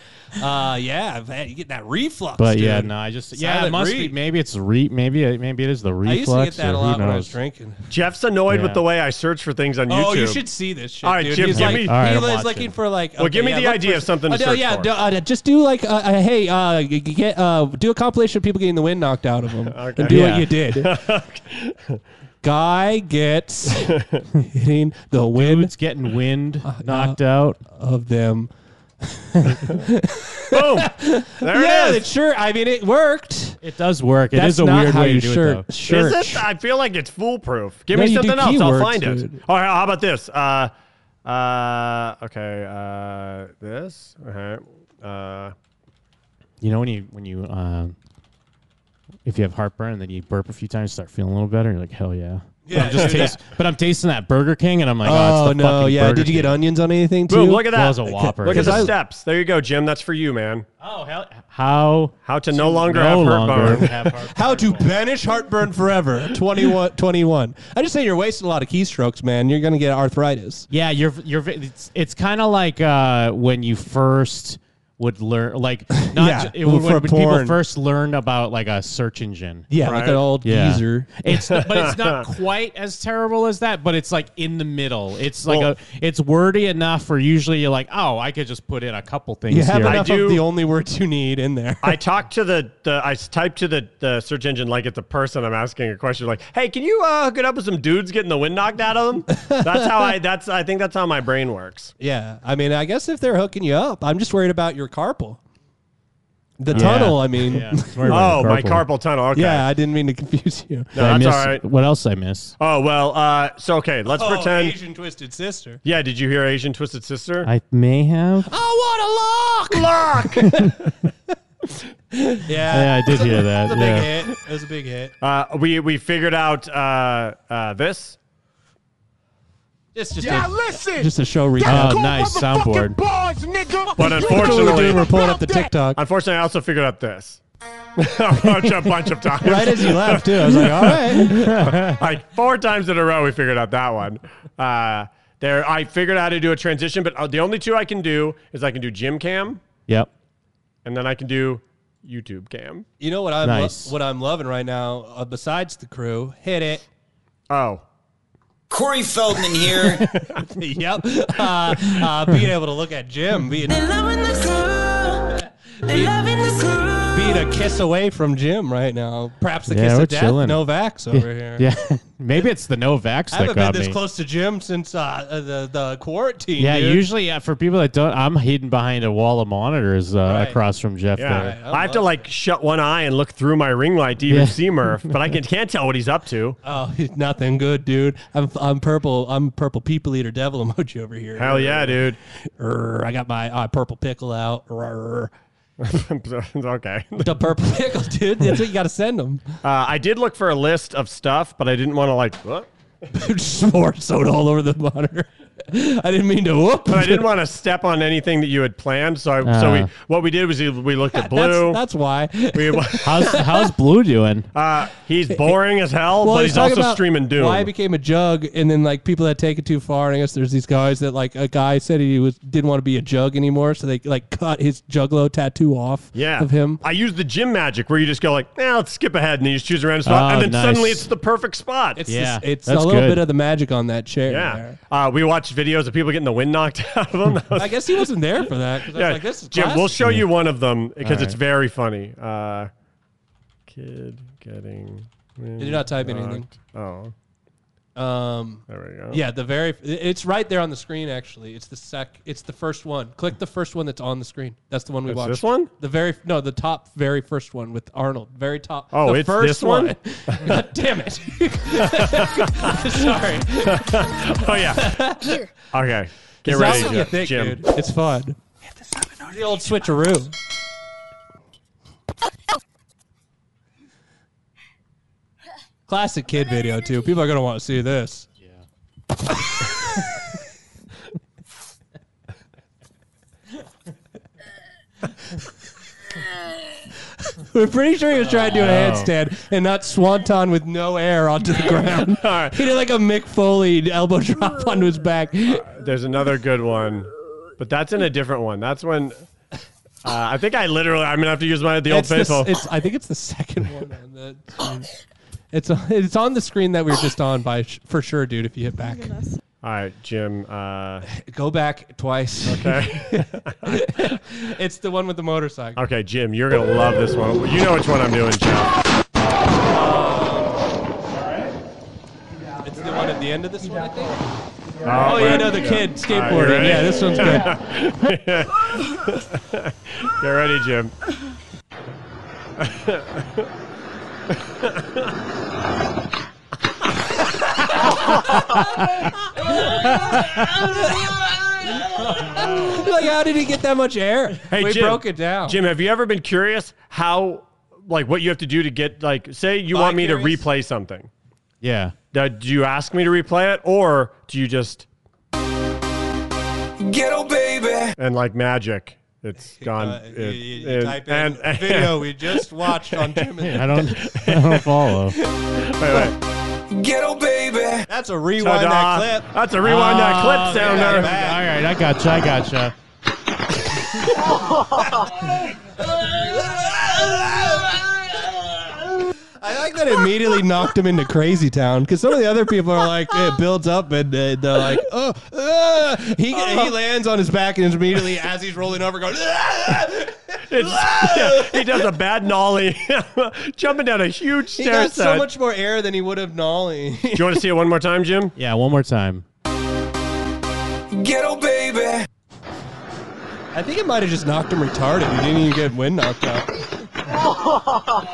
Uh, yeah, man, you get that reflux.
But yeah,
dude.
no, I just yeah, it
Silent
must
read.
be. Maybe it's re. Maybe it- maybe it is the reflux.
I used to get
or
that a
who
lot when I was
knows.
drinking.
Jeff's annoyed
Yeah.
with the way I search for things on YouTube.
Oh, you should see this shit.
All right,
dude.
Jim,
He's
give
like,
me-
he
All
right, I'm
was
watching.
looking for like.
Well, give me
yeah,
the
look
idea
for-
of something to
Oh, no,
search
yeah,
for.
do- uh, just do like, uh, uh, hey, uh, g- g- get uh, do a compilation of people getting the wind knocked out of them, and do
Yeah.
what you did. Guy gets hitting the wind
Dude's getting wind
Uh,
knocked out.
of them.
Boom. There
yeah,
it
it
is.
sure. I mean, it worked.
It does work. It is a
That's not
weird
how
way
you
to do
shirt-
it, though.
shirt-
Is it? I feel like it's foolproof. Give
No,
me
you do
something else. I'll
keywords,
find it.
dude.
All right. How about this? Uh, uh, okay. Uh, this. Okay. Uh,
You know when you when you um, if you have heartburn and then you burp a few times, start feeling a little better. You're like, hell yeah.
Yeah,
but I'm just
dude.
taste, but I'm tasting that Burger King, and I'm like, oh,
oh
it's the
no,
fucking
yeah.
Burger
Did you get
King.
onions on anything too?
boom. Look at
Well,
that.
it's a Whopper.
Look at the
Because I-
steps. There you go, Jim. That's for you, man.
Oh hell, how
How to no longer
no
have
longer
heartburn.
have heartburn.
How to banish heartburn forever? 21, 21. I just say you're wasting a lot of keystrokes, man. You're gonna get arthritis.
Yeah, you're you're. ve- It's, it's kind of like uh, when you first would learn, like not
Yeah,
ju- it, when,
for
when people
porn.
first learned about like a search engine.
Yeah,
Right.
like an old
Yeah.
geezer.
It's not- but it's not quite as terrible as that, but it's like in the middle. It's like
Well-
a it's wordy enough for usually you're like, oh, I could just put in a couple things
You have
here.
enough
do-
of the only words you need in there.
I talk to the, the I s- type to the, the search engine like it's a person I'm asking a question like, hey, can you uh, hook it up with some dudes getting the wind knocked out of them? That's how I that's I think that's how my brain works.
yeah, I mean, I guess if they're hooking you up, I'm just worried about your carpal. The tunnel, I mean.
Yeah. Oh, my carpal tunnel. Okay.
Yeah, I didn't mean to confuse you.
No, that's all right.
What else I miss?
Oh well. Uh, so okay, let's
Oh,
pretend.
Asian Twisted Sister.
Yeah, did you hear Asian Twisted Sister?
I may have.
I
want
a lock! Lock! yeah.
Yeah, I did hear that,
It was a
yeah.
big hit. It was a big hit.
Uh, we we figured out uh, uh, this.
It's just
Yeah,
a,
listen!
Just a show
That's
recap.
called
Oh, nice,
motherfucking
soundboard.
Bars, nigga.
But
You
unfortunately,
doing
we're pulling up
about that?
Unfortunately, I also figured out this. a bunch- a bunch of times.
Right as you left, too. I was like, oh. all right.
like four times in a row, we figured out that one. Uh, there, I figured out how to do a transition, but uh, the only two I can do is I can do Jim Cam,
Yep.
and then I can do YouTube Cam.
You know what I'm lo-
Nice.
what I'm loving right now, uh, besides the crew, hit it.
Oh.
Corey Feldman here. yep. Uh, uh, being able to look at Jim, being, being a kiss away from Jim right now. Perhaps the
Yeah,
kiss
we're
of death.
chilling.
No vax
yeah,
over here.
Yeah. Maybe it's the Novaks
I
that
haven't been
got
this
me.
close to Jim since uh, uh, the, the quarantine.
Yeah,
dude.
usually uh, for people that don't, I'm hidden behind a wall of monitors uh, across from Jeff.
Yeah, I have to like shut one eye and look through my ring light to even see Murph, but I can, can't tell what he's up to.
Oh, he's nothing good, dude. I'm I'm purple. I'm purple people eater devil emoji over here.
Hell yeah, dude.
Urgh, I got my uh, purple pickle out. Urgh.
okay.
The purple pickle, dude. That's what you got to send them.
Uh, I did look for a list of stuff, but I didn't want to like what?
S'more soda all over the monitor. I didn't mean to whoop.
But I didn't want to step on anything that you had planned. So I, so we
Ah.
what we did was we- we looked at
That's-
blue.
that's why.
we,
how's how's Blue doing?
uh, he's boring as hell, but he's
talking
also
about
streaming Doom.
Why I became a jug, and then like people that take it too far. And I guess there's these guys that like a guy said he was didn't want to be a jug anymore, so they like cut his juggalo tattoo off.
yeah,
of him.
I used the gym magic where you just go like, now let's skip ahead, and you just choose a random spot,
Oh,
and then
nice.
suddenly it's the perfect spot.
It's just- it's a little bit of the magic on that chair. there.
yeah. Uh, we watched videos of people getting the wind knocked out of them. That was-
I guess he wasn't there for that. 'cause I was like, this is
Jim, we'll
classic.
show you one of them because it's
Alright.
very funny. Uh, kid getting.
Did you not type
wind
anything?
knocked- Oh.
Um,
there we go.
Yeah, the very it's right there on the screen. Actually, it's the sec. It's the first one. Click the first one that's on the screen. That's the one we
It's
watched.
this one?
The very no, the top very first one with Arnold. Very top.
Oh,
the
it's this one?
God damn it! Sorry.
Oh. oh yeah. okay. Get
It's
ready,
awesome, you
Jim.
think,
Jim.
dude. It's fun. The old switcheroo. Classic kid video too. People are gonna want to see this. We're pretty sure he was trying to do a
Oh.
handstand and not swanton with no air onto the ground. He did like a Mick Foley elbow drop onto his back.
There's another good one, but that's in a different one. That's when. Uh, I think I literally. I'm gonna have to use my the old
It's the-
faithful.
it's- I think it's the second one on the screen. It's on, it's on the screen that we were just on by sh- for sure, dude. If you hit back,
All right, Jim. Uh,
go back twice.
Okay.
it's the one with the motorcycle.
okay, Jim. You're gonna love this one. You know which one I'm doing, Jim.
It's the one at the end of this one, I think.
Oh,
Oh, yeah,
right.
no, the
Yeah.
kid
All right, you
skateboarding.
ready?
yeah, this one's good.
Get ready, Jim.
like, how did he get that much air?
Hey,
we
Jim,
broke it down.
Jim, have you ever been curious how, like, what you have to do to get, like, say you want me
curious?
to replay something?
Yeah.
Now, do you ask me to replay it, or do you just
Ghetto baby.
and like magic? It's
Uh,
gone. it- it-
type in video we just watched on Jim and- I don't-
I don't follow.
Wait, wait.
Ghetto baby. That's a rewind
Ta-da.
that clip.
That's a rewind that clip
Oh,
sound
yeah,
there.
man.
All right, I gotcha. I gotcha.
I like that it immediately knocked him into crazy town because some of the other people are like, it builds up and uh, they're like, oh, uh, he, he lands on his back and is immediately as he's rolling over going, "Ah!"
It's- yeah, he does a bad nollie, jumping down a huge
he
stair
got so
set.
much more air than he would have nollie.
do you want to see it one more time, Jim?
Yeah, one more time.
Ghetto baby. I think it might have just knocked him retarded. He didn't even get wind knocked out.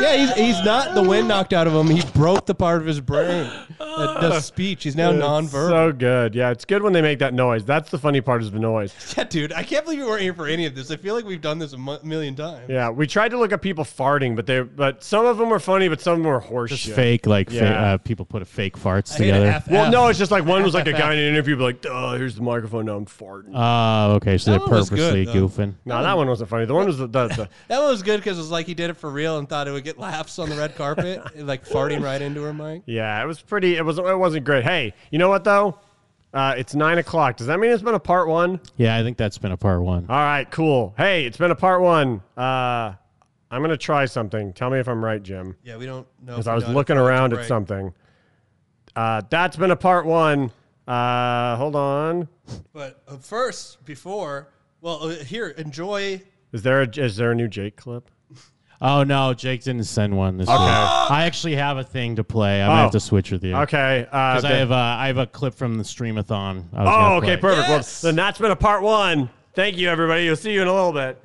Yeah, he's, he's not the wind knocked out of him. He broke the part of his brain that does speech. He's now
It's
nonverbal.
So good. Yeah, it's good when they make that noise. That's the funny part is the noise.
Yeah, dude, I can't believe we weren't here for any of this. I feel like we've done this a mu- million times.
Yeah, we tried to look at people farting, but they but some of them were funny, but some of them were horseshit.
Just fake, like fa-
Yeah.
uh, people put fake farts
hate
together.
well, no, it's just like one was like a
FFF.
guy in an interview, be like, "Duh, here's the microphone. Now I'm farting."
Oh, okay. So
That
they're
one was
purposely
good, though.
goofing.
no, that one wasn't funny. The one was the, the, the
That one was good because it was like he did it for real and thought it would get laughs on the red carpet, like farting right into her mic.
yeah, it was pretty. It was it wasn't great. Hey, you know what though? Uh, it's nine o'clock. Does that mean it's been a part one?
Yeah, I think that's been a part one.
All right, cool. Hey, it's been a part one. Uh, I'm gonna try something. Tell me if I'm right, Jim.
Yeah, we don't know.
Because
if
I
we
was
know how to
looking
find
around
the
at
break.
something. Uh, that's been a part one. Uh, hold on.
But uh, first, before, well, uh, here, enjoy.
Is there a is there a new Jake clip?
Oh no, Jake didn't send one this
Okay.
week. I actually have a thing to play. I might
Oh.
have to switch with you.
Okay, uh,
'Cause I
the-
have uh, I have a clip from the streamathon. I was
Oh,
gonna
okay,
play.
perfect. Well, then that's been a part one. Thank you, everybody. We'll see you in a little bit.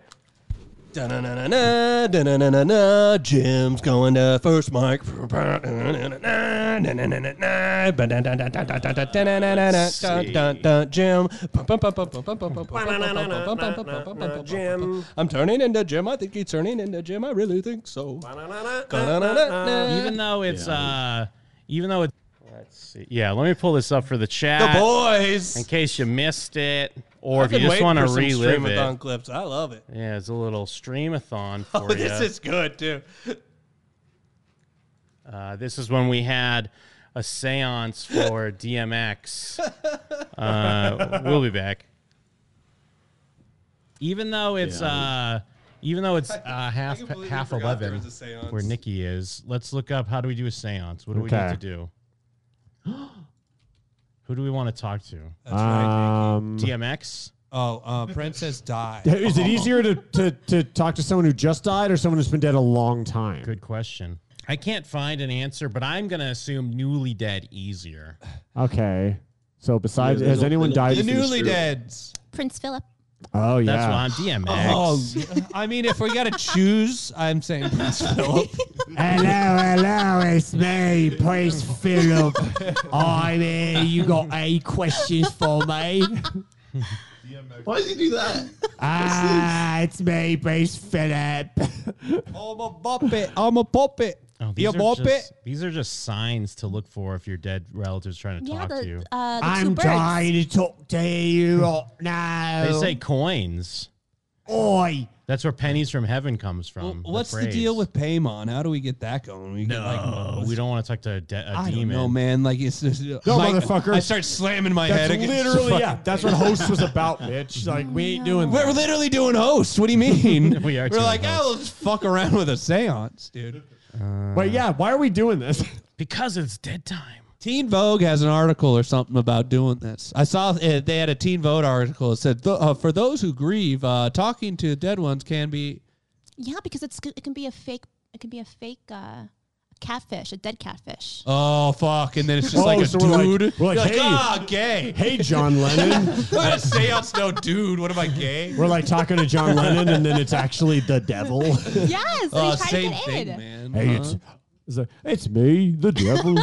Da-na-na-na-na, da-na-na-na-na, Jim's going to first mic. Da-na-na-na-na, da-na-na-na-na,
Let's
ba-da-da-da-da-da-da-da-da-da-da,
see.
da-da, Jim.
Jim.
I'm turning into Jim. I think he's turning into Jim. I really think so.
Even though it's uh, even though it's let's see, yeah. Let me pull this up for the chat.
The boys!
in case you missed it, or
I've
if
been
you just
waiting
want to
for some
relive
streamathon
it.
clips. I love it.
Yeah, it's a little streamathon for
Oh, this
ya.
is good, too.
Uh, this is when we had a seance for DMX. Uh, we'll be back. Even though it's
Yeah.
uh, even though it's uh, half
I completely
half
forgot there
eleven,
was a seance.
where Nikki is, let's look up how do we do a seance. What do we
Okay.
need to do? Who do we want to talk to?
Um,
DMX.
Oh, uh, Princess died.
Is it easier to, to, to talk to someone who just died or someone who's been dead a long time?
Good question. I can't find an answer, but I'm gonna assume newly dead easier.
Okay. So besides,
Yeah,
has
little-
anyone
little-
died?
The
newly
deads.
Prince Philip.
Oh yeah.
That's why I'm DMX.
Oh, I mean, if we got to choose, I'm saying Prince Philip.
Hello, hello, it's me, Prince Philip. I'm here. You got any questions for me?
Why did you do that?
Ah, it's me, Prince Philip.
I'm a puppet. I'm a puppet.
Oh, these, are just, these are just signs to look for if your dead relative's trying to
Yeah,
talk
the-
to you.
uh, the I'm two birds. trying to talk to you right now.
Oh.
They say coins.
Oi.
That's where pennies from heaven comes from.
um,
What's the deal with Paymon? How do we get that going? We get
No, we don't want to talk to a, de- a
I don't
demon.
know, man. Like it's just no,
Like,
I start slamming my
That's
head against the
literally,
fucking-
yeah. That's what host was about, bitch. Like, we ain't doing
We're
that.
literally doing hosts. What do you mean?
We are
We're
doing
like, oh, we'll just fuck around with a seance, dude.
Wait, yeah. Why are we doing this?
Because it's dead time.
Teen Vogue has an article or something about doing this. I saw uh, they had a Teen Vogue article that said, "Th- uh, for those who grieve, uh, talking to dead ones can be
Yeah, because it's it can be a fake. It can be a fake uh, catfish, a dead catfish.
Oh fuck! And then it's just
Oh,
like a
so we're like-
dude.
we're like,
You're
"Hey,
ah, gay.
hey, John Lennon."
I'm a seance, no dude. What am I gay?
We're like talking to John Lennon, and then it's actually the devil.
Yes,
Oh, same thing, man.
Hey, it's it's, like, it's me, the devil.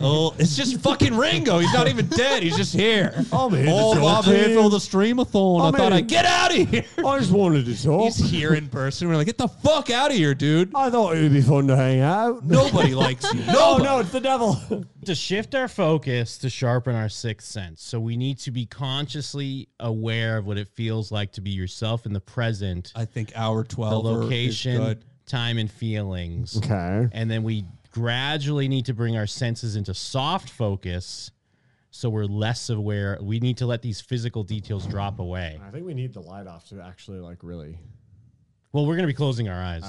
oh, it's just fucking Ringo. He's not even dead. He's just here.
I'm here to
oh,
talk
Bob
to you.
Hanfield, the streamathon. I
I'm
thought
here.
I'd get out of here.
I just wanted to
Oh.
talk.
He's here in person. We're like, get the fuck out of here, dude.
I thought it would be fun to hang out.
Nobody likes you.
Oh,
No, no, it's the devil.
to shift our focus to sharpen our sixth sense. So we need to be consciously aware of what it feels like to be yourself in the present.
I think hour 12
the
or- is
location,
good.
time and feelings.
Okay.
And then we gradually need to bring our senses into soft focus so we're less aware. We need to let these physical details drop away.
I think we need the light off to actually like really.
Well, we're going to be closing our eyes.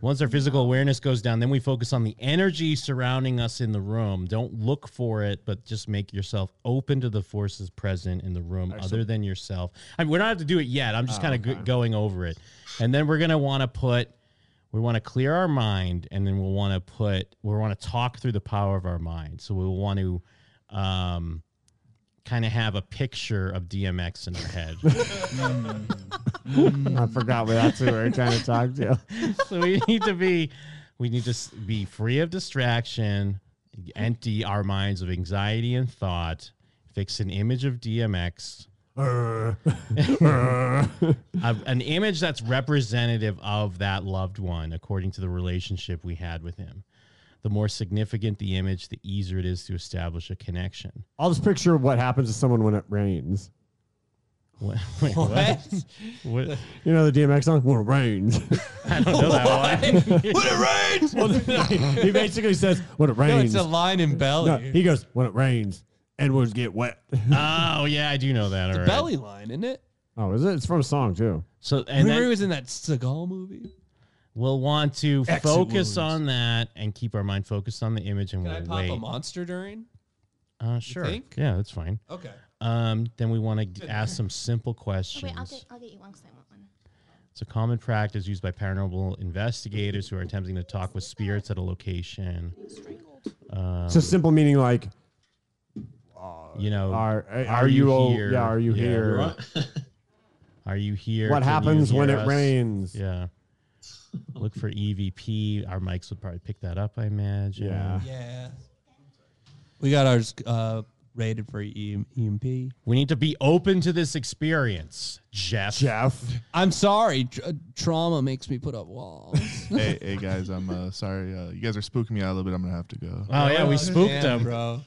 Once our physical awareness goes down, then we focus on the energy surrounding us in the room. Don't look for it, but just make yourself open to the forces present in the room
Excellent.
other than yourself. I mean, we don't have to do it yet. I'm just
Oh,
kind of g- going over it. And then we're going to want to put we want to clear our mind and then we'll want to put we want to talk through the power of our mind. So we'll want to um kind of have a picture of DMX in her head.
I forgot what that's who we were trying to talk to.
so we need to be we need to s- be free of distraction, empty our minds of anxiety and thought, fix an image of DMX. of an image that's representative of that loved one according to the relationship we had with him. The more significant the image, the easier it is to establish a connection.
I'll just picture what happens to someone when it rains.
What? Wait, what? What?
You know the DMX song? When it rains.
I don't know that one.
When it rains. he basically says, when it rains.
No, it's a line in Belly.
he goes, when it rains, Edwards get wet.
Oh yeah, I do know that. all right.
Belly line, isn't it?
Oh, is it? It's from a song, too.
So and
Remember
then
he was in that Seagal movie?
we'll want to
Exit wounds.
focus on that and keep our mind focused on the image, and
Can I
we'll
pop
wait.
a monster during?
Uh, sure.
think?
Yeah, that's fine.
Okay.
Um, then we want to ask some simple questions.
Oh, Wait, I'll get, I'll get you one because I want one.
It's a common practice used by paranormal investigators who are attempting to talk with spirits at a location. Um,
so simple meaning like,
you know,
Are- are you o- yeah, are you here?
are you here?
What
Can you
happens when
hear
it
us?
rains?
Yeah. Look for EVP. Our mics would probably pick that up, I imagine.
Yeah. Yeah. We got ours uh, rated for E- EMP.
We need to be open to this experience, Jeff.
Jeff.
I'm sorry. Tra- trauma makes me put up walls.
hey, hey guys, I'm uh, sorry. Uh, you guys are spooking me out a little bit. I'm gonna have to go.
Oh, yeah, we spooked
damn,
him.
bro.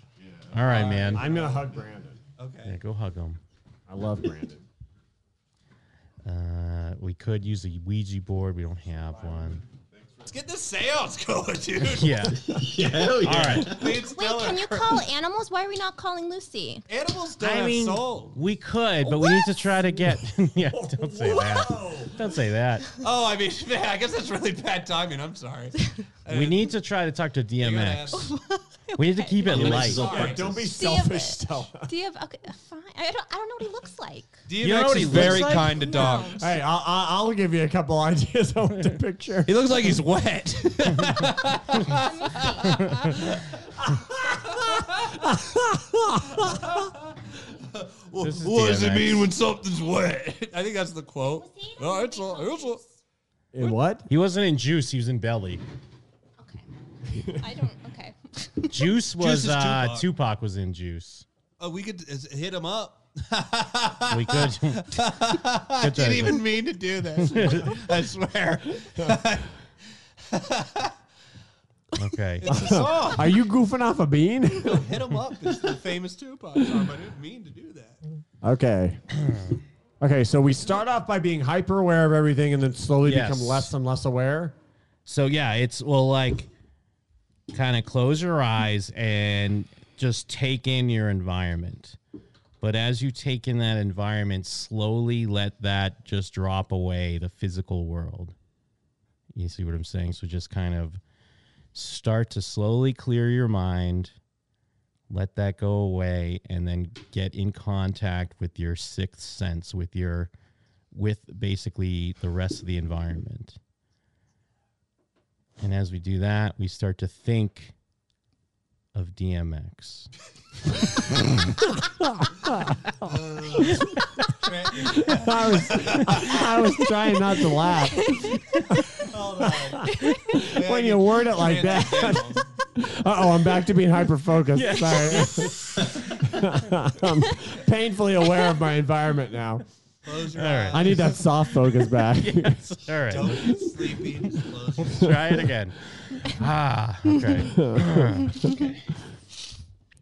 All right, man.
I'm going to hug Brandon.
Yeah, go hug him.
I love Brandon.
Uh, we could use a Ouija board. We don't have one.
Let's get this seance going, dude.
Yeah.
Hell yeah.
All right.
Wait, can you call animals? Why are we not calling Lucy?
Animals
I mean, we could, but we need to try to get. yeah, don't say that. Don't say that.
Oh, I mean, man, I guess that's really bad timing. I'm sorry.
We need to try to talk to DMX. We need to keep it
Sorry.
light.
Don't be
selfish,
Stella.
Do you have okay? Fine. I don't. I don't know what he looks like.
DMX is very kind to dogs.
Hey, I'll, I'll I'll give you a couple ideas on the picture. He
looks like he's wet.
This is
what does it
DMX.
mean when something's wet? I think that's the quote. No, it's all, it's all-
In what?
He wasn't in Juice. He was in Belly.
I don't. Okay.
Juice was
is
uh,
Tupac.
Tupac was in Juice.
Oh, we could uh, hit him up.
We could.
I
job.
didn't even mean to do that. I swear.
Okay.
It's a song.
Are you goofing off a bean?
Oh, hit him up. It's the famous Tupac song. but I didn't mean to do that.
Okay. Hmm. okay, so we start off by being hyper aware of everything and then slowly
Yes.
become less and less aware.
So yeah, it's well like kind of close your eyes and just take in your environment. But as you take in that environment, slowly let that just drop away the physical world. You see what I'm saying? So just kind of start to slowly clear your mind, let that go away, and then get in contact with your sixth sense, with your with basically the rest of the environment. And as we do that, we start to think of DMX.
I was I was trying not to laugh.
Oh,
when you word it like that. Uh oh, I'm back to being hyper focused. Sorry. I'm painfully aware of my environment now.
Close your
All right.
eyes.
I need that soft focus back.
Yes. All right.
Don't get sleepy. Just close your
Try
eyes.
it again. Ah, okay. okay.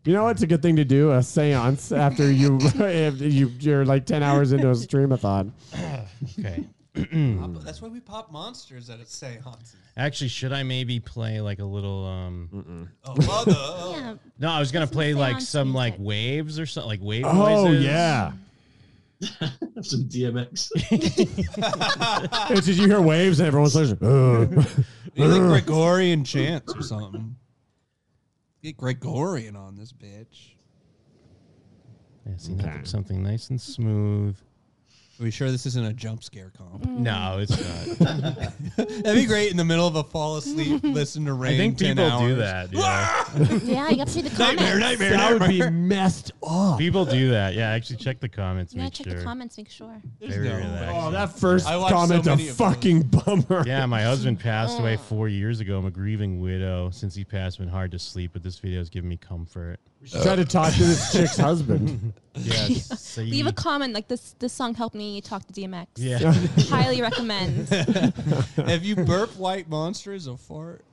You know, it's a good thing to do a seance after you, if you you're like ten hours into a streamathon.
Okay.
Pop- That's why we pop monsters at a seance.
Actually, should I maybe play like a little um
Oh, mother.
Yeah.
No, I was going to play
play
like
on
some like waves or something like wave
Oh
noises.
yeah.
Some DMX.
It's just you hear waves and everyone's like, "Ugh."
We need like Gregorian chants or something. Get Gregorian on this bitch.
Yeah, see, nothing- something nice and smooth.
we sure this isn't a jump scare comp?
Mm.
No, it's not.
That'd be great in the middle of a fall asleep, listen to rain.
I think
10
people do
hours.
that. Yeah.
yeah, you got to see the comments.
Nightmare, nightmare, nightmare.
messed
Oh,
up.
People do that. Yeah, actually check the comments.
You gotta
Make
check
sure.
the comments, make sure.
Very relaxing.
Oh, that first
I
watched so
comment's a
many of
fucking bummer.
Yeah, my husband passed away
Oh.
Ugh.
four years ago. I'm a grieving widow. Since he passed, been hard to sleep, but this video has given me comfort.
should try to talk to this chick's husband.
yeah, see.
Leave a comment like this. This song helped me talk to DMX.
Yeah.
highly recommend.
Have you burp white monster as a fart?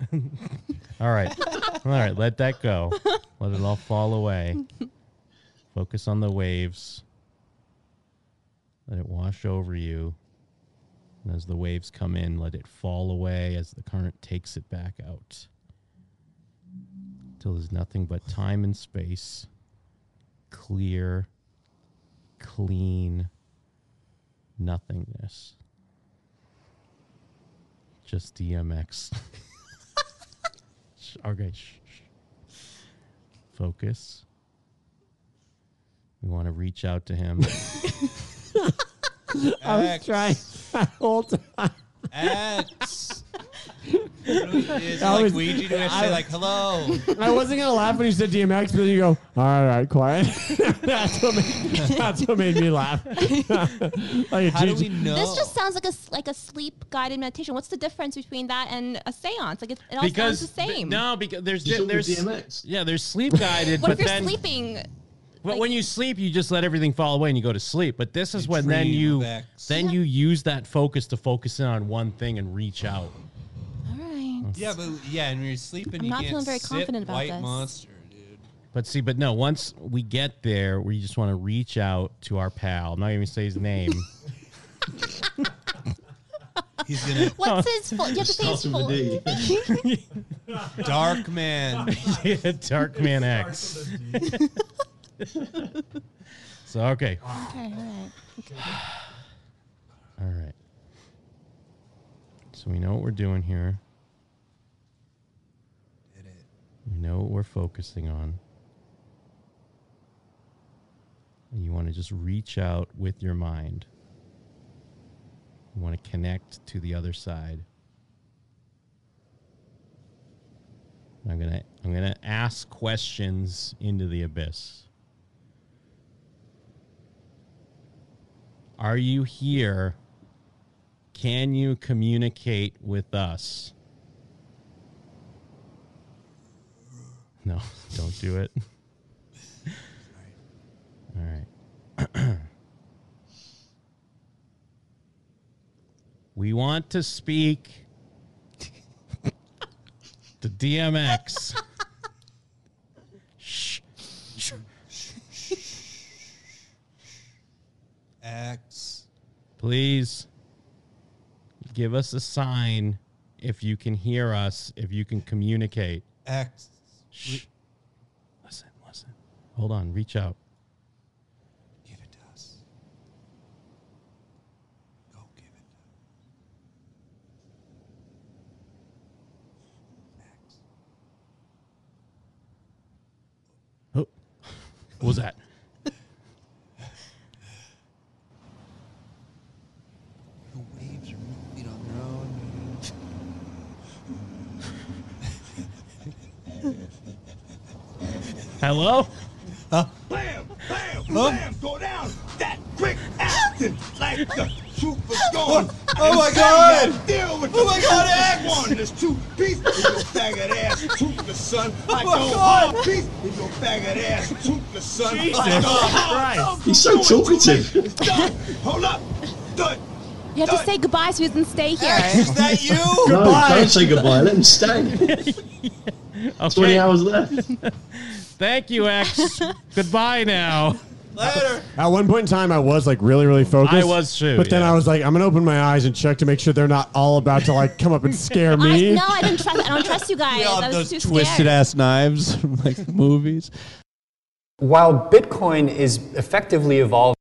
All right, all right. Let that go. Let it all fall away. Focus on the waves. Let it wash over you. And as the waves come in, let it fall away as the current takes it back out. Till there's nothing but time and space. Clear, clean nothingness. Just DMX. Shh, okay. shh, shh. Focus. We want to reach out to him.
I was
X.
trying the whole time.
X. Is it like Ouija? Do we have to say, like, hello?
I wasn't gonna laugh when you said DMX, but then you go, all right, all right, quiet. that's what made, that's what made me laugh. Like,
How do
geez-
we know?
This just sounds like a s- like a sleep guided meditation. What's the difference between that and a séance? Like it, it all sounds the
be-
same.
no, because there's
Just
di-
only
there's
DMX.
yeah, there's sleep guided,
what
but
if you're
then
sleeping?
but when you sleep, you just let everything fall away and you go to sleep. But this is when then
dream
you
of X.
then you use that focus to focus in on one thing and reach out.
All
Oh.
right.
Yeah, but yeah, and when you're sleeping,
I'm
you
not
can't
feeling very
sit
confident about
white
this.
monster.
But see, but no, once we get there, we just want to reach out to our pal. I'm not even gonna say his name.
He's gonna
What's his full? You have to say his full.
dark man.
yeah, Dark Man X. so okay.
Okay, all right. Okay.
All right. So we know what we're doing here. We know what we're focusing on. And you want to just reach out with your mind. You want to connect to the other side. I'm going to I'm going to ask questions into the abyss. Are you here? Can you communicate with us? No, don't do it. All right. we want to speak to DMX. Shh. Shh.
X.
please give us a sign if you can hear us, if you can communicate.
X.
Shh. Listen, listen. Hold on, reach out.
Give it to us. Go give it to
Oh. What was that?
The waves are moving on their own.
Hello?
Bam, bam, bam, go down that quick acting like the super storm.
Oh my God.
Deal with
Oh my God, X.
One, there's two pieces in your faggot ass, toothless son.
Oh
I
my
don't
God.
want peace in your faggot ass, toothless son.
Jesus
I don't
Christ.
want-
He's so
talkative. Done. Hold up. Done.
You have to say goodbye so he doesn't stay here.
Is that you?
No, don't say goodbye. Let him stay.
Okay.
20 hours left.
Thank you, X. Goodbye now.
At one point in time, I was like really, really focused.
I was too,
But then
yeah.
I was like, I'm gonna open my eyes and check to make sure they're not all about to like come up and scare me.
I, no, I didn't trust. I don't trust you guys. I was too
Twisted
scared.
ass knives, like movies.
While Bitcoin is effectively evolving,